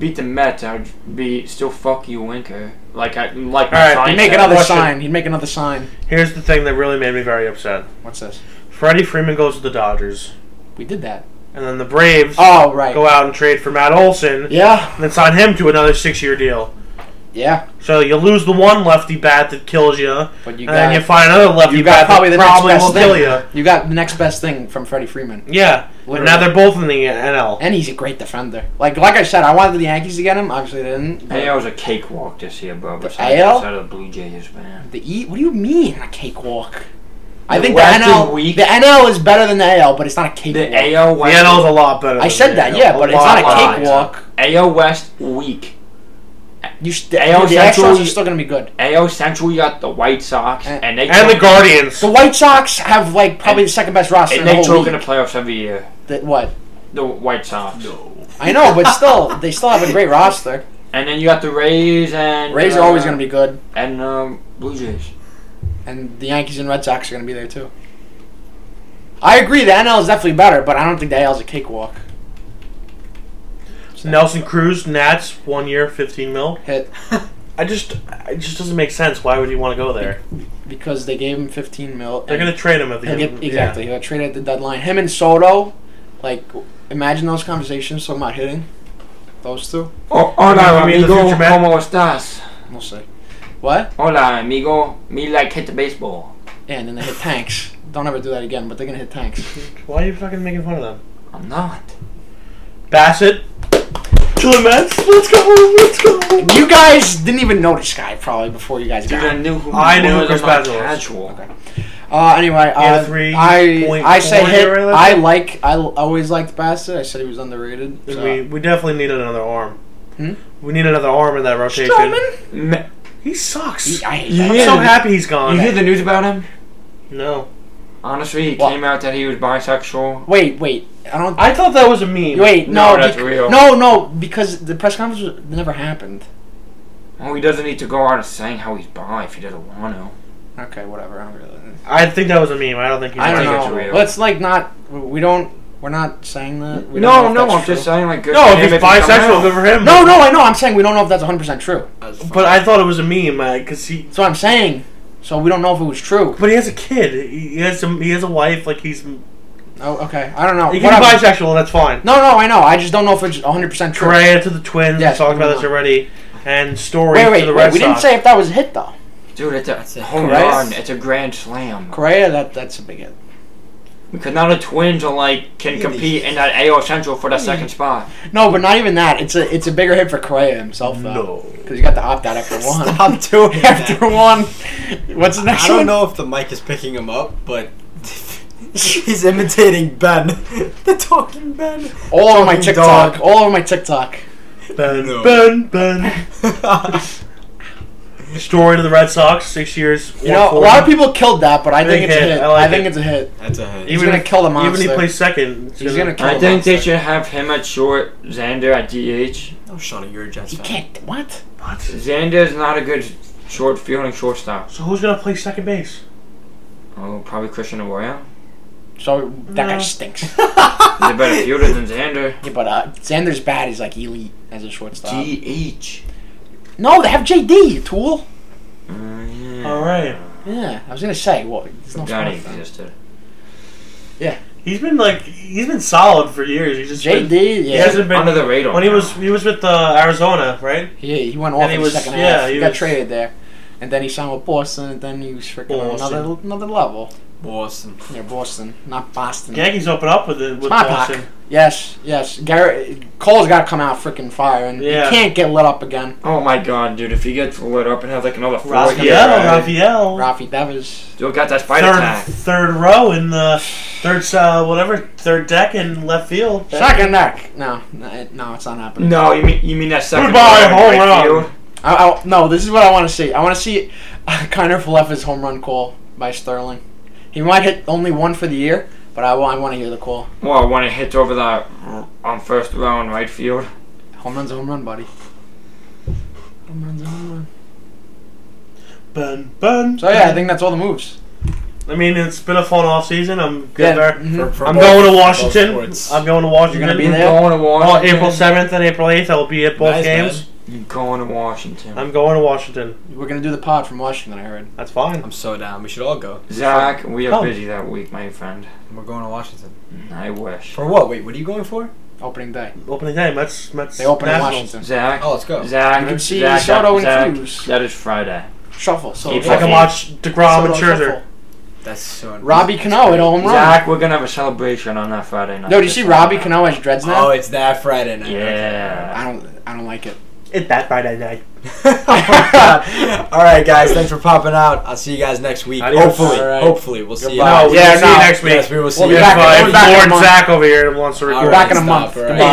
[SPEAKER 3] beat the Mets, I'd be still fuck you, Winker. Like I like
[SPEAKER 4] All right,
[SPEAKER 3] my
[SPEAKER 4] they
[SPEAKER 3] mindset.
[SPEAKER 2] Make another
[SPEAKER 4] question.
[SPEAKER 2] sign. He'd make another sign.
[SPEAKER 4] Here's the thing that really made me very upset.
[SPEAKER 2] What's this?
[SPEAKER 4] Freddie Freeman goes to the Dodgers,
[SPEAKER 2] We did that.
[SPEAKER 4] and then the Braves
[SPEAKER 2] Oh right.
[SPEAKER 4] go out and trade for Matt Olson,
[SPEAKER 2] Yeah,
[SPEAKER 4] and then sign him to another six-year deal.
[SPEAKER 2] Yeah,
[SPEAKER 4] So you lose the one lefty bat that kills you, and
[SPEAKER 2] but you
[SPEAKER 4] then
[SPEAKER 2] got
[SPEAKER 4] you find another lefty
[SPEAKER 2] you got
[SPEAKER 4] bat
[SPEAKER 2] probably
[SPEAKER 4] that
[SPEAKER 2] the
[SPEAKER 4] probably
[SPEAKER 2] next
[SPEAKER 4] will
[SPEAKER 2] best
[SPEAKER 4] kill
[SPEAKER 2] thing.
[SPEAKER 4] you.
[SPEAKER 2] You got the next best thing from Freddie Freeman.
[SPEAKER 4] Yeah. And now
[SPEAKER 2] Literally.
[SPEAKER 4] they're both in the NL.
[SPEAKER 2] And he's a great defender. Like like I said, I wanted the Yankees to get him. Obviously, they didn't. but
[SPEAKER 3] AL was a cakewalk this year, bro. Besides,
[SPEAKER 2] AL?
[SPEAKER 3] besides the Blue Jays, man.
[SPEAKER 2] The E? What do you mean a cakewalk? I
[SPEAKER 3] The
[SPEAKER 2] think the
[SPEAKER 3] West is
[SPEAKER 2] NL
[SPEAKER 3] weak.
[SPEAKER 2] the NL is better than the AL, but it's not a
[SPEAKER 3] The
[SPEAKER 2] cakewalk.
[SPEAKER 3] AL
[SPEAKER 4] The
[SPEAKER 3] West.
[SPEAKER 4] NL's a lot better.
[SPEAKER 2] I
[SPEAKER 4] than
[SPEAKER 2] said
[SPEAKER 4] the
[SPEAKER 2] that,
[SPEAKER 4] AL.
[SPEAKER 2] yeah, but it's not
[SPEAKER 3] lot
[SPEAKER 2] a cakewalk.
[SPEAKER 3] AL West weak.
[SPEAKER 2] You st-
[SPEAKER 3] AL
[SPEAKER 2] the
[SPEAKER 3] Central-
[SPEAKER 2] Astros are still gonna be good.
[SPEAKER 3] AL Central, you got the White Sox,
[SPEAKER 2] And-
[SPEAKER 3] and, they
[SPEAKER 4] And the Guardians.
[SPEAKER 2] The White Sox have like probably
[SPEAKER 3] And-
[SPEAKER 2] the second best roster in
[SPEAKER 3] and
[SPEAKER 2] the
[SPEAKER 3] they
[SPEAKER 2] whole
[SPEAKER 3] choke in
[SPEAKER 2] league.
[SPEAKER 3] the playoffs every year.
[SPEAKER 2] That- what?
[SPEAKER 3] The White Sox.
[SPEAKER 2] I know, but still, they still have a great roster.
[SPEAKER 3] And then you got the Rays and uh,
[SPEAKER 2] Rays are always gonna be good,
[SPEAKER 3] and um, Blue Jays.
[SPEAKER 2] and the Yankees and Red Sox are gonna be there too. I agree, the NL is definitely better, but I don't think the AL is a cakewalk.
[SPEAKER 4] Nelson Cruz, Nats, one year, fifteen mil.
[SPEAKER 2] Hit
[SPEAKER 4] I just, it just doesn't make sense. Why would you want to go there?
[SPEAKER 2] because they gave him 15 mil.
[SPEAKER 4] They're
[SPEAKER 2] and-
[SPEAKER 4] gonna trade him at the
[SPEAKER 2] He'll
[SPEAKER 4] end.
[SPEAKER 2] get, exactly. He'll get traded at the deadline. Him and Soto, like, imagine those conversations talking about hitting. Those two.
[SPEAKER 3] Oh, hola,
[SPEAKER 4] You mean the
[SPEAKER 3] amigo.
[SPEAKER 4] future man?
[SPEAKER 3] ¿Cómo estás?
[SPEAKER 2] We'll see. What?
[SPEAKER 3] Hola, amigo. Me like hit the baseball.
[SPEAKER 2] Yeah, and then they hit tanks. Don't ever do that again, but they're going to hit tanks.
[SPEAKER 4] Yeah. Why are you fucking making fun of them?
[SPEAKER 3] I'm not.
[SPEAKER 4] Bassett to the Mets. Let's go. Let's go.
[SPEAKER 2] You guys didn't even know this guy probably before you guys
[SPEAKER 3] Dude,
[SPEAKER 2] got
[SPEAKER 3] I
[SPEAKER 2] him.
[SPEAKER 3] knew who
[SPEAKER 4] I
[SPEAKER 3] he
[SPEAKER 4] knew
[SPEAKER 3] was.
[SPEAKER 4] Chris
[SPEAKER 3] I'm not
[SPEAKER 4] Basil was.
[SPEAKER 3] Casual.
[SPEAKER 2] Uh, anyway,
[SPEAKER 4] had
[SPEAKER 2] uh,
[SPEAKER 4] a three
[SPEAKER 2] I
[SPEAKER 4] point
[SPEAKER 2] I say
[SPEAKER 4] four
[SPEAKER 2] hit.
[SPEAKER 4] or whatever.
[SPEAKER 2] I like. I l- always liked Bassett. I said he was underrated.
[SPEAKER 4] And
[SPEAKER 2] So.
[SPEAKER 4] We we definitely need another arm.
[SPEAKER 2] Hmm?
[SPEAKER 4] We need another arm in that rotation.
[SPEAKER 2] Stroman?
[SPEAKER 3] Me-
[SPEAKER 4] He sucks.
[SPEAKER 2] He- I hate
[SPEAKER 3] You
[SPEAKER 2] Bassett.
[SPEAKER 4] I'm
[SPEAKER 3] hear
[SPEAKER 4] so
[SPEAKER 3] the-
[SPEAKER 4] happy he's gone.
[SPEAKER 3] You hear the news about him?
[SPEAKER 4] no,
[SPEAKER 3] Honestly, he
[SPEAKER 2] What?
[SPEAKER 3] came out that he was bisexual.
[SPEAKER 2] Wait, wait. I don't.
[SPEAKER 4] I thought that was a meme.
[SPEAKER 2] Wait, no,
[SPEAKER 3] No, that's
[SPEAKER 2] bec-
[SPEAKER 3] real.
[SPEAKER 2] no, no, because the press conference was, never happened.
[SPEAKER 3] Oh, he doesn't need to go out and saying how he's bi if he doesn't want to.
[SPEAKER 2] Okay, whatever. I don't really.
[SPEAKER 4] I think that was a meme. I don't think he's.
[SPEAKER 2] I don't
[SPEAKER 3] think it's
[SPEAKER 2] know.
[SPEAKER 3] real.
[SPEAKER 2] Let's like not. We don't. We're not saying that. We don't know
[SPEAKER 3] No,
[SPEAKER 2] if
[SPEAKER 3] no,
[SPEAKER 2] that's
[SPEAKER 3] I'm
[SPEAKER 2] true.
[SPEAKER 3] just saying like good.
[SPEAKER 4] No,
[SPEAKER 3] for
[SPEAKER 4] if
[SPEAKER 3] him
[SPEAKER 4] he's
[SPEAKER 3] he come
[SPEAKER 4] bisexual,
[SPEAKER 3] out.
[SPEAKER 4] good for him.
[SPEAKER 2] No, no, I know. I'm saying we don't know if that's 100 percent true.
[SPEAKER 4] But I thought it was a meme because he.
[SPEAKER 2] That's what I'm saying. So we don't know if it was true.
[SPEAKER 4] But he has a kid. He he has some. He has a wife. Like he's. He
[SPEAKER 2] Oh, okay. I don't know.
[SPEAKER 4] can
[SPEAKER 2] Whatever.
[SPEAKER 4] be bisexual. That's fine.
[SPEAKER 2] no, no, I know. I just don't know if it's 100 percent true.
[SPEAKER 4] Correa to the Twins.
[SPEAKER 2] Yes,
[SPEAKER 4] we talked about
[SPEAKER 2] moving
[SPEAKER 4] this
[SPEAKER 2] on.
[SPEAKER 4] already. And Story
[SPEAKER 2] Wait,
[SPEAKER 4] to
[SPEAKER 2] wait,
[SPEAKER 4] the
[SPEAKER 2] wait.
[SPEAKER 4] Red
[SPEAKER 2] we didn't
[SPEAKER 4] Sox.
[SPEAKER 2] say if that was a hit though.
[SPEAKER 3] Dude, it's a
[SPEAKER 1] That's it.
[SPEAKER 3] home
[SPEAKER 2] Correct.
[SPEAKER 3] run. It's a grand slam.
[SPEAKER 2] Correa, that that's a big hit.
[SPEAKER 3] Because now the Twins are like can compete in that AL Central for that second spot.
[SPEAKER 2] No, but not even that. It's a it's a bigger hit for Correa himself though. Because you got the opt out after one.
[SPEAKER 1] Stop doing
[SPEAKER 2] After
[SPEAKER 1] that.
[SPEAKER 2] one. What's the next
[SPEAKER 1] I don't
[SPEAKER 2] one?
[SPEAKER 1] know if the mic is picking him up, but he's imitating Ben. the talking Ben.
[SPEAKER 2] All over my
[SPEAKER 1] Fucking
[SPEAKER 2] TikTok.
[SPEAKER 1] dog.
[SPEAKER 2] All over my TikTok.
[SPEAKER 4] Ben,
[SPEAKER 1] No.
[SPEAKER 4] Ben, Ben. Story to the Red Sox. Six years.
[SPEAKER 2] You know, a lot of people killed that, but I
[SPEAKER 4] Big
[SPEAKER 2] think it's a
[SPEAKER 4] hit.
[SPEAKER 2] hit.
[SPEAKER 4] I like
[SPEAKER 2] I think
[SPEAKER 4] it.
[SPEAKER 2] it's a hit.
[SPEAKER 1] That's a hit.
[SPEAKER 2] He's gonna
[SPEAKER 4] if-
[SPEAKER 2] kill the
[SPEAKER 4] Even if
[SPEAKER 2] monster.
[SPEAKER 4] he plays second, it's
[SPEAKER 2] He's
[SPEAKER 4] gonna-
[SPEAKER 2] gonna kill
[SPEAKER 3] I think they
[SPEAKER 2] monster.
[SPEAKER 3] should have him at short. Xander at DH.
[SPEAKER 1] No, Shauna, Oh, you're a Jets
[SPEAKER 2] You
[SPEAKER 1] fan.
[SPEAKER 2] can't. What?
[SPEAKER 4] What?
[SPEAKER 3] Xander is not a good short fielding shortstop.
[SPEAKER 4] So who's gonna play second base?
[SPEAKER 3] Oh, probably Christian Arroyo.
[SPEAKER 2] So that guy
[SPEAKER 4] No.
[SPEAKER 2] stinks.
[SPEAKER 3] He's a better fielder than Xander.
[SPEAKER 2] yeah, but uh, Xander's bad. He's like elite as a shortstop.
[SPEAKER 3] DH.
[SPEAKER 2] no, they have JD. you Tool.
[SPEAKER 3] Uh, yeah.
[SPEAKER 4] All right.
[SPEAKER 2] Yeah, I was gonna say what. There's no
[SPEAKER 3] Johnny
[SPEAKER 2] shortstop.
[SPEAKER 3] existed.
[SPEAKER 4] He's been like he's been solid for years. He's just been-
[SPEAKER 2] JD.
[SPEAKER 4] he
[SPEAKER 2] Yeah,
[SPEAKER 4] hasn't been
[SPEAKER 3] Under the radar.
[SPEAKER 4] when he was he was with uh, Arizona, right?
[SPEAKER 2] yeah, he went off
[SPEAKER 4] And he
[SPEAKER 2] in
[SPEAKER 4] was-
[SPEAKER 2] the second
[SPEAKER 4] yeah,
[SPEAKER 2] half. He,
[SPEAKER 4] he
[SPEAKER 2] got
[SPEAKER 4] was-
[SPEAKER 2] traded there, and then he signed with Boston, and then he was freaking on
[SPEAKER 4] Boston.
[SPEAKER 2] another another level.
[SPEAKER 1] Boston.
[SPEAKER 2] Yeah, Boston, not Boston.
[SPEAKER 4] Yankees open up with it with
[SPEAKER 2] Smart
[SPEAKER 4] Boston.
[SPEAKER 2] Yes, yes. Garrett Cole's got to come out freaking firing.
[SPEAKER 4] Yeah.
[SPEAKER 2] He can't get lit up again.
[SPEAKER 3] Oh my god, dude! If he gets lit up and has like another four
[SPEAKER 4] Rafael,
[SPEAKER 3] year,
[SPEAKER 4] Rafael,
[SPEAKER 2] Rafi Devers.
[SPEAKER 3] still got that spider
[SPEAKER 4] third
[SPEAKER 3] attack.
[SPEAKER 4] third row in the third uh, whatever third deck in left field.
[SPEAKER 2] Second deck. No, no, it- no, it's not happening.
[SPEAKER 3] No, you mean you mean that second
[SPEAKER 4] Goodbye,
[SPEAKER 3] row in
[SPEAKER 4] home
[SPEAKER 3] right
[SPEAKER 4] run.
[SPEAKER 3] field?
[SPEAKER 2] I, I- no, this is what I want to see. I want to see Connor Falefa's home run call by Sterling. He might hit only one for the year, but I, want to hear the call.
[SPEAKER 3] Well, when it hits over that on first row in right field.
[SPEAKER 2] Home run's a home run, buddy. Home run's a home run.
[SPEAKER 4] Bun, bun.
[SPEAKER 2] So yeah, I think that's all the moves.
[SPEAKER 4] I mean it's been a fun off season. I'm good
[SPEAKER 2] Yeah,
[SPEAKER 4] there.
[SPEAKER 2] mhm.
[SPEAKER 1] For- for
[SPEAKER 4] I'm
[SPEAKER 1] both-
[SPEAKER 4] going to
[SPEAKER 1] both
[SPEAKER 4] Washington.
[SPEAKER 1] sports.
[SPEAKER 4] I'm going to Washington.
[SPEAKER 2] gonna be there? Yeah.
[SPEAKER 3] Going to
[SPEAKER 4] Oh,
[SPEAKER 3] Washington.
[SPEAKER 4] April seventh and April eighth. I will be at both
[SPEAKER 1] Nice,
[SPEAKER 4] games.
[SPEAKER 1] man.
[SPEAKER 3] You're going to Washington.
[SPEAKER 4] I'm going to Washington.
[SPEAKER 2] We're gonna do the pod from Washington. I heard.
[SPEAKER 4] That's fine.
[SPEAKER 1] I'm so down. We should all go.
[SPEAKER 3] Zach, we are
[SPEAKER 2] Oh.
[SPEAKER 4] Come.
[SPEAKER 3] busy that week, my friend. Mm,
[SPEAKER 1] We're going to Washington.
[SPEAKER 3] I wish.
[SPEAKER 2] Oh.
[SPEAKER 1] For what? Wait, what are you going for?
[SPEAKER 2] opening day.
[SPEAKER 4] Opening day, Mets. Mets.
[SPEAKER 2] They open in
[SPEAKER 4] Nationals.
[SPEAKER 2] Washington.
[SPEAKER 3] Zach.
[SPEAKER 1] Oh, let's go.
[SPEAKER 3] Zach.
[SPEAKER 2] You can see
[SPEAKER 3] Zach,
[SPEAKER 2] Soto and
[SPEAKER 3] Zach,
[SPEAKER 2] Cruz.
[SPEAKER 3] That is Friday.
[SPEAKER 2] Shuffle. So
[SPEAKER 3] Keep
[SPEAKER 4] I
[SPEAKER 3] fucking
[SPEAKER 4] can watch Degrom and
[SPEAKER 2] Soto
[SPEAKER 4] Scherzer.
[SPEAKER 2] shuffle.
[SPEAKER 1] That's so.
[SPEAKER 2] Robbie Cano at a home run.
[SPEAKER 3] Zach, we're gonna have a celebration on that Friday night.
[SPEAKER 2] No, do you see Robbie Cano as dreads
[SPEAKER 1] Oh,
[SPEAKER 2] now?
[SPEAKER 1] it's that Friday night.
[SPEAKER 3] Yeah.
[SPEAKER 2] I don't. I don't like it.
[SPEAKER 4] It that Friday night.
[SPEAKER 1] Okay. Oh my God. All right, guys. Thanks for popping out. I'll see you guys next week.
[SPEAKER 4] Adios.
[SPEAKER 1] Hopefully,
[SPEAKER 2] All right.
[SPEAKER 1] hopefully we'll see. You.
[SPEAKER 4] No,
[SPEAKER 1] next
[SPEAKER 4] we
[SPEAKER 2] Yeah,
[SPEAKER 4] can see
[SPEAKER 2] no.
[SPEAKER 4] you next week.
[SPEAKER 1] Yes, we will see.
[SPEAKER 2] We'll be
[SPEAKER 1] you
[SPEAKER 2] back
[SPEAKER 1] next week.
[SPEAKER 2] in- we'll be back in a
[SPEAKER 4] Lord
[SPEAKER 2] month.
[SPEAKER 4] Zach over here wants to record.
[SPEAKER 2] We're back in a
[SPEAKER 1] Stop,
[SPEAKER 2] month.
[SPEAKER 1] all right.
[SPEAKER 2] Goodbye.